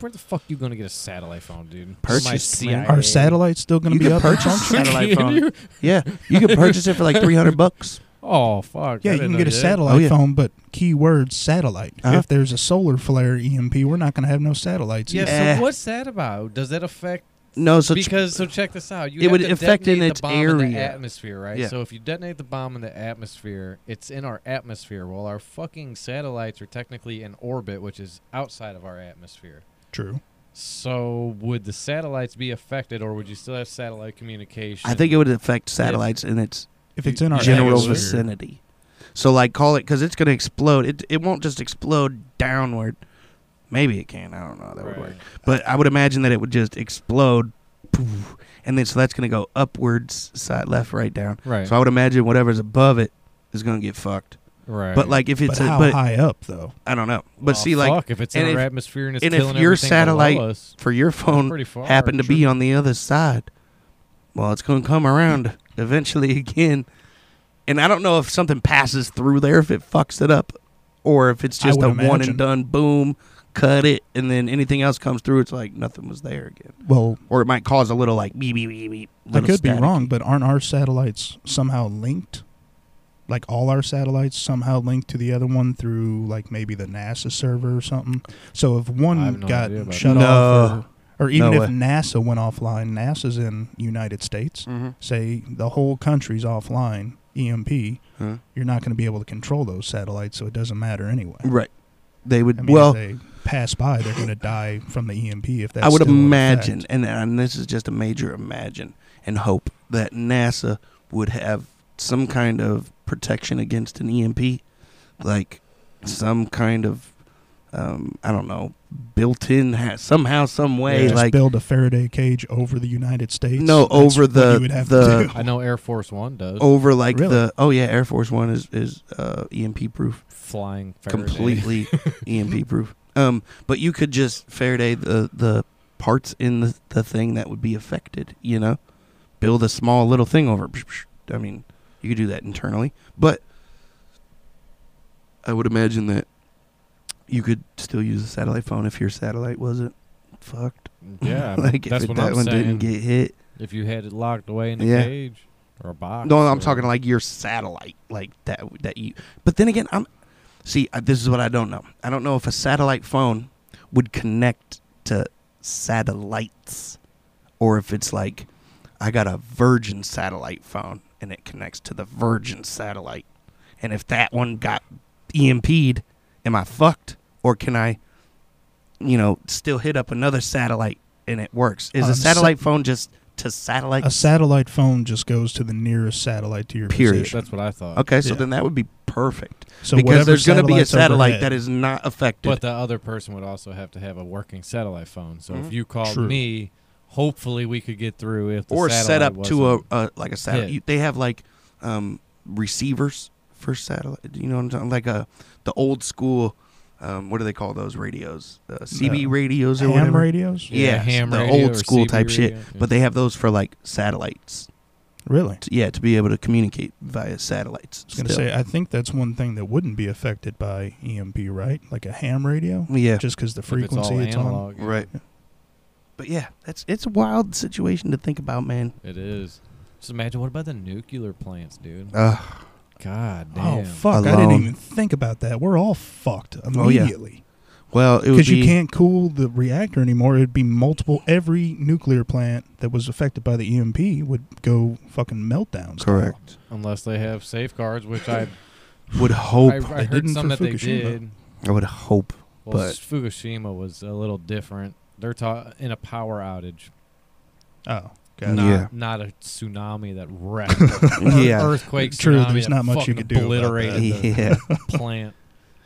Speaker 2: Where the fuck you gonna get a satellite phone, dude?
Speaker 1: Purchase
Speaker 2: My
Speaker 1: it, man.
Speaker 3: Are
Speaker 1: Hey.
Speaker 2: [laughs]
Speaker 3: satellites still going
Speaker 1: You
Speaker 3: to be
Speaker 1: could
Speaker 3: up?
Speaker 1: purchase satellite phone. Yeah, you can purchase it for like three hundred bucks.
Speaker 2: Oh fuck!
Speaker 3: [laughs] Yeah,
Speaker 2: I
Speaker 3: you
Speaker 2: didn't
Speaker 3: can
Speaker 2: know
Speaker 3: get a
Speaker 2: did.
Speaker 3: satellite
Speaker 1: Oh, yeah.
Speaker 3: phone, but keyword satellite.
Speaker 1: Uh-huh.
Speaker 3: If there's a solar flare EMP, we're not going to have no satellites.
Speaker 2: Yeah.
Speaker 3: either.
Speaker 1: Eh.
Speaker 2: So what's that about? Does that affect?
Speaker 1: No, so ch-
Speaker 2: because so check this out. You
Speaker 1: It
Speaker 2: have
Speaker 1: would
Speaker 2: to
Speaker 1: affect in
Speaker 2: detonate the
Speaker 1: its
Speaker 2: bomb in the
Speaker 1: area.
Speaker 2: atmosphere, right?
Speaker 1: Yeah.
Speaker 2: So if you detonate the bomb in the atmosphere, it's in our atmosphere. Well, our fucking satellites are technically in orbit, which is outside of our atmosphere.
Speaker 3: True.
Speaker 2: So would the satellites be affected, or would you still have satellite communication?
Speaker 1: I think it would affect satellites in its
Speaker 3: If it's in our
Speaker 1: general
Speaker 3: atmosphere.
Speaker 1: vicinity. So like call it because it's going to explode. It it won't just explode downward. Maybe it can. I don't know. how That would work.
Speaker 2: Right.
Speaker 1: But I would imagine that it would just explode, poof, and then so that's going to go upwards, side left, right, down.
Speaker 2: Right.
Speaker 1: So I would imagine whatever's above it is going to get fucked.
Speaker 2: right.
Speaker 1: But like if
Speaker 3: But
Speaker 1: it's a,
Speaker 3: how
Speaker 1: but
Speaker 3: high up though?
Speaker 1: I don't know. But
Speaker 2: Oh,
Speaker 1: see like
Speaker 2: fuck, if it's in
Speaker 1: and
Speaker 2: our
Speaker 1: if-
Speaker 2: atmosphere and it's
Speaker 1: and if
Speaker 2: killing
Speaker 1: your
Speaker 2: everything
Speaker 1: satellite
Speaker 2: below us,
Speaker 1: for your phone
Speaker 2: pretty far,
Speaker 1: happened to be
Speaker 2: true.
Speaker 1: on the other side. Well, it's going to come around [laughs] eventually again. And I don't know if something passes through there, if it fucks it up, or if it's
Speaker 3: I
Speaker 1: just a
Speaker 3: would
Speaker 1: one
Speaker 3: imagine.
Speaker 1: and done boom, cut it, and then anything else comes through, it's like nothing was there again.
Speaker 3: Well,
Speaker 1: Or it might cause a little like beep, beep, beep, beep.
Speaker 3: I
Speaker 1: little
Speaker 3: could be
Speaker 1: static.
Speaker 3: wrong, but aren't our satellites somehow linked? Like all our satellites somehow linked to the other one through like maybe the NASA server or something. So if
Speaker 2: I
Speaker 3: one
Speaker 2: have no
Speaker 3: got
Speaker 2: idea about
Speaker 3: shut
Speaker 1: that.
Speaker 3: off, or, or even
Speaker 1: No
Speaker 3: if
Speaker 1: way.
Speaker 3: NASA went offline, NASA's in United States.
Speaker 1: Mhm.
Speaker 3: Say the whole country's offline, EMP.
Speaker 1: Huh?
Speaker 3: You're not going to be able to control those satellites, so it doesn't matter anyway.
Speaker 1: Right. They would,
Speaker 3: I mean,
Speaker 1: well,
Speaker 3: if they pass by, they're going to die from the EMP. If that's
Speaker 1: I would
Speaker 3: still an
Speaker 1: imagine,
Speaker 3: effect.
Speaker 1: and, and this is just a major imagine and hope that NASA would have some kind of protection against an EMP, like some kind of, um, I don't know, built-in ha- somehow, some way,
Speaker 3: just
Speaker 1: like
Speaker 3: build a Faraday cage over the United States.
Speaker 1: No,
Speaker 3: That's
Speaker 1: over
Speaker 3: what
Speaker 1: the-
Speaker 3: you would have
Speaker 1: the-
Speaker 3: to
Speaker 1: [laughs]
Speaker 3: do.
Speaker 2: I know Air Force One does
Speaker 1: over like
Speaker 3: Really?
Speaker 1: the oh yeah, Air Force One is is uh, EMP proof,
Speaker 2: flying Faraday. [laughs]
Speaker 1: completely EMP proof. Um, but you could just Faraday the the parts in the the thing that would be affected. You know, build a small little thing over. I mean, you could do that internally, but I would imagine that you could still use a satellite phone if your satellite wasn't fucked.
Speaker 2: Yeah,
Speaker 1: [laughs] like
Speaker 2: that's
Speaker 1: if it-
Speaker 2: what
Speaker 1: that
Speaker 2: I'm
Speaker 1: one
Speaker 2: saying.
Speaker 1: didn't get hit.
Speaker 2: if you had it locked away in a
Speaker 1: Yeah.
Speaker 2: cage or a box.
Speaker 1: No,
Speaker 2: or-
Speaker 1: I'm talking like your satellite, like that that you. But then again, I'm see. I, this is what I don't know. I don't know if a satellite phone would connect to satellites, or if it's like I got a Virgin satellite phone and it connects to the Virgin satellite, and if that one got EMP'd, am I fucked, or can I, you know, still hit up another satellite and it works? Is
Speaker 3: Um,
Speaker 1: a
Speaker 3: sa-
Speaker 1: satellite phone just to satellite?
Speaker 3: A satellite phone just goes to the nearest satellite to your
Speaker 1: Period.
Speaker 3: position.
Speaker 2: That's what I thought.
Speaker 1: Okay, so
Speaker 3: Yeah.
Speaker 1: then that would be perfect.
Speaker 3: So
Speaker 1: because
Speaker 3: whatever
Speaker 1: there's going to be a
Speaker 3: satellite's
Speaker 1: satellite
Speaker 3: overhead-
Speaker 1: that is not affected.
Speaker 2: But the other person would also have to have a working satellite phone. So
Speaker 1: Mhm.
Speaker 2: if you called
Speaker 3: True.
Speaker 2: me, hopefully we could get through if the
Speaker 1: or set
Speaker 2: satellite
Speaker 1: up to a,
Speaker 2: wasn't-
Speaker 1: a like a satellite.
Speaker 2: hit.
Speaker 1: You, they have like um, receivers for satellite. You know what I'm talking like a the old school. Um, what do they call those radios? Uh, CB
Speaker 3: No.
Speaker 1: radios or
Speaker 3: ham
Speaker 1: whatever.
Speaker 3: radios.
Speaker 1: Yeah,
Speaker 2: Yeah, ham
Speaker 1: the
Speaker 2: radio
Speaker 1: old
Speaker 2: or
Speaker 1: school
Speaker 2: CB
Speaker 1: type shit.
Speaker 2: radio, yeah.
Speaker 1: But they have those for like satellites.
Speaker 3: Really?
Speaker 1: T- yeah, to be able to communicate via satellites.
Speaker 3: I was going to
Speaker 1: still.
Speaker 3: say, I think that's one thing that wouldn't be affected by EMP, right? Like a ham radio,
Speaker 1: yeah,
Speaker 3: just because the
Speaker 2: if it's all
Speaker 3: frequency it's, on.
Speaker 2: analog,
Speaker 1: right. But yeah, that's it's a wild situation to think about, man.
Speaker 2: It is. Just imagine what about the nuclear plants, dude?
Speaker 1: Uh,
Speaker 2: God damn.
Speaker 3: Oh fuck! I
Speaker 1: Alone.
Speaker 3: didn't even think about that. We're all fucked
Speaker 1: Oh, yeah.
Speaker 3: immediately
Speaker 1: well, it would
Speaker 3: because you
Speaker 1: be-
Speaker 3: can't cool the reactor anymore. It'd be multiple. Every nuclear plant that was affected by the EMP would go fucking meltdown. style.
Speaker 1: correct.
Speaker 2: Unless they have safeguards, which I
Speaker 1: Would [laughs]
Speaker 2: I,
Speaker 1: hope.
Speaker 2: I
Speaker 3: They
Speaker 2: heard
Speaker 3: didn't
Speaker 2: some
Speaker 3: for
Speaker 2: that they
Speaker 3: Fukushima.
Speaker 2: did.
Speaker 1: I would hope.
Speaker 2: Well,
Speaker 1: But-
Speaker 2: s- Fukushima was a little different. They're ta- in a power outage,
Speaker 3: Oh, God.
Speaker 2: not,
Speaker 1: Yeah.
Speaker 2: not a tsunami that wrecked. Or
Speaker 1: [laughs] Yeah.
Speaker 2: earthquake.
Speaker 3: True,
Speaker 2: tsunami
Speaker 3: there's
Speaker 2: that
Speaker 3: not much you
Speaker 2: fucking
Speaker 3: could do about
Speaker 2: Obliterated the
Speaker 1: [laughs] Yeah.
Speaker 2: [laughs] plant.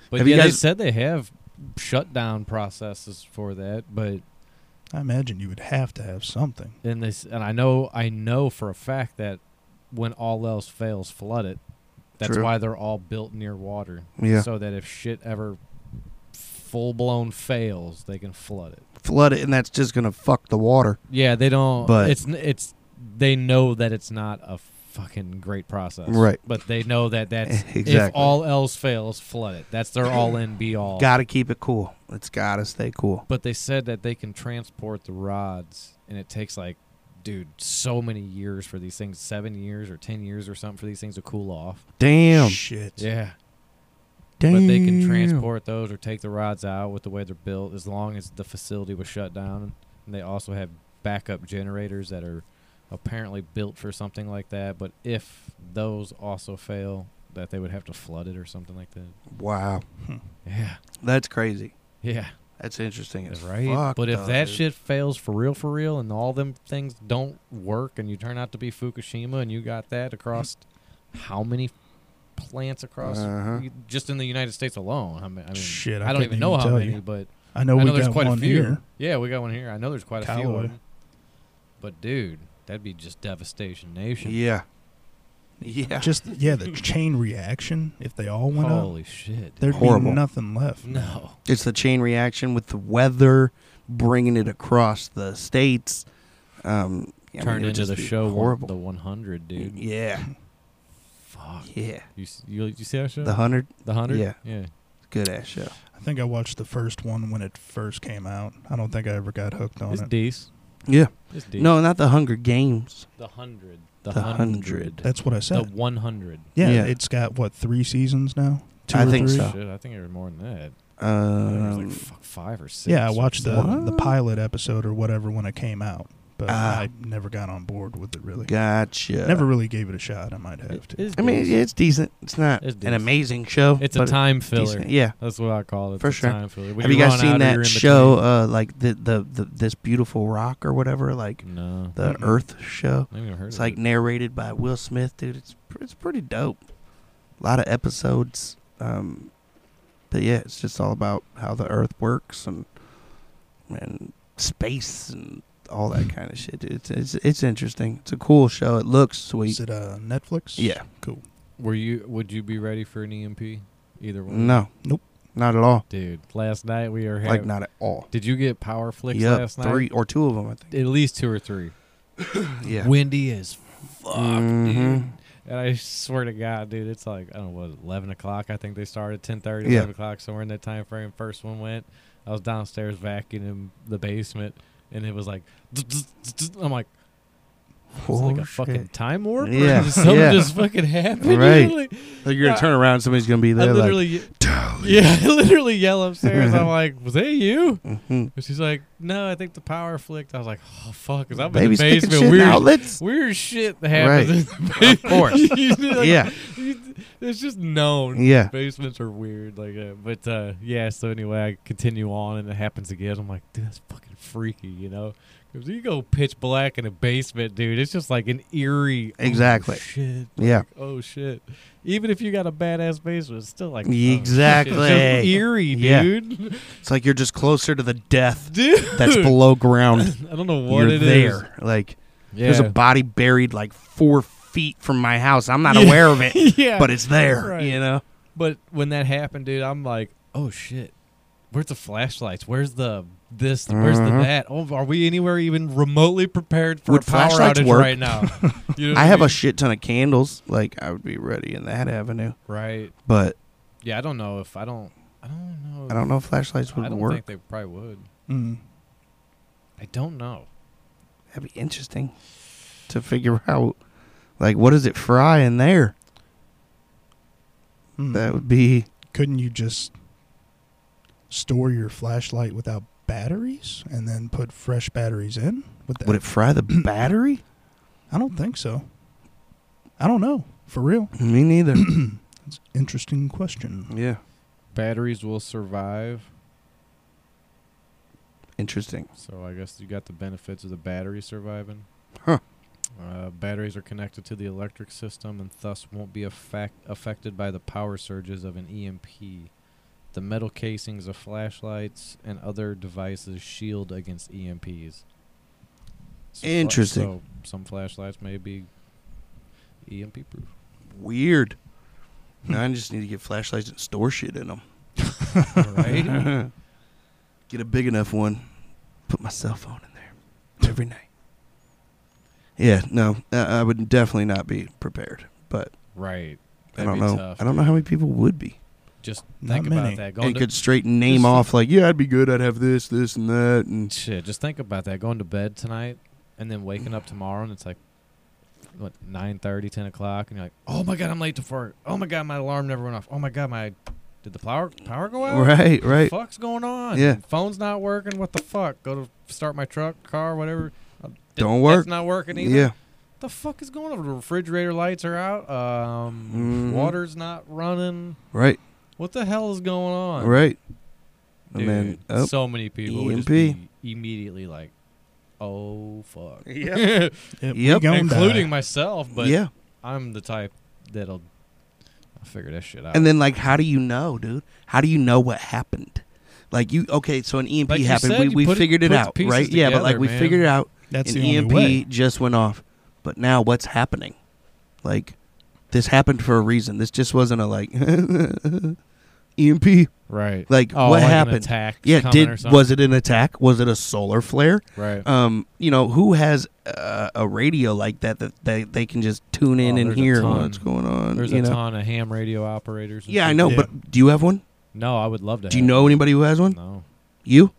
Speaker 2: But
Speaker 1: Have you
Speaker 2: yeah, they
Speaker 1: guys-
Speaker 2: said they have shutdown processes for that. But
Speaker 3: [laughs] I imagine you would have to have something.
Speaker 2: then this, and I know, I know for a fact that when all else fails, flood it. That's
Speaker 1: True.
Speaker 2: why they're all built near water,
Speaker 1: Yeah.
Speaker 2: so that if shit ever full blown fails, they can flood it.
Speaker 1: Flood it, and that's just going to fuck the water.
Speaker 2: Yeah, they don't.
Speaker 1: But-
Speaker 2: But it's n- it's they know that it's not a fucking great process.
Speaker 1: Right.
Speaker 2: But they know
Speaker 1: [laughs]
Speaker 2: that that's if
Speaker 1: Exactly.
Speaker 2: all else fails, flood it. That's their all in be all.
Speaker 1: Got to keep it cool. It's got to stay cool.
Speaker 2: But they said that they can transport the rods, and it takes like, dude, so many years for these things seven years or 10 years or something for these things to cool off.
Speaker 1: Damn.
Speaker 3: Shit.
Speaker 2: Yeah.
Speaker 1: Damn.
Speaker 2: But they can transport those or take the rods out with the way they're built as long as the facility was shut down. And they also have backup generators that are apparently built for something like that. But if those also fail, that they would have to flood it or something like that.
Speaker 1: Wow.
Speaker 3: Hmm.
Speaker 2: Yeah.
Speaker 1: That's crazy.
Speaker 2: Yeah.
Speaker 1: That's interesting. As
Speaker 2: Right.
Speaker 1: Fuck
Speaker 2: but if
Speaker 1: though,
Speaker 2: that
Speaker 1: dude.
Speaker 2: shit fails for real, for real, and all them things don't work and you turn out to be Fukushima and you got that across how many plants across
Speaker 1: Uh-huh.
Speaker 2: you- just in the United States alone? I mean, I mean,
Speaker 3: Shit, I
Speaker 2: I, don't
Speaker 3: couldn't
Speaker 2: even know
Speaker 3: even
Speaker 2: how
Speaker 3: tell
Speaker 2: many,
Speaker 3: you.
Speaker 2: but
Speaker 3: I know
Speaker 2: I
Speaker 3: we
Speaker 2: know there's
Speaker 3: got
Speaker 2: quite a
Speaker 3: one
Speaker 2: few.
Speaker 3: here.
Speaker 2: Yeah, we got one here. I know there's quite a few. Of
Speaker 3: Callaway.
Speaker 2: them. But dude, that'd be just devastation nation.
Speaker 1: Yeah. Yeah.
Speaker 3: Just yeah, the chain reaction. If they all went up,
Speaker 2: Holy shit.
Speaker 3: there'd
Speaker 1: Horrible.
Speaker 3: be nothing left.
Speaker 2: no.
Speaker 1: It's the chain reaction with the weather bringing it across the states. Um, I mean,
Speaker 2: Turned
Speaker 1: it would
Speaker 2: into
Speaker 1: just
Speaker 2: the
Speaker 1: be
Speaker 2: show one-
Speaker 1: Horrible.
Speaker 2: the 100, dude.
Speaker 1: Yeah.
Speaker 2: Fuck.
Speaker 1: Yeah.
Speaker 2: You, s- you you see that show?
Speaker 1: The hundred.
Speaker 2: The 100?
Speaker 1: yeah.
Speaker 2: Yeah.
Speaker 1: Good ass show.
Speaker 3: I think I watched the first one when it first came out. I don't think I ever got hooked on
Speaker 2: It's
Speaker 3: it.
Speaker 2: decent.
Speaker 1: Yeah.
Speaker 2: It's decent.
Speaker 1: No, not the Hunger Games.
Speaker 2: The hundred. The,
Speaker 1: The
Speaker 2: hundred.
Speaker 1: hundred.
Speaker 3: That's what I
Speaker 2: The
Speaker 3: said.
Speaker 2: one hundred.
Speaker 3: yeah,
Speaker 1: Yeah.
Speaker 3: it's got what three seasons now. Two
Speaker 1: I
Speaker 3: or
Speaker 1: think
Speaker 3: three?
Speaker 1: so.
Speaker 2: Shit, I think it was more than that. I think it was
Speaker 1: Um,
Speaker 2: like fuck five or six.
Speaker 3: Yeah, I watched the
Speaker 1: What?
Speaker 3: the pilot episode or whatever when it came out, but
Speaker 1: Ah.
Speaker 3: I never got on board with it really.
Speaker 1: gotcha.
Speaker 3: Never really gave it a shot. I might have to.
Speaker 2: It's
Speaker 1: I mean,
Speaker 2: decent.
Speaker 1: it's decent. It's not
Speaker 2: It's
Speaker 1: an
Speaker 2: decent.
Speaker 1: amazing show.
Speaker 2: it's
Speaker 1: but
Speaker 2: a time filler.
Speaker 1: decent. Yeah.
Speaker 2: That's what I call it.
Speaker 1: For
Speaker 2: it's
Speaker 1: sure.
Speaker 2: A time filler. When
Speaker 1: Have you
Speaker 2: run
Speaker 1: guys
Speaker 2: out
Speaker 1: seen
Speaker 2: of your
Speaker 1: that
Speaker 2: in-between-
Speaker 1: show? Uh, like the, the the this beautiful rock or whatever, like
Speaker 2: No,
Speaker 1: the
Speaker 3: Mm-mm.
Speaker 1: Earth show.
Speaker 2: I haven't even heard
Speaker 1: It's
Speaker 2: of
Speaker 1: like
Speaker 2: it.
Speaker 1: narrated by Will Smith, dude. It's pr- it's pretty dope. A lot of episodes, um, but yeah, it's just all about how the Earth works and and space and all
Speaker 2: [laughs]
Speaker 1: that kind of shit. Dude. It's it's it's interesting. It's a cool show. It looks
Speaker 3: Is
Speaker 1: sweet.
Speaker 3: it uh, Netflix?
Speaker 1: Yeah.
Speaker 3: Cool.
Speaker 2: Were you? Would you be ready for an EMP? Either one.
Speaker 1: No.
Speaker 3: Nope.
Speaker 1: Not at all.
Speaker 2: dude. Last night we were
Speaker 1: Like
Speaker 2: having.
Speaker 1: not at all.
Speaker 2: Did you get power flicks
Speaker 1: Yeah,
Speaker 2: last night?
Speaker 1: three or two of them, I think.
Speaker 2: At least two or three.
Speaker 1: Yeah.
Speaker 2: Windy as fuck, dude.
Speaker 1: Mhm.
Speaker 2: And I swear to God, dude, it's like I don't know what eleven o'clock. I think they started 10:30,
Speaker 1: Yeah.
Speaker 2: 11 o'clock somewhere in that time frame. First one went. I was downstairs vacuuming the basement, and it was like I'm like, it's like
Speaker 1: Oh,
Speaker 2: a fucking
Speaker 1: shit.
Speaker 2: time warp.
Speaker 1: Yeah,
Speaker 2: something
Speaker 1: yeah.
Speaker 2: just fucking happened.
Speaker 1: Right.
Speaker 2: Like,
Speaker 1: Like you're gonna turn around, and somebody's gonna be
Speaker 2: I
Speaker 1: there. Like,
Speaker 2: literally, yeah, [laughs] I literally yell
Speaker 1: [laughs]
Speaker 2: upstairs. I'm like, was that you?
Speaker 1: mhm.
Speaker 2: And she's like, no, I think the power flicked. I was like, oh fuck, because I'm
Speaker 1: Baby's
Speaker 2: in the
Speaker 1: picking
Speaker 2: basement.
Speaker 1: shit in
Speaker 2: Weird [laughs]
Speaker 1: outlets.
Speaker 2: Weird shit happens.
Speaker 1: Of course.
Speaker 2: [laughs] You do, like,
Speaker 1: Yeah.
Speaker 2: you- It's just known.
Speaker 1: Yeah.
Speaker 2: Basements are weird, like that. But uh, yeah, so anyway, I continue on, and it happens again. I'm like, dude, that's fucking freaky, you know? Because you go pitch black in a basement, dude. It's just like an eerie.
Speaker 1: Exactly.
Speaker 2: Oh, shit.
Speaker 1: Yeah.
Speaker 2: Oh shit! Even if you got a badass basement, it's still like oh, shit.
Speaker 1: Exactly.
Speaker 2: It's just eerie,
Speaker 1: Yeah.
Speaker 2: dude.
Speaker 1: It's like you're just closer to the death
Speaker 2: [laughs] dude,
Speaker 1: that's below ground.
Speaker 2: I don't know what
Speaker 1: you're
Speaker 2: it is.
Speaker 1: there. Like there's a
Speaker 2: Yeah.
Speaker 1: body buried like four feet from my house. I'm not
Speaker 2: Yeah.
Speaker 1: aware of it,
Speaker 2: [laughs] yeah,
Speaker 1: but it's there.
Speaker 2: Right.
Speaker 1: You know.
Speaker 2: But when that happened, dude, I'm like, oh shit. Where's the flashlights? Where's the this? Where's the
Speaker 1: Mhm.
Speaker 2: that? Oh, are we anywhere even remotely prepared for
Speaker 1: Would
Speaker 2: a power
Speaker 1: flashlights
Speaker 2: outage
Speaker 1: work? [laughs]
Speaker 2: right now? You know what
Speaker 1: I have
Speaker 2: mean?
Speaker 1: a shit ton of candles. Like I would be ready in that avenue,
Speaker 2: right.
Speaker 1: but
Speaker 2: Yeah, I don't know if I don't. I don't know.
Speaker 1: I don't know if flashlights
Speaker 2: I
Speaker 1: would
Speaker 2: don't
Speaker 1: work.
Speaker 2: think they probably would.
Speaker 3: Mm.
Speaker 2: I don't know.
Speaker 1: That'd be interesting to figure [laughs] out. Like what does it fry in there?
Speaker 3: Mm.
Speaker 1: That would be
Speaker 3: Couldn't you just store your flashlight without batteries and then put fresh batteries in? Would that?
Speaker 1: would it fry [clears throat] the battery?
Speaker 3: I don't think so. I don't know. For real.
Speaker 1: Me [clears throat] neither.
Speaker 3: It's an interesting question.
Speaker 1: yeah.
Speaker 2: Batteries will survive,
Speaker 1: Interesting.
Speaker 2: so I guess you got the benefits of the battery surviving.
Speaker 1: Huh.
Speaker 2: Uh, batteries are connected to the electric system and thus won't be affect- affected by the power surges of an EMP. The metal casings of flashlights and other devices shield against EMPs. So fla-
Speaker 1: Interesting.
Speaker 2: so some flashlights may be EMP proof.
Speaker 1: Weird. Now I just need to get flashlights and store shit in [laughs] them. [laughs]
Speaker 2: right?
Speaker 1: Get a big enough one. Put my cell phone in there every night. Yeah, no, uh, I would definitely not be prepared. But
Speaker 2: Right.
Speaker 1: I
Speaker 2: That'd
Speaker 1: don't
Speaker 2: be
Speaker 1: know.
Speaker 2: tough.
Speaker 1: I don't know how many people would be.
Speaker 2: Just
Speaker 3: Not
Speaker 2: think
Speaker 3: many.
Speaker 2: about that. Going
Speaker 1: and
Speaker 2: to,
Speaker 1: could straight name
Speaker 2: just-
Speaker 1: off like, yeah, I'd be good. I'd have this, this, and that, and
Speaker 2: shit, just think about that. Going to bed tonight and then waking up tomorrow and it's like what 9:30, 10 o'clock, and you're like, oh my god, I'm late to work. Oh my god, my alarm never went off. Oh my god, my did the power power go out?
Speaker 1: right,
Speaker 2: The
Speaker 1: right.
Speaker 2: fuck's going on?
Speaker 1: Yeah.
Speaker 2: Phone's not working. What the fuck? Go to start my truck, car, whatever. Uh, th-
Speaker 1: Don't
Speaker 2: that's
Speaker 1: work.
Speaker 2: not working either.
Speaker 1: Yeah,
Speaker 2: The fuck is going on? The refrigerator lights are out. Um,
Speaker 1: Mhm.
Speaker 2: water's not running.
Speaker 1: right,
Speaker 2: What the hell is going on?
Speaker 1: right.
Speaker 2: Dude,
Speaker 1: And then oh, E
Speaker 2: so many people would just
Speaker 1: EMP.
Speaker 2: be immediately like, "Oh fuck," [laughs]
Speaker 1: Yep.
Speaker 3: Yep, we
Speaker 1: Yep.
Speaker 3: gonna
Speaker 2: including
Speaker 3: die.
Speaker 2: myself. But uh,
Speaker 1: yeah.
Speaker 2: I'm the type that'll I'll figure that shit out.
Speaker 1: And then like, how do you know, dude? How do you know what happened? Like you okay? So an EMP
Speaker 2: Like you
Speaker 1: happened.
Speaker 2: said,
Speaker 1: we
Speaker 2: you
Speaker 1: we
Speaker 2: put it-
Speaker 1: figured it,
Speaker 2: put the
Speaker 1: out,
Speaker 2: pieces
Speaker 1: right? yeah, but like
Speaker 2: together,
Speaker 1: we
Speaker 2: man.
Speaker 1: figured out
Speaker 3: That's
Speaker 1: an E
Speaker 3: the only way.
Speaker 1: EMP just went off. But now what's happening? Like this happened for a reason. This just wasn't a like [laughs] EMP.
Speaker 2: right,
Speaker 1: Like
Speaker 2: oh,
Speaker 1: what
Speaker 2: like an
Speaker 1: happened?
Speaker 2: attack
Speaker 1: yeah,
Speaker 2: coming or
Speaker 1: did
Speaker 2: something?
Speaker 1: was it an attack? Was it a solar flare?
Speaker 2: right?
Speaker 1: Um, you know who has uh, a radio like that that they, they can just tune in
Speaker 2: Oh,
Speaker 1: and
Speaker 2: there's a
Speaker 1: hear
Speaker 2: ton.
Speaker 1: what's going on?
Speaker 2: There's
Speaker 1: you
Speaker 2: a
Speaker 1: know?
Speaker 2: ton of ham radio operators. and
Speaker 1: Yeah, I
Speaker 2: shit.
Speaker 1: know.
Speaker 3: Yeah.
Speaker 1: But do you have one?
Speaker 2: No, I would love to.
Speaker 1: Do you
Speaker 2: have
Speaker 1: know
Speaker 2: one.
Speaker 1: anybody who has one?
Speaker 2: No,
Speaker 1: You?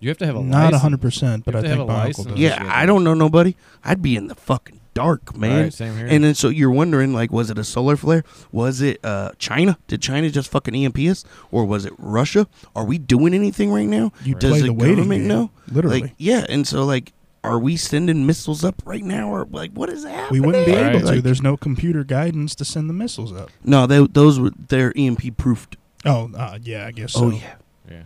Speaker 2: you have to have a
Speaker 3: Not
Speaker 2: license.
Speaker 3: hundred percent, but
Speaker 2: You
Speaker 3: I
Speaker 2: have to have
Speaker 3: think
Speaker 2: a
Speaker 3: my uncle
Speaker 2: license.
Speaker 3: does.
Speaker 1: Yeah,
Speaker 2: yeah.
Speaker 1: I don't know nobody. I'd be in the fucking dark, man.
Speaker 2: Right, same here.
Speaker 1: And then so you're wondering, like, was it a solar flare? Was it uh, China? Did China just fucking E EMP us, or was it Russia? Are we doing anything right now?
Speaker 3: You
Speaker 1: Does
Speaker 3: play
Speaker 1: the
Speaker 3: the waiting
Speaker 1: government
Speaker 3: game,
Speaker 1: know?
Speaker 3: Literally,
Speaker 1: Like, yeah, and so like, are we sending missiles up right now, or like, what is happening? [laughs]
Speaker 3: we wouldn't be
Speaker 2: Right.
Speaker 3: able to.
Speaker 1: Like-
Speaker 3: There's no computer guidance to send the missiles up.
Speaker 1: No, they, those were they're EMP proofed.
Speaker 3: Oh, uh, yeah, I guess. So.
Speaker 1: Oh yeah,
Speaker 2: yeah.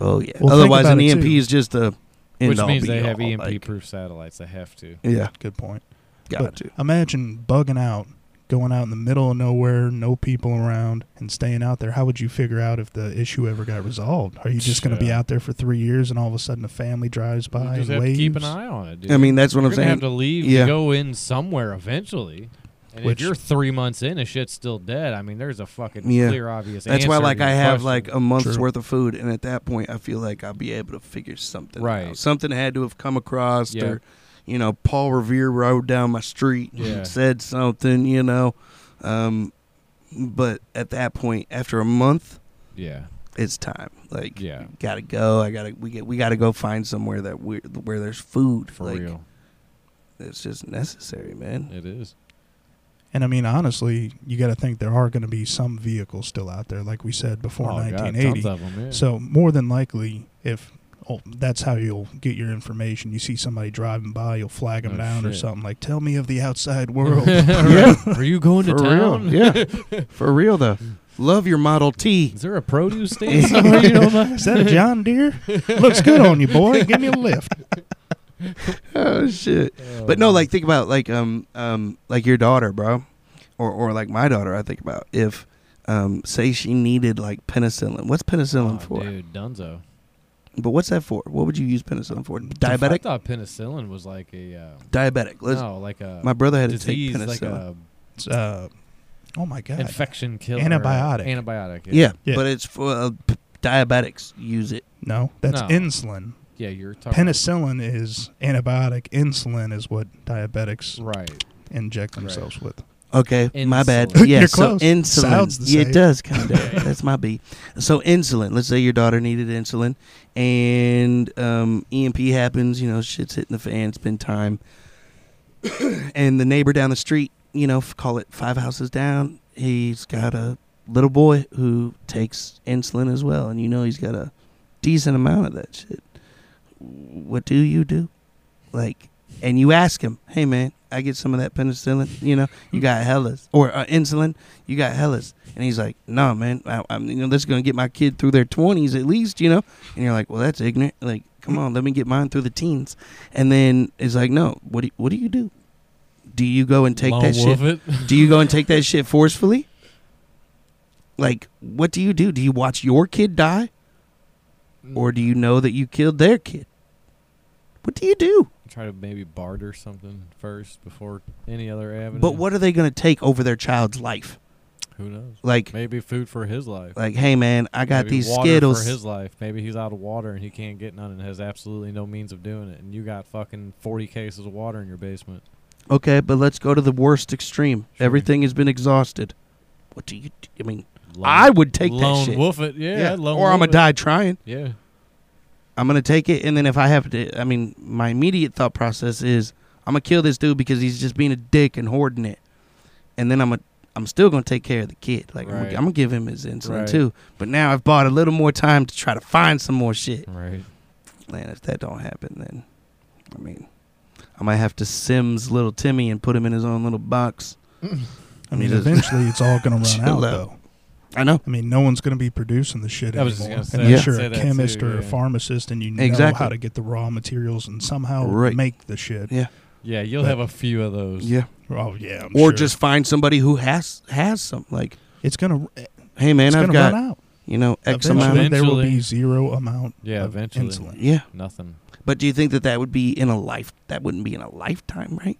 Speaker 1: oh yeah.
Speaker 3: Well, think
Speaker 1: Otherwise,
Speaker 3: about
Speaker 1: an
Speaker 3: it,
Speaker 1: EMP
Speaker 3: too.
Speaker 1: is just a end
Speaker 2: Which
Speaker 1: all,
Speaker 2: means
Speaker 1: be
Speaker 2: they have
Speaker 1: all,
Speaker 2: EMP
Speaker 1: like-
Speaker 2: proof satellites. They have to.
Speaker 1: yeah,
Speaker 3: good point.
Speaker 1: got
Speaker 3: But
Speaker 1: to.
Speaker 3: Imagine bugging out, going out in the middle of nowhere, no people around, and staying out there. How would you figure out if the issue ever got resolved? Are you just going to be
Speaker 2: Yeah.
Speaker 3: out there for three years, and all of a sudden a family drives
Speaker 2: You
Speaker 3: by
Speaker 2: just
Speaker 3: and
Speaker 2: have to
Speaker 3: waves?
Speaker 2: keep an eye on it. Dude.
Speaker 1: I mean, that's what
Speaker 2: you're
Speaker 1: I'm
Speaker 2: gonna have
Speaker 1: saying.
Speaker 2: to leave
Speaker 1: Yeah.
Speaker 2: to go in somewhere eventually. And
Speaker 3: Which-
Speaker 2: if you're three months in and shit's still dead, I mean, there's a fucking
Speaker 1: Yeah.
Speaker 2: clear, obvious.
Speaker 1: That's why,
Speaker 2: answer
Speaker 1: like,
Speaker 2: to your
Speaker 1: I have
Speaker 2: question.
Speaker 1: like a month's
Speaker 3: True.
Speaker 1: worth of food, and at that point, I feel like I'll be able to figure something.
Speaker 2: Right.
Speaker 1: out. Something had to have come across,
Speaker 2: Yeah.
Speaker 1: or you know, Paul Revere rode down my street and
Speaker 2: Yeah.
Speaker 1: said something. You know, um, but at that point, after a month,
Speaker 2: yeah,
Speaker 1: it's time. Like,
Speaker 2: Yeah.
Speaker 1: gotta go. I gotta. We get. We gotta go find somewhere that we where there's food.
Speaker 2: for
Speaker 1: like,
Speaker 2: real,
Speaker 1: It's just necessary, man.
Speaker 2: it is.
Speaker 3: And I mean, honestly, you got to think there are going to be some vehicles still out there, like we said before
Speaker 2: oh, God, tons
Speaker 3: 1980.
Speaker 2: of 'em, yeah. [laughs]
Speaker 3: So more than likely, if oh, that's how you'll get your information, you see somebody driving by, you'll flag them
Speaker 2: Oh,
Speaker 3: down or
Speaker 2: shit.
Speaker 3: something like, "Tell me of the outside
Speaker 2: [laughs]
Speaker 1: [laughs]
Speaker 3: world." [laughs]
Speaker 2: yeah. Are you going [laughs] to
Speaker 1: For
Speaker 2: town?
Speaker 1: real, [laughs] yeah. For real though, love your Model T.
Speaker 2: [laughs] Is there
Speaker 1: [laughs]
Speaker 2: a produce stand somewhere you don't mind?
Speaker 3: Is that a John Deere? Looks good on you, boy. Give me a lift.
Speaker 1: Oh shit. But no, like think about like um um like your daughter, bro, or or like my daughter. I think about if um say she needed like penicillin. What's penicillin
Speaker 2: Oh,
Speaker 1: for?
Speaker 2: dude, Dunzo.
Speaker 1: But what's that for? What would you use penicillin for?
Speaker 2: I
Speaker 1: Diabetic.
Speaker 2: thought penicillin was like a uh,
Speaker 1: Diabetic. Let's,
Speaker 2: no, like a
Speaker 1: My brother had to take
Speaker 2: disease,
Speaker 1: penicillin.
Speaker 2: like a
Speaker 3: It's, uh, oh my god.
Speaker 2: infection killer,
Speaker 3: Antibiotic.
Speaker 2: antibiotic.
Speaker 1: yeah.
Speaker 3: Yeah.
Speaker 1: but it's for uh, p- diabetics. Use it.
Speaker 3: no, that's
Speaker 2: No.
Speaker 3: insulin.
Speaker 2: yeah, you're talking
Speaker 3: Penicillin is antibiotic. Insulin is what diabetics
Speaker 2: right.
Speaker 3: inject themselves with.
Speaker 1: Okay, my bad.
Speaker 2: Insulin.
Speaker 1: Yeah,
Speaker 3: [laughs] You're
Speaker 1: so
Speaker 3: close.
Speaker 1: insulin.
Speaker 3: Sounds the
Speaker 1: yeah, it
Speaker 3: same.
Speaker 1: does kind
Speaker 3: [laughs]
Speaker 1: of. That's my B. So insulin. Let's say your daughter needed insulin, and um, EMP happens. You know, shit's hitting the fan. It's been time, [coughs] and the neighbor down the street, you know, f- call it five houses down. He's got a little boy who takes insulin as well, and you know he's got a decent amount of that shit. What do you do? Like, and you ask him, hey man, I get some of that penicillin, you know, you got hellas or uh, insulin, you got hellas, and he's like, nah, man, I, I'm, you know, this is gonna get my kid through their twenties at least, you know, and you're like, well, that's ignorant. Like, come on, let me get mine through the teens, and then it's like, no, what do what do you do? Do you go and take
Speaker 2: Lone
Speaker 1: that shit?
Speaker 2: wolf it.
Speaker 1: Do you go and take that shit forcefully? Like, what do you do? Do you watch your kid die? [laughs] Or do you know that you killed their kid? What do you do?
Speaker 2: [laughs] try to maybe barter something first before any other avenue?
Speaker 1: But what are they going to take over their child's life?
Speaker 2: Who knows?
Speaker 1: Like,
Speaker 2: Maybe food for his life.
Speaker 1: like, hey man, I got
Speaker 2: Maybe
Speaker 1: these
Speaker 2: water
Speaker 1: Skittles.
Speaker 2: for his life. Maybe he's out of water and he can't get none and has absolutely no means of doing it. And you got fucking forty cases of water in your basement.
Speaker 1: okay, but let's go to the worst extreme.
Speaker 2: Sure.
Speaker 1: Everything has been exhausted. What do you? do? I mean,
Speaker 2: Lone,
Speaker 1: I would take that
Speaker 2: lone
Speaker 1: shit.
Speaker 2: wolf it, yeah. lone
Speaker 1: or I'm
Speaker 2: wolf
Speaker 1: gonna
Speaker 2: it.
Speaker 1: die trying.
Speaker 2: Yeah,
Speaker 1: I'm gonna take it, and then if I have to, I mean, my immediate thought process is I'm gonna kill this dude because he's just being a dick and hoarding it, and then I'm gonna. I'm still gonna take care of the kid. Like I'm,
Speaker 2: Right.
Speaker 1: gonna, I'm gonna give him his insulin
Speaker 2: Right.
Speaker 1: too. But now I've bought a little more time to try to find some more shit.
Speaker 2: right.
Speaker 1: Man, if that don't happen, then I mean, I might have to Sims little Timmy and put him in his own little box.
Speaker 3: I mean,
Speaker 1: Just-
Speaker 3: eventually it's all going to run
Speaker 1: Chill
Speaker 3: out,
Speaker 1: out.
Speaker 3: though.
Speaker 1: I know.
Speaker 3: I mean, no one's going to be producing the shit
Speaker 2: I was just
Speaker 3: anymore.
Speaker 2: gonna say-
Speaker 1: Yeah.
Speaker 3: Unless
Speaker 2: say
Speaker 3: you're a
Speaker 2: that
Speaker 3: chemist
Speaker 2: too,
Speaker 3: or a
Speaker 2: yeah.
Speaker 3: pharmacist and you know
Speaker 1: Exactly.
Speaker 3: how to get the raw materials and somehow
Speaker 1: Right.
Speaker 3: make the shit.
Speaker 1: Yeah.
Speaker 2: Yeah, you'll
Speaker 3: But-
Speaker 2: have a few of those.
Speaker 1: Yeah.
Speaker 3: Oh yeah, I'm
Speaker 1: Or
Speaker 3: sure.
Speaker 1: just find somebody who has has some. Like,
Speaker 3: it's going to
Speaker 1: hey man,
Speaker 3: it's going
Speaker 1: I've
Speaker 3: to run
Speaker 1: got
Speaker 3: out.
Speaker 1: you know X
Speaker 3: Eventually,
Speaker 1: amount.
Speaker 2: of-
Speaker 3: there will be
Speaker 2: Eventually.
Speaker 3: zero amount
Speaker 2: Yeah,
Speaker 1: uh,
Speaker 3: of
Speaker 2: eventually.
Speaker 1: Of,
Speaker 3: insulin.
Speaker 1: yeah.
Speaker 2: Nothing.
Speaker 1: But do you think that that would be in a life? That wouldn't be in a lifetime, right?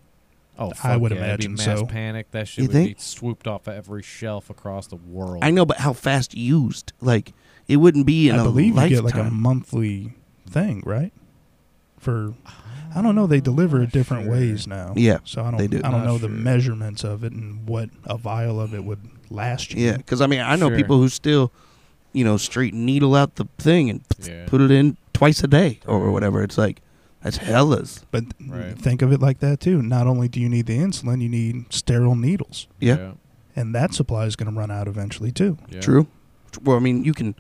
Speaker 2: Oh,
Speaker 3: I
Speaker 2: fuck
Speaker 3: would
Speaker 2: yeah, it'd be
Speaker 3: imagine
Speaker 2: mass
Speaker 3: so.
Speaker 2: panic. That shit
Speaker 1: You
Speaker 2: would
Speaker 1: think?
Speaker 2: be swooped off of every shelf across the world.
Speaker 1: I know, but how fast used? Like it wouldn't be in
Speaker 3: I
Speaker 1: a
Speaker 3: believe you
Speaker 1: lifetime.
Speaker 3: get like a monthly thing, right? For I don't know, they deliver it different
Speaker 2: Sure.
Speaker 3: ways now.
Speaker 1: Yeah,
Speaker 3: So I don't
Speaker 1: they do.
Speaker 3: I don't
Speaker 2: Not
Speaker 3: know the
Speaker 2: sure.
Speaker 3: measurements of it and what a vial of it would last you.
Speaker 1: yeah, because I mean, I know
Speaker 2: Sure.
Speaker 1: people who still, you know, straight needle out the thing and
Speaker 2: Yeah.
Speaker 1: put it in twice a day or whatever. It's like that's hellas.
Speaker 3: But
Speaker 2: Right.
Speaker 3: think of it like that too. Not only do you need the insulin, you need sterile needles.
Speaker 1: Yeah,
Speaker 3: And that supply is going to run out eventually too.
Speaker 2: yeah.
Speaker 1: true. Well, I mean, you can,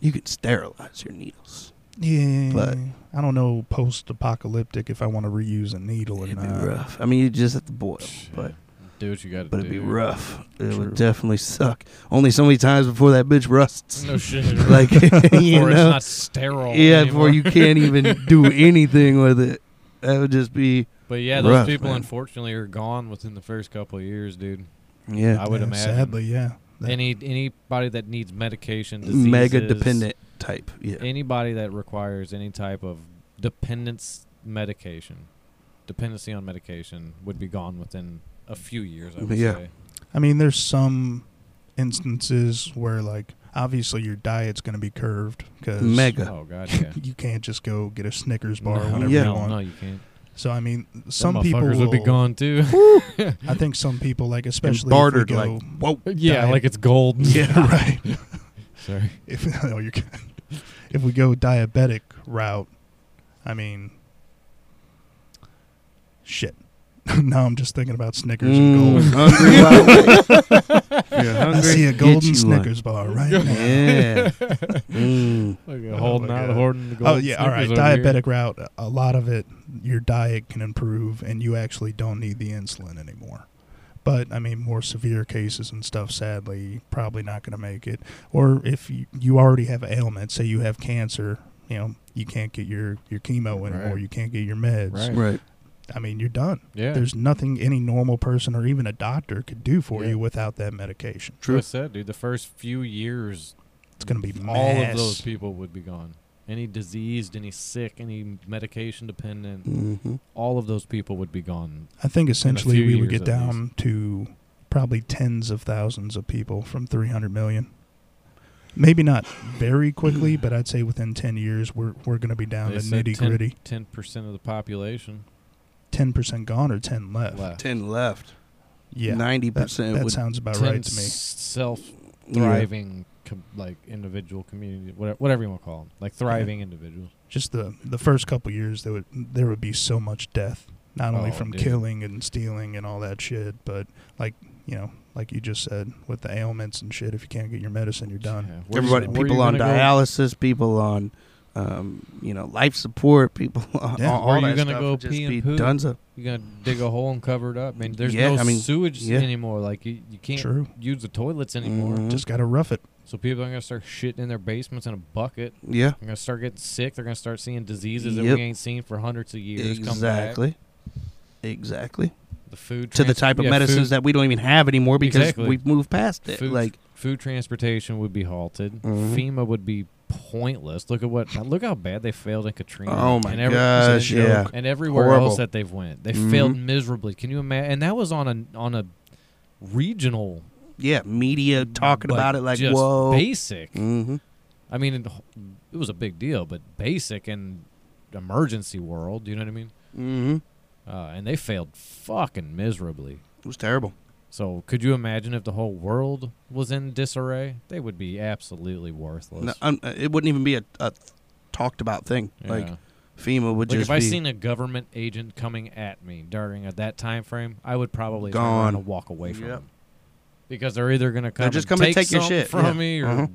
Speaker 1: you can sterilize your needles.
Speaker 3: Yeah.
Speaker 1: But-
Speaker 3: I don't know post apocalyptic if I want to reuse a needle or
Speaker 1: It'd be
Speaker 3: not.
Speaker 1: rough. I mean, you just have to boil, but
Speaker 2: do what you got to do.
Speaker 1: but it'd be rough. It
Speaker 3: True.
Speaker 1: would definitely suck. Only so many times before that bitch rusts.
Speaker 2: No shit.
Speaker 1: [laughs] like you
Speaker 2: [laughs] or it's
Speaker 1: know,
Speaker 2: not sterile.
Speaker 1: yeah,
Speaker 2: anymore.
Speaker 1: before you can't even do anything with it. That would just be
Speaker 2: [laughs] But yeah, those
Speaker 1: Rough,
Speaker 2: people
Speaker 1: man.
Speaker 2: unfortunately are gone within the first couple of years, dude.
Speaker 1: yeah,
Speaker 2: I would
Speaker 3: Yeah,
Speaker 2: imagine.
Speaker 3: Sadly, yeah. That-
Speaker 2: Any anybody that needs medication, diseases,
Speaker 1: mega dependent type. Yeah,
Speaker 2: Anybody that requires any type of dependence medication, dependency on medication, would be gone within a few years. I would
Speaker 1: Yeah.
Speaker 2: say.
Speaker 3: I mean, there's some instances where, like, obviously your diet's going to be curved because [laughs]
Speaker 1: mega.
Speaker 2: Oh
Speaker 1: [laughs]
Speaker 2: god, yeah.
Speaker 3: you can't just go get a Snickers bar
Speaker 2: no,
Speaker 3: or whatever
Speaker 1: Yeah.
Speaker 3: you
Speaker 2: no,
Speaker 3: want.
Speaker 2: no, you can't.
Speaker 3: So, I mean,
Speaker 2: Some
Speaker 3: some
Speaker 2: motherfuckers
Speaker 3: people will,
Speaker 2: would be
Speaker 1: [laughs]
Speaker 2: gone too. [laughs]
Speaker 3: I think some people, like,
Speaker 1: And
Speaker 3: especially
Speaker 1: bartered
Speaker 3: if we go,
Speaker 1: like whoa.
Speaker 2: yeah,
Speaker 3: Diet.
Speaker 2: like it's
Speaker 3: [laughs]
Speaker 2: gold.
Speaker 3: yeah, right.
Speaker 2: [laughs] Sorry.
Speaker 3: If [laughs] no, you're good. if we go diabetic route, I mean, shit. [laughs] now I'm just thinking about Snickers
Speaker 1: Mm, [laughs]
Speaker 3: and gold.
Speaker 2: [laughs]
Speaker 3: I see a golden Snickers bar right now.
Speaker 2: [laughs]
Speaker 1: Yeah. Mm.
Speaker 2: Like
Speaker 3: Oh
Speaker 2: holding
Speaker 3: my
Speaker 2: out,
Speaker 3: God.
Speaker 2: hoarding the gold.
Speaker 3: Oh yeah, all right.
Speaker 2: Snickers over here.
Speaker 3: Diabetic route. A lot of it, your diet can improve, and you actually don't need the insulin anymore. But I mean, more severe cases and stuff. Sadly, probably not going to make it. Or if you, you already have an ailment, say you have cancer, you know, you can't get your your chemo anymore.
Speaker 2: Right.
Speaker 3: You can't get your meds.
Speaker 2: Right.
Speaker 1: Right.
Speaker 3: I mean, you're done.
Speaker 2: Yeah.
Speaker 3: There's nothing any normal person or even a doctor could do for
Speaker 2: Yeah.
Speaker 3: you without that medication.
Speaker 2: Like I said, dude. The first few years,
Speaker 3: It's going to be
Speaker 2: all
Speaker 3: mass.
Speaker 2: of those people would be gone. Any diseased, any sick, any medication dependent,
Speaker 1: Mm-hmm.
Speaker 2: all of those people would be gone.
Speaker 3: I think essentially
Speaker 2: few
Speaker 3: we would
Speaker 2: years
Speaker 3: get
Speaker 2: at
Speaker 3: down to probably tens of thousands of people from 300 million. Maybe not very quickly, but I'd say within 10 years we're we're going to be down
Speaker 2: They
Speaker 3: to
Speaker 2: said
Speaker 3: nitty gritty.
Speaker 2: Ten percent of the population
Speaker 3: 10% gone or 10 left.
Speaker 2: left.
Speaker 1: Ten left.
Speaker 3: Yeah.
Speaker 1: Ninety
Speaker 3: That,
Speaker 1: percent
Speaker 3: that
Speaker 1: would
Speaker 3: sounds about
Speaker 2: Ten
Speaker 3: right to me.
Speaker 2: self-thriving,
Speaker 1: yeah.
Speaker 2: com- like individual community, whatever, whatever you want to call them, like thriving individuals.
Speaker 3: Just the the first couple years there would there would be so much death, not only
Speaker 2: Oh,
Speaker 3: from
Speaker 2: dude.
Speaker 3: killing and stealing and all that shit, but like, you know, like you just said with the ailments and shit, if you can't get your medicine, you're done.
Speaker 2: Yeah. Where you-
Speaker 1: Everybody,
Speaker 2: where you
Speaker 1: people on
Speaker 2: gonna go-
Speaker 1: dialysis, people on, um, you know, life support, people [laughs] on
Speaker 3: Yeah.
Speaker 1: all,
Speaker 2: Where
Speaker 1: all
Speaker 2: you
Speaker 1: that
Speaker 2: gonna
Speaker 1: stuff
Speaker 2: go
Speaker 1: would just
Speaker 2: pee and
Speaker 1: be
Speaker 2: poo?
Speaker 1: dunzo.
Speaker 2: You're gonna dig a hole and cover it up. I mean, there's
Speaker 1: Yeah,
Speaker 2: no
Speaker 1: I mean,
Speaker 2: sewage
Speaker 1: yeah.
Speaker 2: anymore. Like you, you can't
Speaker 3: True.
Speaker 2: use the toilets anymore.
Speaker 1: Mhm.
Speaker 3: Just got to rough it.
Speaker 2: So people are gonna start shitting in their basements in a bucket.
Speaker 1: Yeah,
Speaker 2: They're gonna start getting sick. They're gonna start seeing diseases that
Speaker 1: Yep.
Speaker 2: we ain't seen for hundreds of years. come back.
Speaker 1: exactly, exactly.
Speaker 2: The food
Speaker 1: To the
Speaker 2: trans-
Speaker 1: type of
Speaker 2: yeah,
Speaker 1: medicines
Speaker 2: food,
Speaker 1: that we don't even have anymore because
Speaker 2: Exactly.
Speaker 1: we've moved past it.
Speaker 2: food,
Speaker 1: Like,
Speaker 2: food transportation would be halted.
Speaker 1: Mhm.
Speaker 2: FEMA would be pointless. Look at what look how bad they failed in Katrina.
Speaker 1: oh my
Speaker 2: and every-
Speaker 1: gosh,
Speaker 3: joke.
Speaker 1: yeah,
Speaker 2: and everywhere
Speaker 1: Horrible.
Speaker 2: else that they've went, they
Speaker 1: Mhm.
Speaker 2: failed miserably. Can you imagine? And that was on a on a regional
Speaker 1: yeah, media talking
Speaker 2: But
Speaker 1: about it like
Speaker 2: Mm-hmm. just
Speaker 1: whoa.
Speaker 2: basic.
Speaker 1: hmm
Speaker 2: I mean, it, it was a big deal, but basic and emergency world. You know what I mean?
Speaker 1: hmm
Speaker 2: Uh, and they failed fucking miserably.
Speaker 1: It was terrible.
Speaker 2: So could you imagine if the whole world was in disarray? They would be absolutely worthless.
Speaker 1: No, um, it wouldn't even be a, a talked about thing.
Speaker 2: Yeah.
Speaker 1: Like FEMA would
Speaker 2: Like,
Speaker 1: just
Speaker 2: if I
Speaker 1: be
Speaker 2: seen a government agent coming at me during at that time frame, I would probably turn
Speaker 1: Gone.
Speaker 2: around and walk away from
Speaker 1: Yep.
Speaker 2: them because they're either gonna come,
Speaker 1: just
Speaker 2: and
Speaker 1: coming to
Speaker 2: take
Speaker 1: take your
Speaker 2: something
Speaker 1: shit,
Speaker 2: from
Speaker 1: yeah.
Speaker 2: me or
Speaker 1: Uh-huh.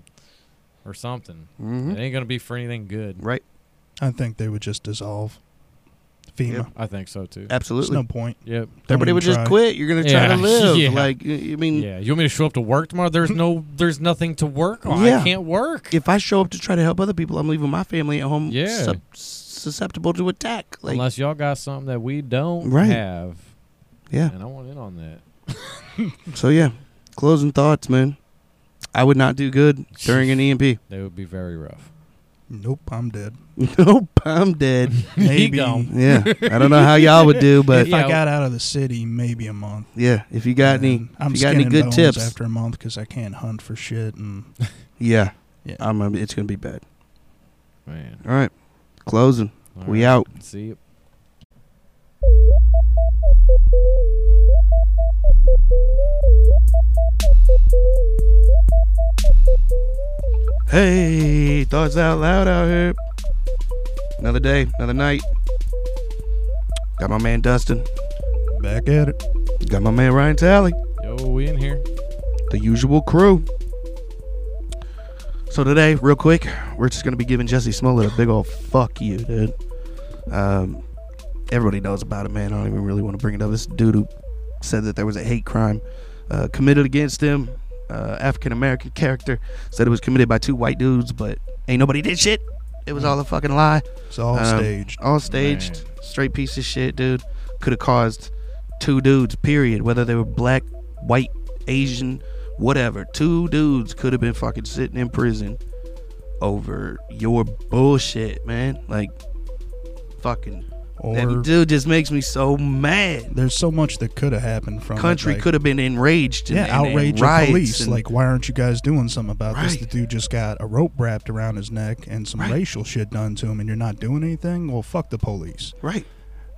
Speaker 2: or something.
Speaker 1: Mhm.
Speaker 2: It ain't gonna be for anything good.
Speaker 1: right.
Speaker 3: I think they would just dissolve FEMA.
Speaker 1: Yep.
Speaker 2: I think so too.
Speaker 3: There's
Speaker 1: Absolutely.
Speaker 3: no point.
Speaker 2: Yep.
Speaker 3: Don't
Speaker 1: Everybody
Speaker 3: even
Speaker 1: would
Speaker 3: try.
Speaker 1: just quit. You're gonna try
Speaker 2: Yeah. [laughs]
Speaker 1: to live.
Speaker 2: Yeah.
Speaker 1: Like I mean, Hmm.
Speaker 2: Yeah. You want me to show up to work tomorrow? There's no. There's nothing to work on. I
Speaker 1: Yeah.
Speaker 2: can't work.
Speaker 1: if I show up to try to help other people, I'm leaving my family at home.
Speaker 2: Yeah.
Speaker 1: sup- susceptible to attack. Like
Speaker 2: Unless y'all got something that we don't
Speaker 1: Right.
Speaker 2: have,
Speaker 1: yeah.
Speaker 2: and I want in on that.
Speaker 1: So yeah, closing thoughts, man. I would not do good during an E EMP.
Speaker 2: That would be very rough.
Speaker 3: Nope, I'm dead.
Speaker 1: [laughs] nope, I'm
Speaker 2: [laughs]
Speaker 1: dead.
Speaker 2: He
Speaker 3: Maybe
Speaker 2: gone.
Speaker 1: Yeah, I don't know how y'all would do, but
Speaker 3: [laughs]
Speaker 2: [laughs]
Speaker 3: if I
Speaker 2: Yeah.
Speaker 3: got out of the city, maybe a month.
Speaker 1: yeah, if you got any,
Speaker 3: And I'm
Speaker 1: if you got any
Speaker 3: skin and
Speaker 1: good
Speaker 3: bones
Speaker 1: tips,
Speaker 3: after a month because I can't hunt for shit. And
Speaker 1: yeah,
Speaker 3: Yeah.
Speaker 1: I'm. um, It's gonna be bad.
Speaker 2: Man.
Speaker 1: All right, closing.
Speaker 2: All
Speaker 1: We
Speaker 2: right.
Speaker 1: out.
Speaker 2: See you.
Speaker 1: Hey, thoughts out loud out here. Another day, another night. Got my man Dustin.
Speaker 3: back at it.
Speaker 1: Got my man Ryan Talley.
Speaker 2: Yo, we in here.
Speaker 1: the usual crew. So today, real quick, we're just gonna be giving Jesse Smollett a big old fuck you, dude. Um, everybody knows about it, man. I don't even really want to bring it up. This dude who said that there was a hate crime uh, committed against him, uh, African American character, said it was committed by two white dudes, but ain't nobody did shit. It was all a fucking lie.
Speaker 3: It's all
Speaker 1: Um,
Speaker 3: staged.
Speaker 1: All staged,
Speaker 2: Man.
Speaker 1: straight piece of shit, dude. Could have caused two dudes, period. Whether they were black, white, Asian, whatever. Two dudes could have been fucking sitting in prison over your bullshit, man. Like, fucking.
Speaker 3: Or
Speaker 1: That dude just makes me so mad.
Speaker 3: there's so much that could have happened from it,
Speaker 1: Country
Speaker 3: like-
Speaker 1: could have been enraged. And,
Speaker 3: yeah,
Speaker 1: and- and
Speaker 3: outrage of
Speaker 1: riots
Speaker 3: police.
Speaker 1: and-
Speaker 3: like, why aren't you guys doing something about this?
Speaker 1: Right.
Speaker 3: The dude just got a rope wrapped around his neck and some
Speaker 1: Right.
Speaker 3: racial shit done to him, and you're not doing anything. Well, fuck the police.
Speaker 1: right.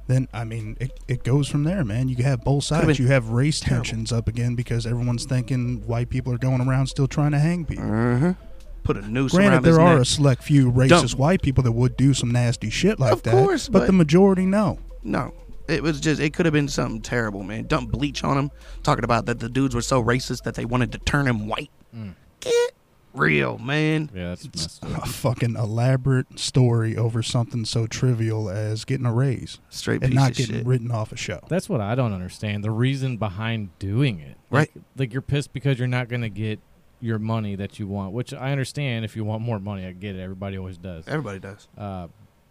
Speaker 3: Then I mean, it, it goes from there, man. You have
Speaker 1: Could've
Speaker 3: both sides.
Speaker 1: been
Speaker 3: You have race
Speaker 1: terrible.
Speaker 3: tensions up again because everyone's thinking white people are going around still trying to hang people.
Speaker 1: Uh-huh. Put a noose
Speaker 3: Granted,
Speaker 1: around
Speaker 3: there
Speaker 1: his
Speaker 3: are
Speaker 1: neck.
Speaker 3: a select few racist
Speaker 1: Dumb.
Speaker 3: white people that would do some nasty shit like
Speaker 1: Of
Speaker 3: that.
Speaker 1: course,
Speaker 3: but,
Speaker 1: but-
Speaker 3: the majority no.
Speaker 1: No. It was just, it could have been something terrible, man. Dump bleach on him. Talking about that the dudes were so racist that they wanted to turn him white.
Speaker 2: Mm.
Speaker 1: Get real, man.
Speaker 2: Yeah, that's messed up.
Speaker 3: A fucking elaborate story over something so trivial as getting a raise
Speaker 1: Straight
Speaker 3: and
Speaker 1: piece
Speaker 3: not
Speaker 1: of
Speaker 3: getting
Speaker 1: shit.
Speaker 3: written off a show.
Speaker 2: That's what I don't understand. The reason behind doing it. Like- Like, you're pissed because you're not going to get your money that you want, which I understand if you want more money. I get it. Everybody always does.
Speaker 1: Everybody does.
Speaker 2: Uh,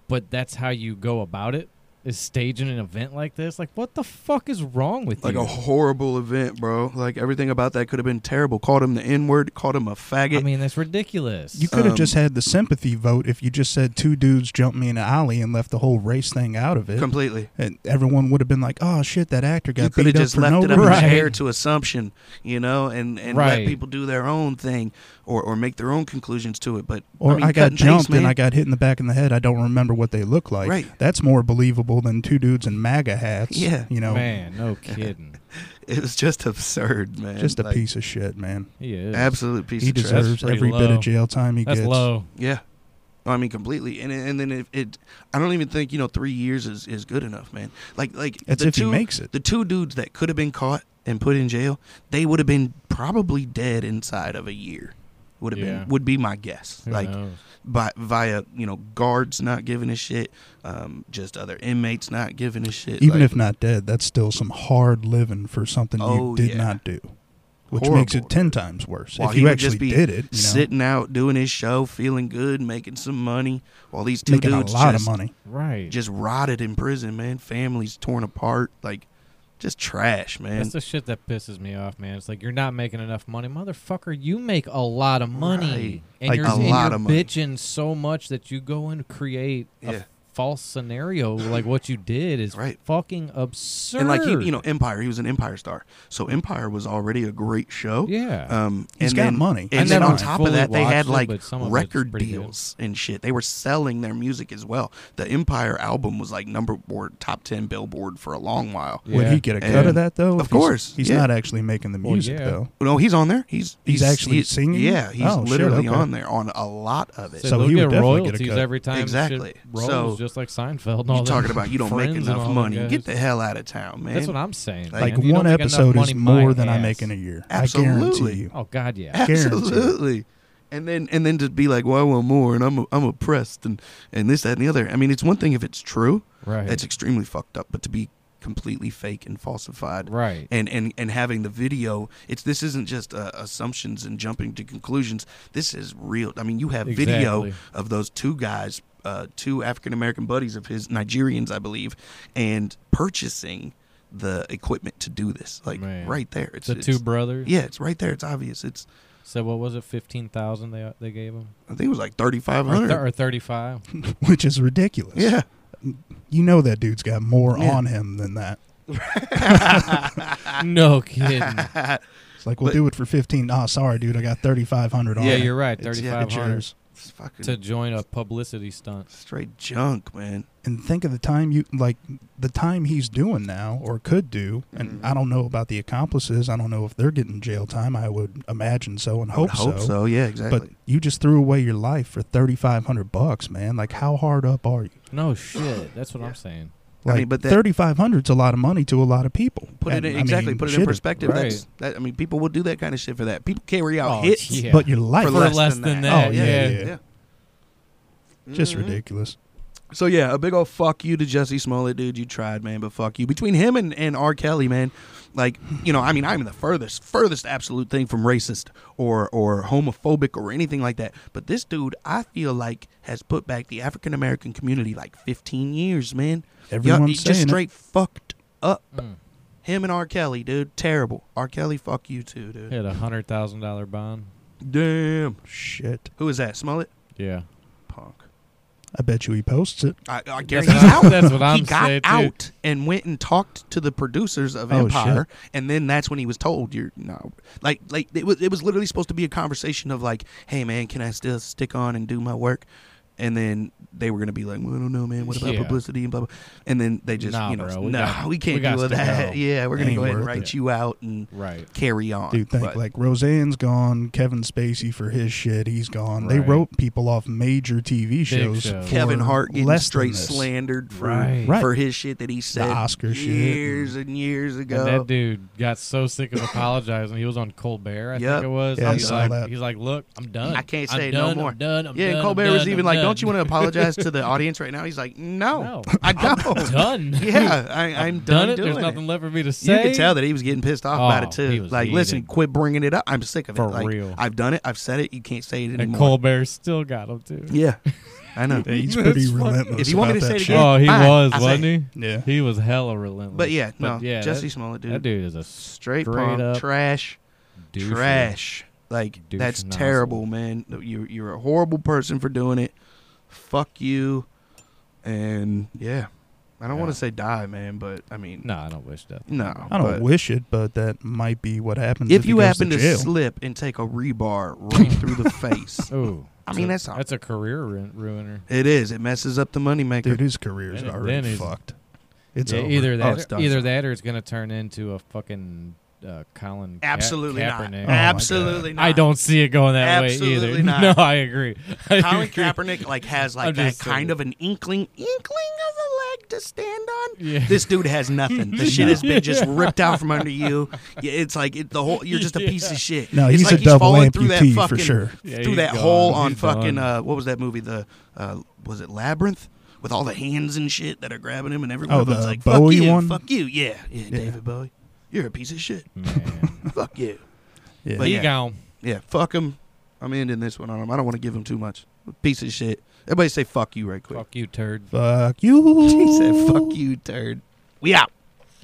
Speaker 2: but that's how you go about it is staging an event like this. Like, what the fuck is wrong with
Speaker 1: Like
Speaker 2: you?
Speaker 1: a horrible event, bro. Like everything about that could have been terrible. Called him the N word. Called him a faggot.
Speaker 2: I mean, that's ridiculous.
Speaker 3: You could have
Speaker 1: Um,
Speaker 3: just had the sympathy vote if you just said two dudes jumped me in an alley and left the whole race thing out of it.
Speaker 1: Completely.
Speaker 3: and everyone would have been like, "Oh shit, that actor
Speaker 1: You
Speaker 3: got
Speaker 1: could
Speaker 3: beat
Speaker 1: have
Speaker 3: up
Speaker 1: just
Speaker 3: for
Speaker 1: left
Speaker 3: no
Speaker 1: it up
Speaker 2: reason.
Speaker 1: in the air
Speaker 2: Right.
Speaker 1: to assumption, you know, and and
Speaker 2: Right.
Speaker 1: let people do their own thing or or make their own conclusions to it. But
Speaker 3: Or I,
Speaker 1: I, mean, cut
Speaker 3: got
Speaker 1: and paste,
Speaker 3: jumped and
Speaker 1: man.
Speaker 3: I got hit in the back in the head. I don't remember what they look like.
Speaker 1: Right.
Speaker 3: That's more believable than two dudes in MAGA hats.
Speaker 1: Yeah.
Speaker 3: you know,
Speaker 2: Oh, Man, no
Speaker 1: [laughs]
Speaker 2: kidding.
Speaker 1: It was just absurd, man.
Speaker 3: just a
Speaker 1: Like,
Speaker 3: piece of shit, man.
Speaker 2: He is.
Speaker 1: Absolute piece
Speaker 3: He
Speaker 1: of trash.
Speaker 3: deserves
Speaker 2: That's pretty
Speaker 3: every bit
Speaker 2: low.
Speaker 3: of jail time he
Speaker 2: That's
Speaker 3: gets.
Speaker 2: low.
Speaker 1: Yeah. I mean, completely. And and then if it, I don't even think you know three years is, is good enough, man. Like like
Speaker 3: It's
Speaker 1: the
Speaker 3: if
Speaker 1: two
Speaker 3: he makes it.
Speaker 1: the two dudes that could have been caught and put in jail, they would have been probably dead inside of a year. Would have
Speaker 2: Yeah.
Speaker 1: been would be my guess.
Speaker 2: Who
Speaker 1: like
Speaker 2: knows?
Speaker 1: by via you know guards not giving a shit, um, just other inmates not giving a shit.
Speaker 3: Even
Speaker 1: like,
Speaker 3: if not dead, that's still some hard living for something
Speaker 1: Oh,
Speaker 3: you did
Speaker 1: yeah.
Speaker 3: not do, which
Speaker 1: Horrible,
Speaker 3: makes it ten times worse.
Speaker 1: While
Speaker 3: if
Speaker 1: he
Speaker 3: you
Speaker 1: would
Speaker 3: actually
Speaker 1: just be
Speaker 3: did it, you know,
Speaker 1: sitting out doing his show, feeling good, making some money, while these two
Speaker 3: making a
Speaker 1: dudes
Speaker 3: lot
Speaker 1: just
Speaker 3: of money.
Speaker 2: Right.
Speaker 1: just rotted in prison, man. Families torn apart, like just trash, man.
Speaker 2: That's the shit that pisses me off, man. It's like you're not making enough money, motherfucker. You make a lot of money,
Speaker 1: Right.
Speaker 2: and
Speaker 3: Like,
Speaker 2: you're,
Speaker 3: a
Speaker 2: and
Speaker 1: lot
Speaker 2: you're
Speaker 1: of money.
Speaker 2: bitching so much that you go and create
Speaker 1: Yeah.
Speaker 2: a false scenario like what you did is
Speaker 1: Right.
Speaker 2: fucking absurd.
Speaker 1: And like he, you know, Empire. He was an Empire star, so Empire was already a great show.
Speaker 2: Yeah.
Speaker 1: Um,
Speaker 3: He's
Speaker 1: and
Speaker 3: got
Speaker 1: then,
Speaker 3: money.
Speaker 1: And
Speaker 2: He's
Speaker 1: then
Speaker 2: not
Speaker 1: on top of
Speaker 2: fully
Speaker 1: that, they had
Speaker 2: watched it,
Speaker 1: like
Speaker 2: but some of it's
Speaker 1: record
Speaker 2: pretty good.
Speaker 1: deals and shit. They were selling their music as well. The Empire album was like number board top ten Billboard for a long while.
Speaker 2: Yeah.
Speaker 3: Would he get a cut
Speaker 1: And-
Speaker 3: of that though?
Speaker 1: of
Speaker 3: If he's-
Speaker 1: course,
Speaker 3: He's
Speaker 1: yeah.
Speaker 3: not actually making the
Speaker 2: Well,
Speaker 3: music
Speaker 2: yeah.
Speaker 3: though.
Speaker 1: No, he's on there. He's
Speaker 3: He's actually
Speaker 1: he-
Speaker 3: singing?
Speaker 1: Yeah, he's
Speaker 3: Oh, shit,
Speaker 1: literally
Speaker 3: okay.
Speaker 1: on there on a lot of it.
Speaker 2: so,
Speaker 3: So
Speaker 2: they'll
Speaker 3: he would
Speaker 2: get
Speaker 3: definitely get a
Speaker 2: royalties
Speaker 3: cut.
Speaker 2: every time. shit
Speaker 1: Exactly.
Speaker 2: rolls,
Speaker 1: So-
Speaker 2: just like Seinfeld. And all
Speaker 1: you
Speaker 2: them
Speaker 1: talking about you don't make
Speaker 2: [laughs] Friends and all
Speaker 1: enough
Speaker 2: them
Speaker 1: money?
Speaker 2: guys.
Speaker 1: Get the hell out of town, man.
Speaker 2: That's what I'm saying.
Speaker 1: Like,
Speaker 2: man.
Speaker 3: Like
Speaker 2: You don't
Speaker 3: one
Speaker 2: make enough
Speaker 3: episode
Speaker 2: money,
Speaker 3: is more
Speaker 2: my
Speaker 3: than I make
Speaker 2: ass.
Speaker 3: in a year. I
Speaker 1: Absolutely.
Speaker 3: guarantee you.
Speaker 2: Oh God, yeah.
Speaker 3: Guaranteed.
Speaker 1: Absolutely. And then and then just be like, well, I want more, and I'm I'm oppressed, and and this that and the other. I mean, it's one thing if it's true,
Speaker 2: Right.
Speaker 1: that's extremely fucked up, but to be completely fake and falsified,
Speaker 2: Right.
Speaker 1: And and and having the video, it's this isn't just uh, assumptions and jumping to conclusions. This is real. I mean, you have video
Speaker 2: Exactly.
Speaker 1: of those two guys, uh, two African American buddies of his, Nigerians, I believe, and purchasing the equipment to do this, like
Speaker 2: Man.
Speaker 1: right there. It's
Speaker 2: the
Speaker 1: it's-
Speaker 2: two brothers.
Speaker 1: Yeah, it's right there. It's obvious. It's
Speaker 2: So what was it? Fifteen thousand they they gave him,
Speaker 1: I think it was like thirty five
Speaker 2: or,
Speaker 1: hundred.
Speaker 2: th- or thirty-five.
Speaker 3: [laughs] Which is ridiculous.
Speaker 1: yeah,
Speaker 3: You know that dude's got more
Speaker 1: Yeah.
Speaker 3: on him than that. [laughs]
Speaker 2: no kidding.
Speaker 3: It's like we'll
Speaker 1: But-
Speaker 3: do it for fifteen. Ah, sorry, dude, I got thirty five hundred on.
Speaker 2: yeah,
Speaker 3: it.
Speaker 2: you're right.
Speaker 1: It's- yeah,
Speaker 2: Thirty-five
Speaker 3: It's
Speaker 2: hundred
Speaker 3: yours.
Speaker 1: it's fucking
Speaker 2: to join a publicity stunt.
Speaker 1: straight junk, man.
Speaker 3: And think of the time you like the time he's doing now or could do. And
Speaker 1: Mhm.
Speaker 3: I don't know about the accomplices. I don't know if they're getting jail time. I would imagine so and
Speaker 1: I would
Speaker 3: hope,
Speaker 1: hope so. Yeah, exactly.
Speaker 3: But you just threw away your life for thirty five hundred bucks, man. Like how hard up are you?
Speaker 2: No shit. That's what I'm saying.
Speaker 1: I
Speaker 3: Like
Speaker 1: mean, but that-
Speaker 3: thirty five hundred's a lot of money to a lot of people.
Speaker 1: put
Speaker 3: And,
Speaker 1: it in,
Speaker 3: I
Speaker 1: exactly.
Speaker 3: mean,
Speaker 1: put it in
Speaker 3: shit,
Speaker 1: perspective.
Speaker 2: Right.
Speaker 1: That's that. I mean, people will do that kind of shit for that. People carry out
Speaker 2: Oh,
Speaker 1: hits
Speaker 2: yeah.
Speaker 3: But your life
Speaker 1: for,
Speaker 2: For
Speaker 1: less,
Speaker 2: less
Speaker 1: than,
Speaker 2: than
Speaker 1: that.
Speaker 3: that,
Speaker 1: Oh, yeah,
Speaker 3: yeah,
Speaker 1: yeah.
Speaker 3: yeah. just
Speaker 1: Mhm.
Speaker 3: ridiculous.
Speaker 1: So yeah, a big old fuck you to Jesse Smollett, dude. You tried, man, but fuck you. Between him and, and R. Kelly, man, like you know, I mean, I'm the furthest, furthest absolute thing from racist or or homophobic or anything like that. But this dude, I feel like, has put back the African American community like 15 years, man.
Speaker 3: Everyone's
Speaker 1: Y'all- he just
Speaker 3: saying it.
Speaker 1: straight fucked up.
Speaker 2: Mm.
Speaker 1: Him and R. Kelly, dude, terrible. R. Kelly, fuck you too, dude.
Speaker 2: Hit a hundred thousand dollar bond.
Speaker 1: Damn.
Speaker 3: Shit.
Speaker 1: Who is that? Smollett.
Speaker 2: Yeah.
Speaker 1: Punk.
Speaker 3: I bet you he posts it.
Speaker 1: I, I
Speaker 2: That's
Speaker 1: guarantee
Speaker 2: what,
Speaker 1: he's out.
Speaker 2: I'm, [laughs] that's what I'm
Speaker 1: he got
Speaker 2: saying. too.
Speaker 1: out and went and talked to the producers of
Speaker 3: Oh,
Speaker 1: Empire, and then that's when he was told, "You're no." Like, like it was, it was literally supposed to be a conversation of like, "Hey, man, can I still stick on and do my work?" And then they were gonna be like, "Well, I don't know, man. What about
Speaker 2: Yeah.
Speaker 1: publicity and blah blah?" And then they just,
Speaker 2: Nah,
Speaker 1: you know,
Speaker 2: bro,
Speaker 1: no,
Speaker 2: we got-
Speaker 1: we
Speaker 2: we
Speaker 1: can't
Speaker 2: gots
Speaker 1: do
Speaker 2: to
Speaker 1: that.
Speaker 2: go.
Speaker 1: Yeah, we're gonna
Speaker 3: Ain't
Speaker 1: go ahead and
Speaker 3: worth
Speaker 1: write
Speaker 2: it.
Speaker 1: you out and
Speaker 2: Right.
Speaker 1: carry on.
Speaker 3: Dude, think
Speaker 1: Uh, But-
Speaker 3: like Roseanne's gone, Kevin Spacey for his shit, he's gone. They
Speaker 2: Right.
Speaker 3: wrote people off major TV shows.
Speaker 2: shows.
Speaker 3: for
Speaker 1: Kevin Hart getting
Speaker 3: less than
Speaker 1: straight
Speaker 3: this.
Speaker 1: slandered for
Speaker 2: Right.
Speaker 3: Right.
Speaker 1: for his shit that he said
Speaker 3: Oscar shit.
Speaker 1: years and years ago.
Speaker 2: And that dude got so sick of apologizing. He was on Colbert, I
Speaker 1: Yep.
Speaker 2: think it was.
Speaker 3: Yeah,
Speaker 2: and
Speaker 3: I
Speaker 2: he's
Speaker 3: saw
Speaker 2: like,
Speaker 3: that.
Speaker 2: he's like, look, I'm done.
Speaker 1: I can't
Speaker 2: I'm
Speaker 1: say no
Speaker 2: done,
Speaker 1: more."
Speaker 2: I'm done. I'm
Speaker 1: yeah,
Speaker 2: done.
Speaker 1: and
Speaker 2: I'm
Speaker 1: Colbert
Speaker 2: done,
Speaker 1: was even
Speaker 2: I'm
Speaker 1: like,
Speaker 2: done.
Speaker 1: "Don't you want to apologize to the audience right now?" He's like, "No,
Speaker 2: [laughs] No.
Speaker 1: I don't. [laughs]
Speaker 2: done? [laughs]
Speaker 1: yeah, I, I'm, done,
Speaker 2: done it.
Speaker 1: doing
Speaker 2: There's nothing left for me to
Speaker 1: it."
Speaker 2: say.
Speaker 1: You could tell that he was getting pissed off about
Speaker 2: Oh,
Speaker 1: it too.
Speaker 2: he was
Speaker 1: Like, listen,
Speaker 2: heated.
Speaker 1: quit bringing it up. I'm sick of it.
Speaker 2: For
Speaker 1: Like,
Speaker 2: real.
Speaker 1: I've done it. I've said it. You can't say it
Speaker 2: and
Speaker 1: anymore.
Speaker 2: Colbert still got him too.
Speaker 1: yeah, I
Speaker 2: [laughs]
Speaker 1: know.
Speaker 3: Yeah, [laughs] he's pretty
Speaker 2: That's fucking-
Speaker 3: relentless.
Speaker 1: If you want me
Speaker 3: about
Speaker 1: to
Speaker 3: that
Speaker 1: say it
Speaker 3: shit.
Speaker 1: again-
Speaker 2: Oh, he
Speaker 1: Fine,
Speaker 2: was,
Speaker 1: I say
Speaker 2: wasn't he?
Speaker 3: yeah.
Speaker 2: He was hella relentless.
Speaker 1: But yeah, no,
Speaker 2: But yeah,
Speaker 1: Jesse
Speaker 2: that-
Speaker 1: Smollett, dude,
Speaker 2: that dude is a s-
Speaker 1: straight,
Speaker 2: straight
Speaker 1: punk,
Speaker 2: up
Speaker 1: trash.
Speaker 2: douche.
Speaker 1: trash. Like
Speaker 2: Douche
Speaker 1: that's
Speaker 2: nozzle.
Speaker 1: terrible, man. You you're a horrible person for doing it. Fuck you. And yeah, I don't
Speaker 2: Yeah.
Speaker 1: want to say die, man, but I mean,
Speaker 2: No, I don't wish that.
Speaker 1: no.
Speaker 3: I don't
Speaker 1: but
Speaker 3: wish it, but that might be what happens
Speaker 1: If
Speaker 3: he
Speaker 1: you
Speaker 3: goes
Speaker 1: happen to,
Speaker 3: to jail.
Speaker 1: slip and take a rebar right through the face,
Speaker 2: Oh,
Speaker 1: I mean that's all.
Speaker 2: that's a career ruin- ruiner.
Speaker 1: It is. It messes up the moneymaker.
Speaker 3: Dude, his career's
Speaker 2: Then-
Speaker 3: already
Speaker 2: then he's-
Speaker 3: fucked. It's
Speaker 2: Yeah,
Speaker 3: over.
Speaker 2: E- either
Speaker 1: Oh, it's
Speaker 2: that,
Speaker 1: done.
Speaker 2: or, either that, or it's gonna turn into a fucking uh, Colin. Ka-
Speaker 1: Absolutely not.
Speaker 2: Kaepernick.
Speaker 3: Oh my God.
Speaker 1: Absolutely not.
Speaker 2: I don't see it going that way
Speaker 1: Absolutely
Speaker 2: either. [laughs]
Speaker 1: not.
Speaker 2: No, I agree.
Speaker 1: [laughs]
Speaker 2: I [laughs]
Speaker 1: Colin
Speaker 2: agree.
Speaker 1: Kaepernick like has like
Speaker 2: I'm
Speaker 1: that
Speaker 2: just saying.
Speaker 1: kind of an inkling, inkling of a leg to stand on.
Speaker 2: Yeah.
Speaker 1: This dude has nothing. The shit has been
Speaker 3: [laughs]
Speaker 1: just ripped out from under you. Yeah, It's like it, the whole. You're just a piece of shit.
Speaker 3: No,
Speaker 1: It's
Speaker 3: he's
Speaker 1: like
Speaker 3: a double
Speaker 1: falling through that
Speaker 3: amputee for
Speaker 1: fucking-
Speaker 3: sure.
Speaker 2: Yeah,
Speaker 1: through
Speaker 2: he's
Speaker 1: that
Speaker 2: gone.
Speaker 1: hole on
Speaker 2: He's
Speaker 1: fucking
Speaker 2: done.
Speaker 1: uh, what was that movie? The uh, was it Labyrinth with all the hands and shit that are grabbing him and everyone
Speaker 3: Oh,
Speaker 1: was
Speaker 3: the
Speaker 1: like,
Speaker 3: Bowie
Speaker 1: "Fuck you,
Speaker 3: one?
Speaker 1: fuck you, yeah, yeah,
Speaker 3: Yeah.
Speaker 1: David Bowie, you're a piece of shit.
Speaker 2: Man.
Speaker 1: fuck you,
Speaker 3: Yeah.
Speaker 1: [laughs] But
Speaker 2: he
Speaker 1: yeah.
Speaker 2: gone.
Speaker 1: yeah, fuck him. I'm ending this one on him. I don't want to give him too much. Piece of shit. [laughs] Everybody say fuck you right quick.
Speaker 2: Fuck you, turd.
Speaker 1: [laughs]
Speaker 3: Fuck you.
Speaker 1: He said, "Fuck you, turd." We out.